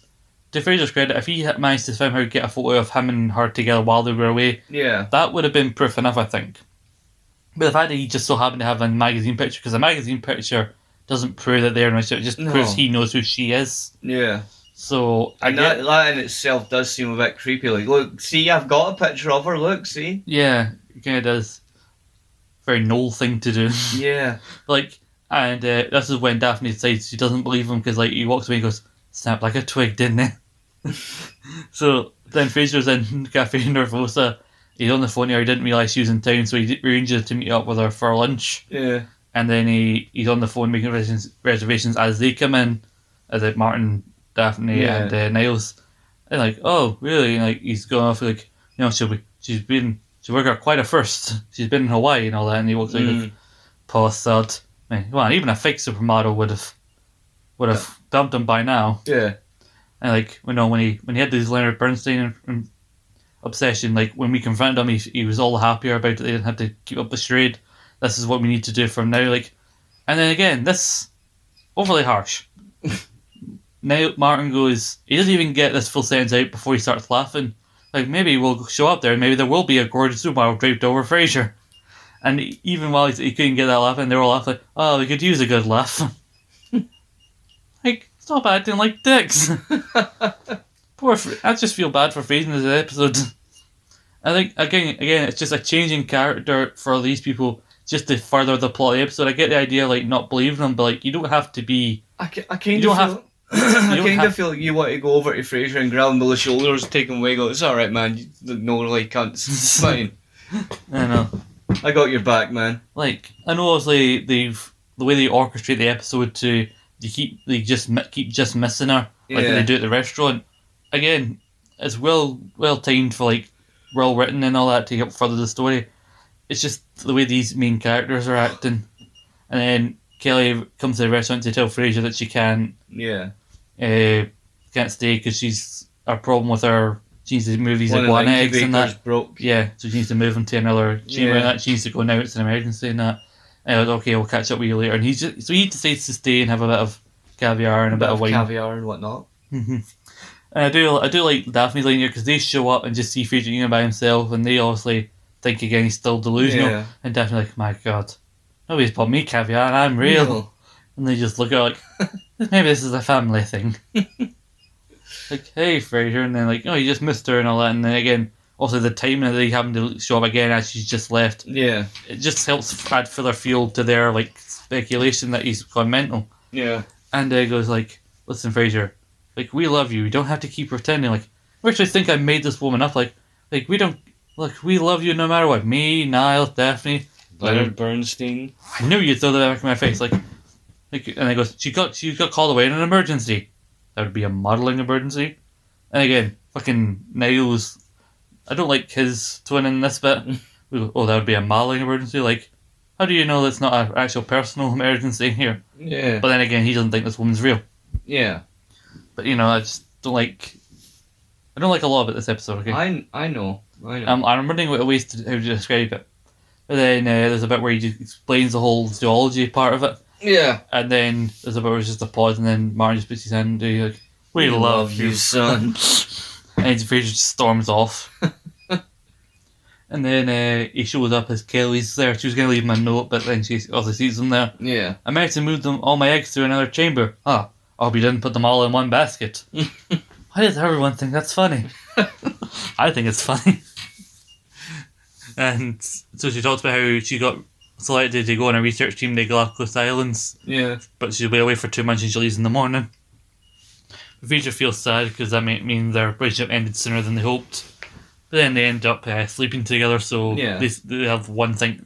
[SPEAKER 1] to Fraser's credit, if he had managed to somehow get a photo of him and her together while they were away,
[SPEAKER 2] Yeah.
[SPEAKER 1] that would have been proof enough, I think. But the fact that he just so happened to have a magazine picture, because a magazine picture doesn't prove that they're in a relationship, it just
[SPEAKER 2] No.
[SPEAKER 1] proves he knows who she is.
[SPEAKER 2] Yeah,
[SPEAKER 1] So I
[SPEAKER 2] and
[SPEAKER 1] get,
[SPEAKER 2] that, that in itself does seem a bit creepy. Like, look, see, I've got a picture of her. Look, see,
[SPEAKER 1] yeah, it kind of does. Very null thing to do.
[SPEAKER 2] yeah,
[SPEAKER 1] like, and uh, this is when Daphne decides she doesn't believe him because like he walks away and goes, "Snap like a twig, didn't it?" so then Fraser's in Cafe Nervosa. He's on the phone here. He didn't realize she was in town, so he arranges to meet up with her for lunch.
[SPEAKER 2] yeah,
[SPEAKER 1] and then he, he's on the phone making reservations, reservations as they come in, as like Martin, Daphne,
[SPEAKER 2] Yeah.
[SPEAKER 1] and uh, Niles. And like, oh, really? And like he's going off like, you know, she'll be, she's been, she worked out quite a first. She's been in Hawaii and all that. And he walks like,
[SPEAKER 2] Mm.
[SPEAKER 1] mm. Paul thud. Man, come on, even a fake supermodel would have, would have dumped him by now.
[SPEAKER 2] yeah.
[SPEAKER 1] And like, you know, when he when he had this Leonard Bernstein um, obsession, like when we confronted him, he, he was all happier about it. They didn't have to keep up the charade. This is what we need to do from now. Like, and then again, this overly harsh. now Martin goes. He doesn't even get this full sentence out before he starts laughing. Like maybe we'll show up there, and maybe there will be a gorgeous supermodel draped over Fraser. And even while he's, he couldn't get that laugh, in, they were all laughing. Like, oh, we could use a good laugh. like Stop acting like dicks. Poor. Fre- I just feel bad for Fraser in this episode. I think again, again, it's just a change in character for these people just to further the plot of the episode. I get the idea, like not believing them, but like you don't have to be.
[SPEAKER 2] I, ki- I
[SPEAKER 1] You
[SPEAKER 2] kind
[SPEAKER 1] don't
[SPEAKER 2] of
[SPEAKER 1] have-
[SPEAKER 2] feel. I
[SPEAKER 1] you don't
[SPEAKER 2] kind
[SPEAKER 1] have-
[SPEAKER 2] of feel like you want to go over to Fraser and grab him by the shoulders, take him away, go, it's alright, man, you no like cunts. It's fine.
[SPEAKER 1] I don't know.
[SPEAKER 2] I got your back, man.
[SPEAKER 1] like I know obviously they've the way they orchestrate the episode to they keep they just mi- keep just missing her like
[SPEAKER 2] Yeah.
[SPEAKER 1] they do at the restaurant. Again, it's well well timed for like well written and all that to help further the story. It's just the way these main characters are acting, and then Kelly comes to the restaurant to tell Fraser that she can't
[SPEAKER 2] Yeah.
[SPEAKER 1] uh, can't stay because she's a problem with her. She needs to move these
[SPEAKER 2] One of
[SPEAKER 1] iguana
[SPEAKER 2] the
[SPEAKER 1] eggs and that.
[SPEAKER 2] incubators broke.
[SPEAKER 1] Yeah, so she needs to move him to another chamber.
[SPEAKER 2] Yeah.
[SPEAKER 1] And that she needs to go now. It's an emergency, and that. And I was okay. I'll catch up with you later. And he's just so he decides to stay and have a bit of caviar and a, bit, of wine.
[SPEAKER 2] caviar and whatnot.
[SPEAKER 1] Mhm. and I do, I do like Daphne's line here because they show up and just see Fujinina by himself, and they obviously think again he's still delusional.
[SPEAKER 2] Yeah.
[SPEAKER 1] And Daphne's like, "My God, nobody's bought me caviar. and I'm real."
[SPEAKER 2] Real.
[SPEAKER 1] And they just look at her like, "Maybe this is a family thing." like, hey, Fraser, and then like, "Oh, you just missed her and all that." And then again. Also, the timing of they having to show up again as she's just left
[SPEAKER 2] Yeah.
[SPEAKER 1] it just helps add further fuel to their like speculation that he's gone mental.
[SPEAKER 2] Yeah.
[SPEAKER 1] And uh, goes like, "Listen, Fraser, like we love you. You don't have to keep pretending. Like we actually think I made this woman up. Like, like we don't. Look, we love you no matter what. Me, Niall, Daphne. Leonard
[SPEAKER 2] Bernstein.
[SPEAKER 1] I knew you'd throw that back in my face. Like, like and I goes, she got she got called away in an emergency. That would be a modelling emergency. And again, fucking Niall's. I don't like his twin in this bit. We go, oh, that would be a modelling emergency. Like, how do you know that's not an actual personal emergency here?
[SPEAKER 2] Yeah.
[SPEAKER 1] But then again, he doesn't think this woman's real.
[SPEAKER 2] Yeah.
[SPEAKER 1] But you know, I just don't like. I don't like a lot about this episode. Okay.
[SPEAKER 2] I, I know. I know.
[SPEAKER 1] Um, I'm running out of ways to how to describe it. But then uh, there's a bit where he just explains the whole zoology part of it.
[SPEAKER 2] yeah.
[SPEAKER 1] And then there's about it's just a pause, and then Martin just puts his hand and he's like, "We, love, you."
[SPEAKER 2] son.
[SPEAKER 1] And Fraser just storms off. and then uh, he shows up as Kelly's there. She was gonna leave him a note, but then she also sees him there.
[SPEAKER 2] yeah.
[SPEAKER 1] I managed to move them all my eggs to another chamber. Ah, I hope you didn't put them all in one basket. Why does everyone think that's funny? I think it's funny. and so she talks about how she got selected to go on a research team to Galapagos Islands
[SPEAKER 2] Yeah.
[SPEAKER 1] but she'll be away for two months and she leaves in the morning. Vija feels sad because that might mean their relationship ended sooner than they hoped. But then they end up uh, sleeping together, so
[SPEAKER 2] Yeah.
[SPEAKER 1] they, they have one thing.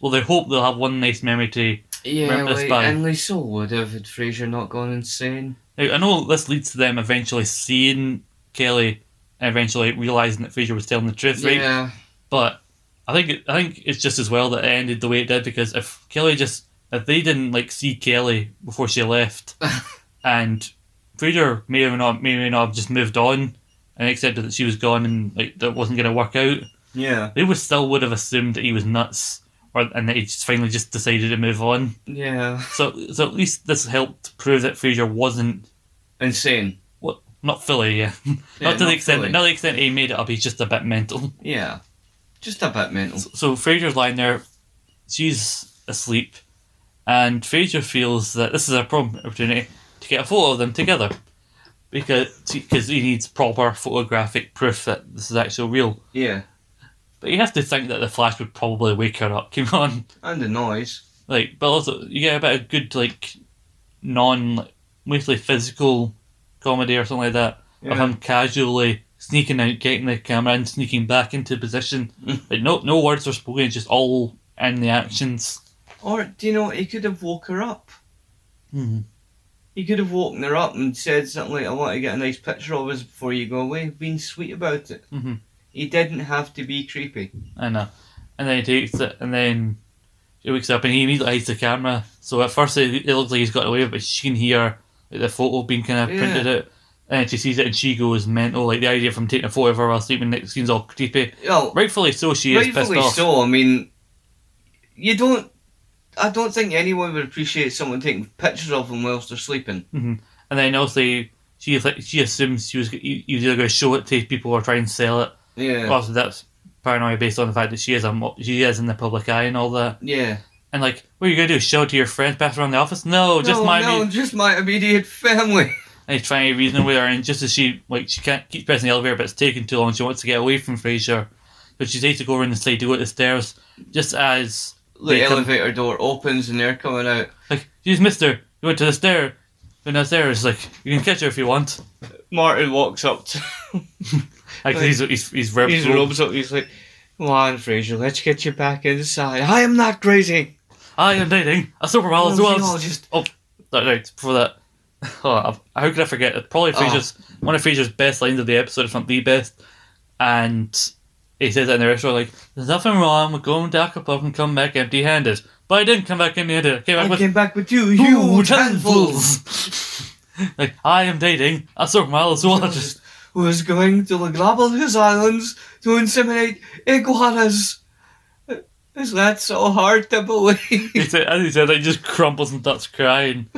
[SPEAKER 1] Well, they hope they'll have one nice memory to.
[SPEAKER 2] Yeah,
[SPEAKER 1] Remember
[SPEAKER 2] like,
[SPEAKER 1] Spy?
[SPEAKER 2] and they so would have had Fraser not gone insane.
[SPEAKER 1] Now, I know this leads to them eventually seeing Kelly and eventually realizing that Fraser was telling the truth, right?
[SPEAKER 2] Yeah.
[SPEAKER 1] But I think it, I think it's just as well that it ended the way it did because if Kelly just if they didn't like see Kelly before she left, and Fraser may or not may or may not have just moved on and accepted that she was gone and like that wasn't going to work out,
[SPEAKER 2] Yeah.
[SPEAKER 1] they would still would have assumed that he was nuts or and that he just finally just decided to move on.
[SPEAKER 2] Yeah.
[SPEAKER 1] So so at least this helped prove that Fraser wasn't
[SPEAKER 2] Insane.
[SPEAKER 1] not fully yeah,
[SPEAKER 2] Yeah,
[SPEAKER 1] not to the extent
[SPEAKER 2] fully.
[SPEAKER 1] not to the extent he made it up. He's just a bit mental.
[SPEAKER 2] Yeah. Just a bit mental.
[SPEAKER 1] So Fraser's lying there, she's asleep, and Fraser feels that this is a problem opportunity to get a photo of them together, because because he needs proper photographic proof that this is actually real.
[SPEAKER 2] Yeah.
[SPEAKER 1] But you have to think that the flash would probably wake her up. Come on,
[SPEAKER 2] And the noise.
[SPEAKER 1] like, but also you get a bit of good like, non like, mostly physical comedy or something like that of him casually sneaking out, getting the camera, and sneaking back into position.
[SPEAKER 2] Mm.
[SPEAKER 1] like no, no words were spoken; it's just all in the actions.
[SPEAKER 2] Or, do you know, he could have woke her up.
[SPEAKER 1] Mm-hmm.
[SPEAKER 2] He could have woken her up and said something like, I want to get a nice picture of us before you go away. Being sweet about it.
[SPEAKER 1] Mhm.
[SPEAKER 2] He didn't have to be creepy.
[SPEAKER 1] I know. And then he takes it, and then he wakes up, and he immediately hides the camera. So at first, it, it looks like he's got away, but she can hear like, the photo being kind of
[SPEAKER 2] Yeah.
[SPEAKER 1] printed out. And she sees it, and she goes mental. Like the idea from taking a photo of her while sleeping next seems all creepy.
[SPEAKER 2] Well,
[SPEAKER 1] Rightfully so, she is pissed
[SPEAKER 2] rightfully
[SPEAKER 1] off.
[SPEAKER 2] so. I mean, you don't. I don't think anyone would appreciate someone taking pictures of them whilst they're sleeping.
[SPEAKER 1] And then also, she she assumes she was he he was either going to show it to people or try and sell it.
[SPEAKER 2] Yeah.
[SPEAKER 1] Also, that's paranoia based on the fact that she is a mo- she is in the public eye and all that.
[SPEAKER 2] yeah.
[SPEAKER 1] And like, what are you gonna do? Show it to your friends back around the office? No, just
[SPEAKER 2] no,
[SPEAKER 1] my
[SPEAKER 2] no,
[SPEAKER 1] immediate-
[SPEAKER 2] just my immediate family.
[SPEAKER 1] And he's trying to reason with her, and just as she like, she can't keep pressing the elevator, but it's taking too long. She wants to get away from Fraser, but she's able to go over and say, "Do it the stairs." Just as
[SPEAKER 2] The
[SPEAKER 1] They come-
[SPEAKER 2] elevator door opens and they're coming out.
[SPEAKER 1] like, she's Mister, you went to the stair, went downstairs. Like, you can catch her if you want.
[SPEAKER 2] Martin walks up to
[SPEAKER 1] Like,
[SPEAKER 2] Like,
[SPEAKER 1] he's he's he's very
[SPEAKER 2] He's robes up. He's like, "Come on, Fraser, let's get you back inside. I am not crazy."
[SPEAKER 1] I am Ah, dating a supermodel as
[SPEAKER 2] Oh,
[SPEAKER 1] well.
[SPEAKER 2] no, just-
[SPEAKER 1] oh, no, right before that. Oh, I've- how could I forget? it? Probably
[SPEAKER 2] Oh.
[SPEAKER 1] Fraser's one of Fraser's best lines of the episode, if not the best. And he says that in the restaurant, like, "There's nothing wrong with going to a club and come back empty-handed." But I didn't come back empty-handed. I came back
[SPEAKER 2] I
[SPEAKER 1] with
[SPEAKER 2] came back with you,
[SPEAKER 1] two
[SPEAKER 2] huge handfuls.
[SPEAKER 1] handfuls. like I am dating a supermodel as well. Just
[SPEAKER 2] Was going to the Galapagos Islands to inseminate iguanas. Is that so hard to
[SPEAKER 1] he
[SPEAKER 2] believe?
[SPEAKER 1] said, as he said, like, he just crumples and starts crying.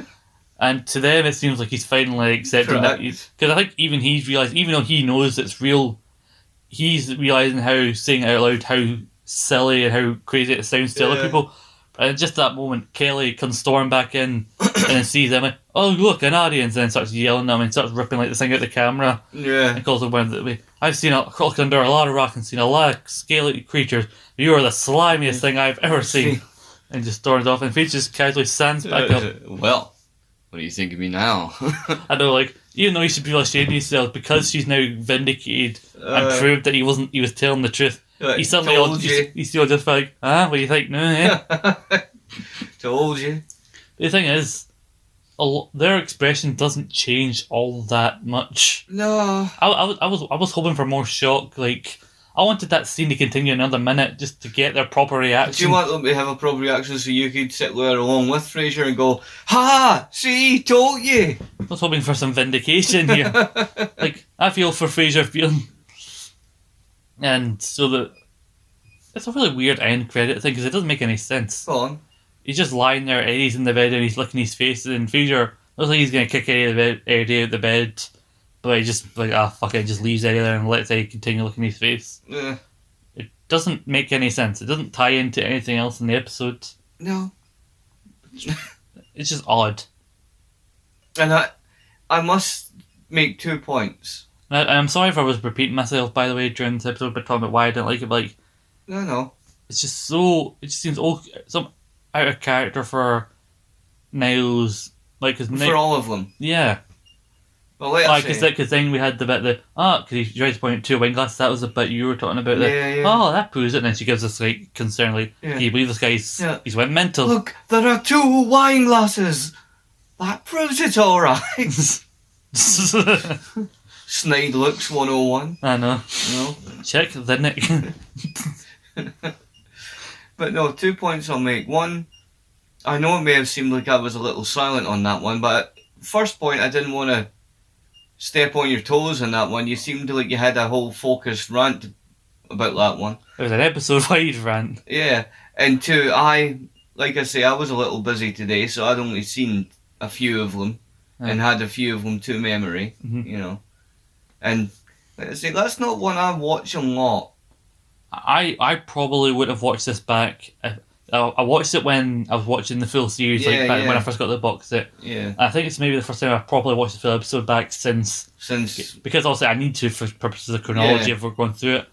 [SPEAKER 1] And to them, it seems like he's finally accepting that
[SPEAKER 2] Correct.
[SPEAKER 1] he's because I think even he's realized, even though he knows it's real, he's realizing how saying it out loud how silly and how crazy it sounds to other
[SPEAKER 2] Yeah.
[SPEAKER 1] people. And just that moment, Kelly comes storm back in and then sees Emma. Oh look, an audience! And then starts yelling at him and starts ripping like the thing out the camera.
[SPEAKER 2] yeah.
[SPEAKER 1] And calls it one that we. I've seen a crook under a lot of rock and seen a lot of scaly creatures. You are the slimiest thing I've ever seen. And just storms off, and Finch just casually stands back
[SPEAKER 2] Uh,
[SPEAKER 1] up.
[SPEAKER 2] well, what do you think of me now?
[SPEAKER 1] I know, like, even though he should be ashamed of himself, because she's now vindicated and proved that he wasn't, he was telling the truth, he suddenly, all,
[SPEAKER 2] Uh, told
[SPEAKER 1] he's,
[SPEAKER 2] you.
[SPEAKER 1] he's still just like, ah, what do you think now, eh?
[SPEAKER 2] told you.
[SPEAKER 1] the thing is, a lo- their expression doesn't change all that much.
[SPEAKER 2] No.
[SPEAKER 1] I, I, was- I was I was hoping for more shock. Like I wanted that scene to continue another minute just to get their proper
[SPEAKER 2] Do
[SPEAKER 1] reaction.
[SPEAKER 2] you want them to have a proper reaction so you could sit there along with Fraser and go, Ha! See, told you!
[SPEAKER 1] I was hoping for some vindication here. like I feel for Fraser feeling, and so the it's a really weird end credit thing because it doesn't make any sense.
[SPEAKER 2] Come on.
[SPEAKER 1] He's just lying there, Eddie's in the bed, and he's licking his face, and Fraser looks like he's gonna kick Eddie out of the bed, Eddie out of the bed, but he just like ah fuck it, just leaves Eddie there and lets Eddie continue licking his face.
[SPEAKER 2] Yeah.
[SPEAKER 1] It doesn't make any sense. It doesn't tie into anything else in the episode.
[SPEAKER 2] No.
[SPEAKER 1] It's just odd.
[SPEAKER 2] And I, I must make two points.
[SPEAKER 1] And I, I'm sorry if I was repeating myself, by the way, during this episode, but talking about why I didn't like it. But like,
[SPEAKER 2] No, no.
[SPEAKER 1] it's just so. It just seems all some out of character for Niles. Like, cause Ni-
[SPEAKER 2] For all of them.
[SPEAKER 1] yeah,
[SPEAKER 2] Well, let's
[SPEAKER 1] like,
[SPEAKER 2] say.
[SPEAKER 1] cause, like, 'cause then we had the bit that ah, because he tries to point to a wine glass. That was the bit you were talking about. That
[SPEAKER 2] yeah, yeah.
[SPEAKER 1] oh, that proves it. And then she gives us like concern, like,
[SPEAKER 2] Yeah.
[SPEAKER 1] can you believe this guy's
[SPEAKER 2] Yeah.
[SPEAKER 1] he's went mental.
[SPEAKER 2] Look, there are two wine glasses! That proves it's alright!
[SPEAKER 1] I
[SPEAKER 2] Snide looks 101.
[SPEAKER 1] know.
[SPEAKER 2] No.
[SPEAKER 1] Check the nick.
[SPEAKER 2] But no, two points I'll make. One, I know it may have seemed like I was a little silent on that one, but first point, I didn't want to step on your toes on that one. You seemed like you had a whole focused rant about that one.
[SPEAKER 1] It was an episode wide rant.
[SPEAKER 2] Yeah. And two, I, like I say, I was a little busy today, so I'd only seen a few of them and had a few of them to memory,
[SPEAKER 1] Mhm.
[SPEAKER 2] you know. And like I say, that's not one I watch a lot.
[SPEAKER 1] I I probably would have watched this back. if- I, I watched it when I was watching the full series,
[SPEAKER 2] Yeah,
[SPEAKER 1] like back when I
[SPEAKER 2] yeah.
[SPEAKER 1] first got the box set.
[SPEAKER 2] Yeah.
[SPEAKER 1] I think it's maybe the first time I've probably watched the full episode back since
[SPEAKER 2] Since.
[SPEAKER 1] because obviously I need to for purposes of chronology
[SPEAKER 2] Yeah.
[SPEAKER 1] if we're going through it.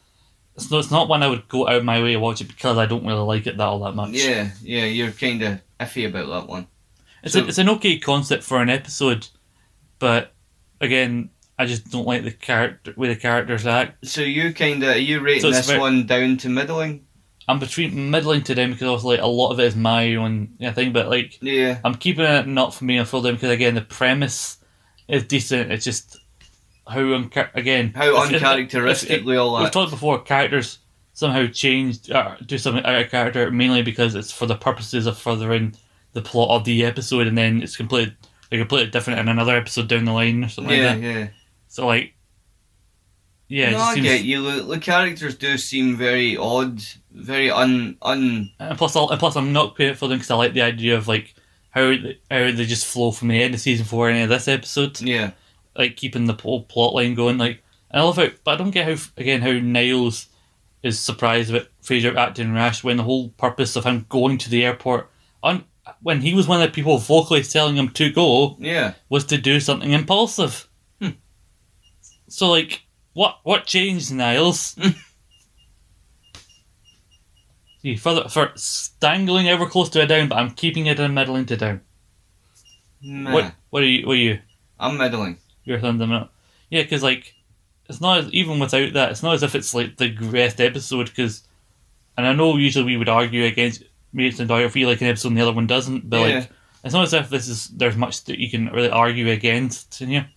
[SPEAKER 1] It's not, it's not one I would go out of my way to watch it because I don't really like it that all that much.
[SPEAKER 2] Yeah, yeah, you're kind of iffy about that one.
[SPEAKER 1] It's,
[SPEAKER 2] So-
[SPEAKER 1] a, it's an okay concept for an episode, but again, I just don't like the character way the characters act.
[SPEAKER 2] So you kind of you rating
[SPEAKER 1] So it's
[SPEAKER 2] this
[SPEAKER 1] ver-
[SPEAKER 2] one down to middling?
[SPEAKER 1] I'm between middling to them because obviously a lot of it is my own yeah, thing, but like
[SPEAKER 2] Yeah,
[SPEAKER 1] I'm keeping it not for me on full down because again the premise is decent. It's just how unchar- again
[SPEAKER 2] how
[SPEAKER 1] it's- it-
[SPEAKER 2] uncharacteristically all
[SPEAKER 1] it- We've
[SPEAKER 2] that.
[SPEAKER 1] talked before characters somehow change or do something out of character mainly because it's for the purposes of furthering the plot of the episode, and then it's completely they're completely different in another episode down the line or something
[SPEAKER 2] yeah,
[SPEAKER 1] like that.
[SPEAKER 2] yeah.
[SPEAKER 1] So like, yeah, it
[SPEAKER 2] no,
[SPEAKER 1] just
[SPEAKER 2] I
[SPEAKER 1] seems,
[SPEAKER 2] get you. The, the characters do seem very odd, very un un.
[SPEAKER 1] And plus, I'll, and plus, I'm not paying for them because I like the idea of like how they, how they just flow from the end of season four and into this episode.
[SPEAKER 2] Yeah,
[SPEAKER 1] like keeping the whole plot line going. Like, and I love how, but I don't get how again how Niles is surprised about Fraser acting rash when the whole purpose of him going to the airport, on when he was one of the people vocally telling him to go,
[SPEAKER 2] Yeah.
[SPEAKER 1] was to do something impulsive.
[SPEAKER 2] Hmm.
[SPEAKER 1] So like, what what changed, Niles?
[SPEAKER 2] Hmm.
[SPEAKER 1] See, further for dangling ever close to a down, but I'm keeping it in middling to down.
[SPEAKER 2] Nah,
[SPEAKER 1] What what are you what are you?
[SPEAKER 2] I'm meddling.
[SPEAKER 1] your thunder minute. Yeah, because like it's not as, even without that, it's not as if it's like the best episode. Because and I know usually we would argue against Mates and Doyle feel like an episode and the other one doesn't, but
[SPEAKER 2] Yeah.
[SPEAKER 1] like it's not as if this is there's much that you can really argue against in here.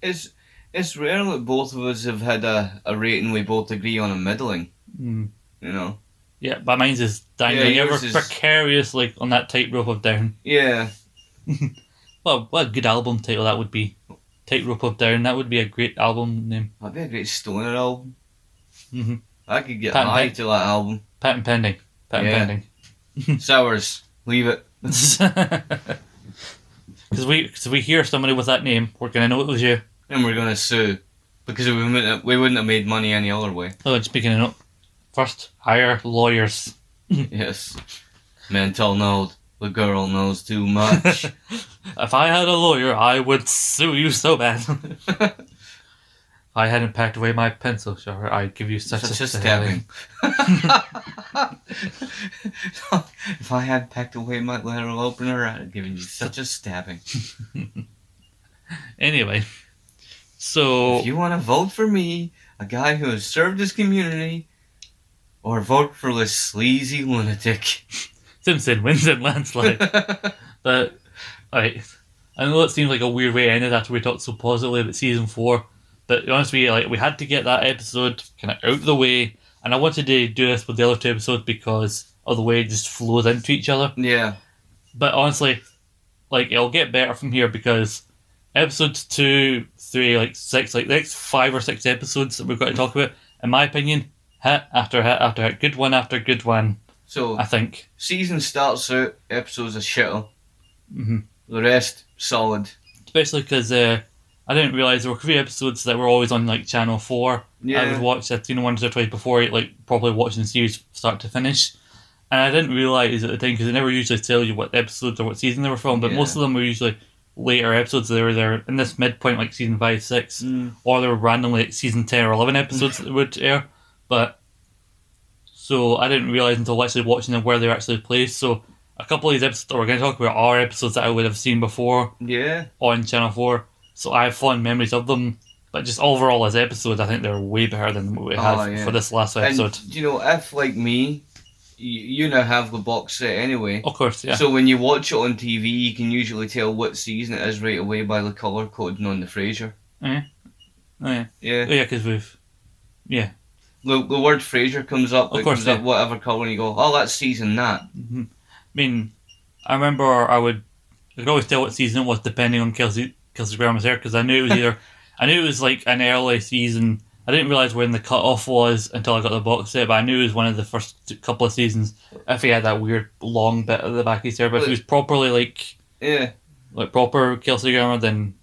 [SPEAKER 2] It's it's rare that both of us have had a, a rating we both agree on a middling,
[SPEAKER 1] Mm.
[SPEAKER 2] you know?
[SPEAKER 1] Yeah, but mine's is dangling
[SPEAKER 2] Yeah,
[SPEAKER 1] ever
[SPEAKER 2] yours is-
[SPEAKER 1] precarious like on that tightrope of down.
[SPEAKER 2] Yeah.
[SPEAKER 1] Well, what a good album title that would be. Tightrope of down. That would be a great album name.
[SPEAKER 2] That'd be a great stoner album.
[SPEAKER 1] hmm
[SPEAKER 2] I could get
[SPEAKER 1] Patent
[SPEAKER 2] high
[SPEAKER 1] pen-
[SPEAKER 2] to that album.
[SPEAKER 1] Patent pending. Patent
[SPEAKER 2] Yeah.
[SPEAKER 1] pending.
[SPEAKER 2] Sours. Leave it.
[SPEAKER 1] Because we, cause we hear somebody with that name, we're gonna know it was you.
[SPEAKER 2] And we're gonna sue. Because we wouldn't have, we wouldn't have made money any other way.
[SPEAKER 1] Oh, and speaking of note, first hire lawyers.
[SPEAKER 2] yes. Mental note. The girl knows too much.
[SPEAKER 1] if I had a lawyer, I would sue you so bad. if I hadn't packed away my pencil sharpener, I'd give you such,
[SPEAKER 2] Such
[SPEAKER 1] a
[SPEAKER 2] a
[SPEAKER 1] stabbing.
[SPEAKER 2] stabbing. if I had packed away my letter opener, I'd have given you such a stabbing.
[SPEAKER 1] Anyway, so
[SPEAKER 2] If you want to vote for me, a guy who has served his community, or vote for this sleazy lunatic.
[SPEAKER 1] Simpson wins in landslide. but alright, I know it seems like a weird way it ended after we talked so positively about season four. But to be honest, we like we had to get that episode kind of out of the way, and I wanted to do this with the other two episodes because of the way it just flows into each other.
[SPEAKER 2] yeah.
[SPEAKER 1] But honestly, like it'll get better from here because episodes two, three, like six, like the next five or six episodes that we've got to talk about, in my opinion, hit after hit after hit, good one after good one.
[SPEAKER 2] So
[SPEAKER 1] I think.
[SPEAKER 2] season starts out, episodes are shittle.
[SPEAKER 1] hmm
[SPEAKER 2] The rest solid.
[SPEAKER 1] Especially because uh, I didn't realize there were three episodes that were always on like Channel Four. I would
[SPEAKER 2] Yeah.
[SPEAKER 1] watch that you know once or twice before it, like probably watching the series start to finish. And I didn't realize at the time because they never usually tell you what episodes or what season they were from, but
[SPEAKER 2] Yeah.
[SPEAKER 1] most of them were usually later episodes. They were there in this midpoint, like season five, six,
[SPEAKER 2] Mm.
[SPEAKER 1] or they were randomly like, season ten or eleven episodes that would air. But so I didn't realize until actually watching them where they were actually placed. So a couple of these episodes that we're going to talk about are episodes that I would have seen before
[SPEAKER 2] Yeah.
[SPEAKER 1] on Channel 4, so I have fond memories of them. But just overall, as episodes, I think they're way better than what we
[SPEAKER 2] Oh,
[SPEAKER 1] had
[SPEAKER 2] yeah.
[SPEAKER 1] for this last episode.
[SPEAKER 2] And, you know, if, like me, you, you now have the box set anyway.
[SPEAKER 1] of course, yeah.
[SPEAKER 2] So when you watch it on TV, you can usually tell what season it is right away by the colour coding on the Frasier.
[SPEAKER 1] Oh, yeah,
[SPEAKER 2] Yeah,
[SPEAKER 1] because we've.
[SPEAKER 2] the, the word Frasier comes up.
[SPEAKER 1] Of
[SPEAKER 2] it
[SPEAKER 1] course,
[SPEAKER 2] comes
[SPEAKER 1] yeah.
[SPEAKER 2] up whatever colour, and you go, oh, that's season that.
[SPEAKER 1] mhm. I mean, I remember I would. I could always tell what season it was depending on Kelsey Kelsey Grammer's hair because I knew it was either. I knew it was like an early season. I didn't realize when the cut off was until I got the box set, but I knew it was one of the first couple of seasons. If he had that weird long bit at the back of his hair, but if he was properly like
[SPEAKER 2] Yeah,
[SPEAKER 1] like proper Kelsey Grammer then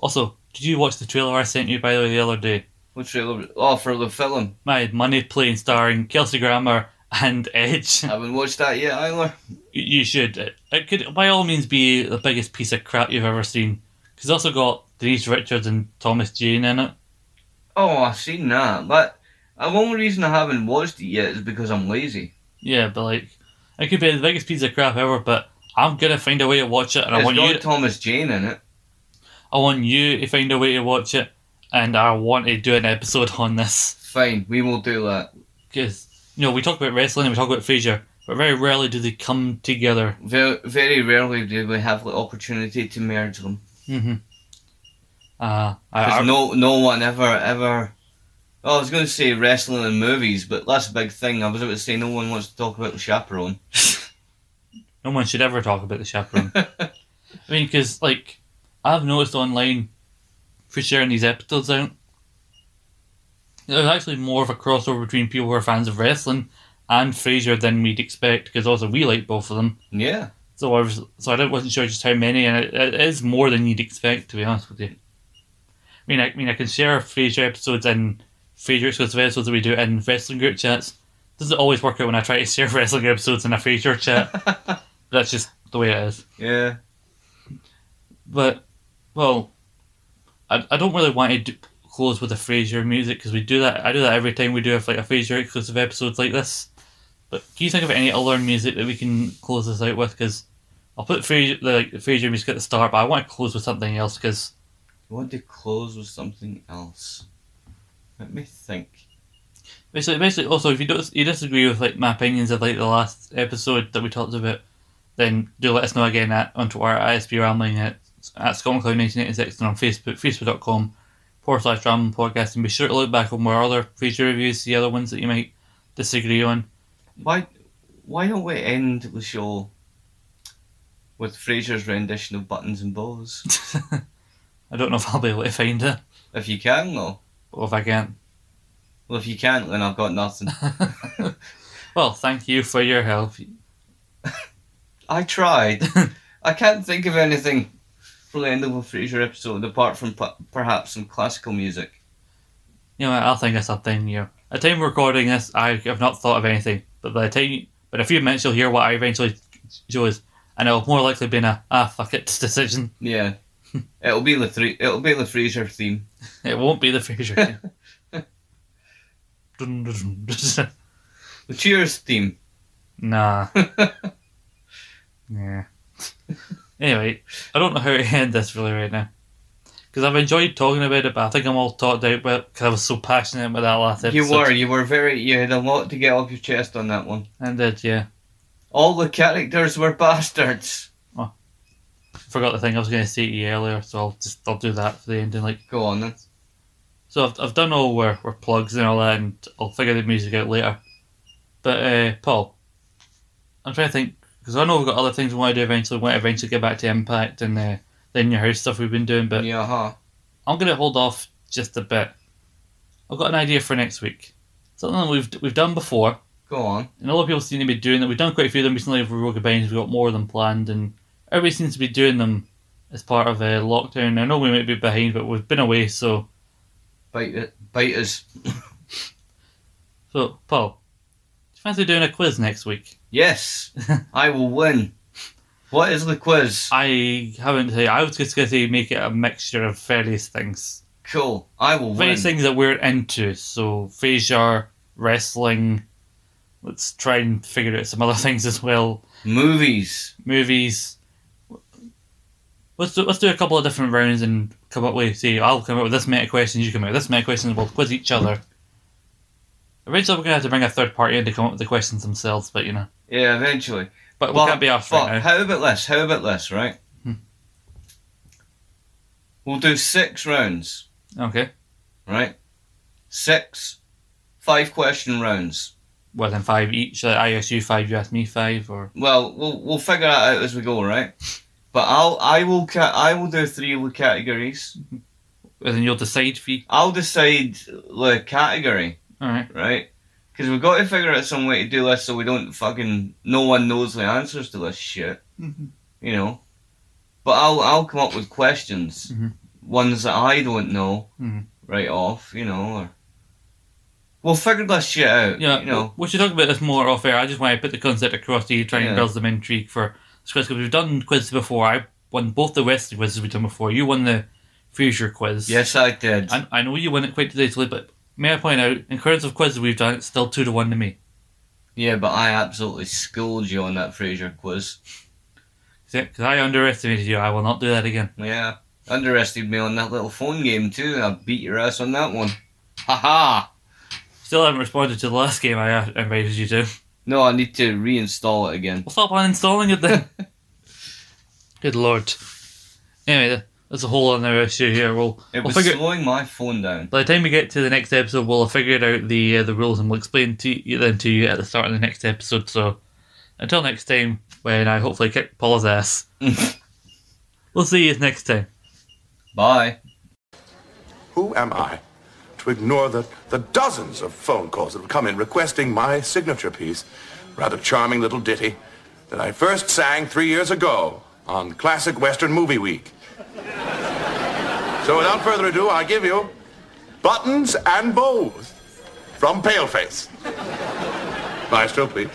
[SPEAKER 1] also did you watch the trailer I sent you by the way the other day
[SPEAKER 2] which trailer? Oh, for the film.
[SPEAKER 1] my money plane starring Kelsey Grammer and Edge
[SPEAKER 2] I haven't watched that yet either.
[SPEAKER 1] you should it, it could by all means be the biggest piece of crap you've ever seen because it's also got Denise Richards and Thomas Jane in it
[SPEAKER 2] Oh, I've seen that, but the only reason I haven't watched it yet is because I'm lazy.
[SPEAKER 1] yeah but like it could be the biggest piece of crap ever but I'm gonna find a way to watch it and I
[SPEAKER 2] it's
[SPEAKER 1] want
[SPEAKER 2] got
[SPEAKER 1] you
[SPEAKER 2] Thomas Jane in it.
[SPEAKER 1] I want you to find a way to watch it and I want to do an episode on this
[SPEAKER 2] Fine, we will do that.
[SPEAKER 1] because you know we talk about wrestling and we talk about Frazier, but very rarely do they come together.
[SPEAKER 2] Very, very rarely do we have the opportunity to merge them.
[SPEAKER 1] Mm-hmm. Uh, I, I,
[SPEAKER 2] Because no, no one ever, ever. Oh, I was going to say wrestling and movies, but that's a big thing. I was about to say no one wants to talk about the chaperone.
[SPEAKER 1] no one should ever talk about the chaperone. I mean, because like I've noticed online for sharing these episodes out, there's actually more of a crossover between people who are fans of wrestling and Frazier than we'd expect. Because also we like both of them,
[SPEAKER 2] yeah.
[SPEAKER 1] so I was so I didn't- wasn't sure just how many, and it, it is more than you'd expect to be honest with you. I mean, I, I mean, I can share Fraser episodes in Frasier exclusive episodes that we do in wrestling group chats. Doesn't always work out when I try to share wrestling episodes in a Frasier chat. That's just the way it is.
[SPEAKER 2] Yeah.
[SPEAKER 1] But, well, I, I don't really want to do, close with the Frasier music because we do that. I do that every time we do have like a Frasier exclusive episode like this. But can you think of any other music that we can close this out with? Because I'll put Frasier, the, like, the Frasier music at the start, but I want to close with something else because
[SPEAKER 2] I want to close with something else. Let me think.
[SPEAKER 1] Basically, basically, also, if you don't, you disagree with like my opinions of like the last episode that we talked about, then do let us know again at on Twitter at ISB Rambling at at ScotlandCloud1986 and on Facebook facebook.com forward slash Rambling Podcast and be sure to look back on our other feature reviews, see other ones that you might disagree on.
[SPEAKER 2] Why why don't we end the show with Fraser's rendition of Buttons and Bows?
[SPEAKER 1] I don't know if I'll be able to find it
[SPEAKER 2] If you can though.
[SPEAKER 1] or if I can.
[SPEAKER 2] Well if you can't then I've got nothing.
[SPEAKER 1] well, thank you for your help.
[SPEAKER 2] I tried. I can't think of anything for the end of a Fraser episode apart from p- perhaps some classical music.
[SPEAKER 1] You know, I'll think of something. You know, at the time of recording this, I have not thought of anything. But by the time, but a few minutes, you'll hear what I eventually chose, and it'll more likely be a ah fuck it decision.
[SPEAKER 2] Yeah. it'll be the three it'll be the Fraser theme.
[SPEAKER 1] It won't be the Frasier. Dun, dun, dun.
[SPEAKER 2] The Cheers theme.
[SPEAKER 1] nah. Yeah. anyway, I don't know how to end this really right now. Because I've enjoyed talking about it, but I think I'm all talked out about because I was so passionate with that last episode.
[SPEAKER 2] you were, you were very you had a lot to get off your chest on that one.
[SPEAKER 1] I did, uh, yeah.
[SPEAKER 2] All the characters were bastards.
[SPEAKER 1] Forgot the thing I was going to say to you earlier, so I'll just I'll do that for the ending. Like,
[SPEAKER 2] Go on then.
[SPEAKER 1] So I've, I've done all our, our plugs and all that, and I'll figure the music out later. But uh, Paul, I'm trying to think because I know we've got other things we want to do eventually. We want to eventually get back to Impact and uh, the In Your House stuff we've been doing, but
[SPEAKER 2] Yeah, uh-huh. huh.
[SPEAKER 1] I'm going to hold off just a bit. I've got an idea for next week. Something that we've we've done before,
[SPEAKER 2] Go on.
[SPEAKER 1] and a lot of people seem to be doing that. We've done quite a few of them recently for Rogue Bands. We've got more than planned, and everybody seems to be doing them as part of a lockdown. I know we might be behind, but we've been away, so.
[SPEAKER 2] Bite it. Bite us.
[SPEAKER 1] So, Paul, do you fancy doing a quiz next week?
[SPEAKER 2] Yes, I will win. What is the quiz?
[SPEAKER 1] I haven't. uh, I was just going to make it a mixture of various things,
[SPEAKER 2] Cool. I will win.
[SPEAKER 1] various things that we're into. So, Frasier, wrestling. Let's try and figure out some other things as well.
[SPEAKER 2] Movies.
[SPEAKER 1] Movies. Let's do, let's do a couple of different rounds and come up with. See, I'll come up with this many questions. You come up with this many questions. We'll quiz each other. Originally, we're going to have to bring a third party in to come up with the questions themselves, but you know,
[SPEAKER 2] Yeah, eventually.
[SPEAKER 1] but we
[SPEAKER 2] But-
[SPEAKER 1] can't be off
[SPEAKER 2] But
[SPEAKER 1] right now.
[SPEAKER 2] how about this? How about this, right?
[SPEAKER 1] Hmm.
[SPEAKER 2] We'll do six rounds,
[SPEAKER 1] Okay.
[SPEAKER 2] right? Six five question rounds.
[SPEAKER 1] Well, then five each. Like I asked you five, you asked me five, or
[SPEAKER 2] Well, we'll we'll figure that out as we go, right? But I'll I will ca- I will do three of the categories.
[SPEAKER 1] and then you'll decide for. each-
[SPEAKER 2] I'll decide the category.
[SPEAKER 1] All right.
[SPEAKER 2] right? Because we've got to figure out some way to do this so we don't fucking no one knows the answers to this shit, you know. But I'll I'll come up with questions,
[SPEAKER 1] Mhm.
[SPEAKER 2] ones that I don't know
[SPEAKER 1] Mhm.
[SPEAKER 2] right off, you know. Or we'll figure this shit out,
[SPEAKER 1] Yeah.
[SPEAKER 2] you know.
[SPEAKER 1] We should talk about this more off air. I just want to put the concept across to you, try
[SPEAKER 2] Yeah.
[SPEAKER 1] and build some intrigue for this quiz because we've done quizzes before. I won both the wrestling quizzes we've done before. You won the Future quiz.
[SPEAKER 2] Yes, I did.
[SPEAKER 1] I, I know you won it quite decisively, but may I point out, in terms of quizzes we've done, it's still two to one to me.
[SPEAKER 2] yeah, but I absolutely schooled you on that Fraser quiz.
[SPEAKER 1] Because I underestimated you. I will not do that again.
[SPEAKER 2] Yeah, underestimated me on that little phone game too. and I beat your ass on that one. Ha ha.
[SPEAKER 1] Still haven't responded to the last game I uh, invited you to.
[SPEAKER 2] No, I need to reinstall it again.
[SPEAKER 1] Well, stop uninstalling it then. Good lord. Anyway, th- that's a whole other issue here. We'll,
[SPEAKER 2] It
[SPEAKER 1] we'll
[SPEAKER 2] was
[SPEAKER 1] figure.
[SPEAKER 2] slowing my phone down.
[SPEAKER 1] By the time we get to the next episode, we'll have figured out the uh, the rules and we'll explain to you, them to you at the start of the next episode. So, until next time, when I hopefully kick Paul's ass, we'll see you next time.
[SPEAKER 2] Bye.
[SPEAKER 3] Who am I to ignore the, the dozens of phone calls that have come in requesting my signature piece, rather charming little ditty, that I first sang three years ago on Classic Western Movie Week? so without further ado, I give you buttons and bows from Paleface. Maestro, please.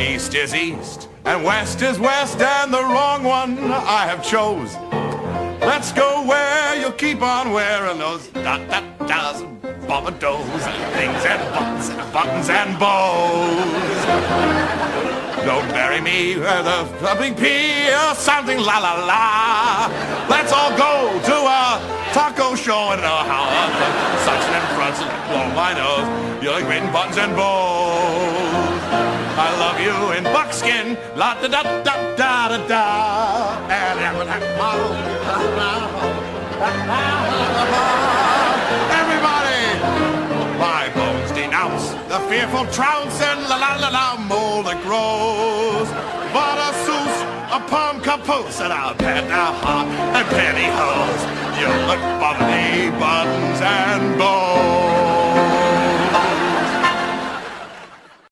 [SPEAKER 3] East is east, and west is west, and the wrong one I have chose. Let's go where you'll keep on wearing those dot dot dots and bombados and things and buttons and buttons and bows. Don't bury me with a something pee or something la la la. Let's all go to a taco show and know how such and fronts and blow my nose. You like great in buttons and bows. I love you in buckskin, la da da da da da da. And everybody, my bones denounce the fearful trounce and la la la la mole that grows. But a soos, a palm capoose, and I'll pet a hop and penny hose. You look botany, but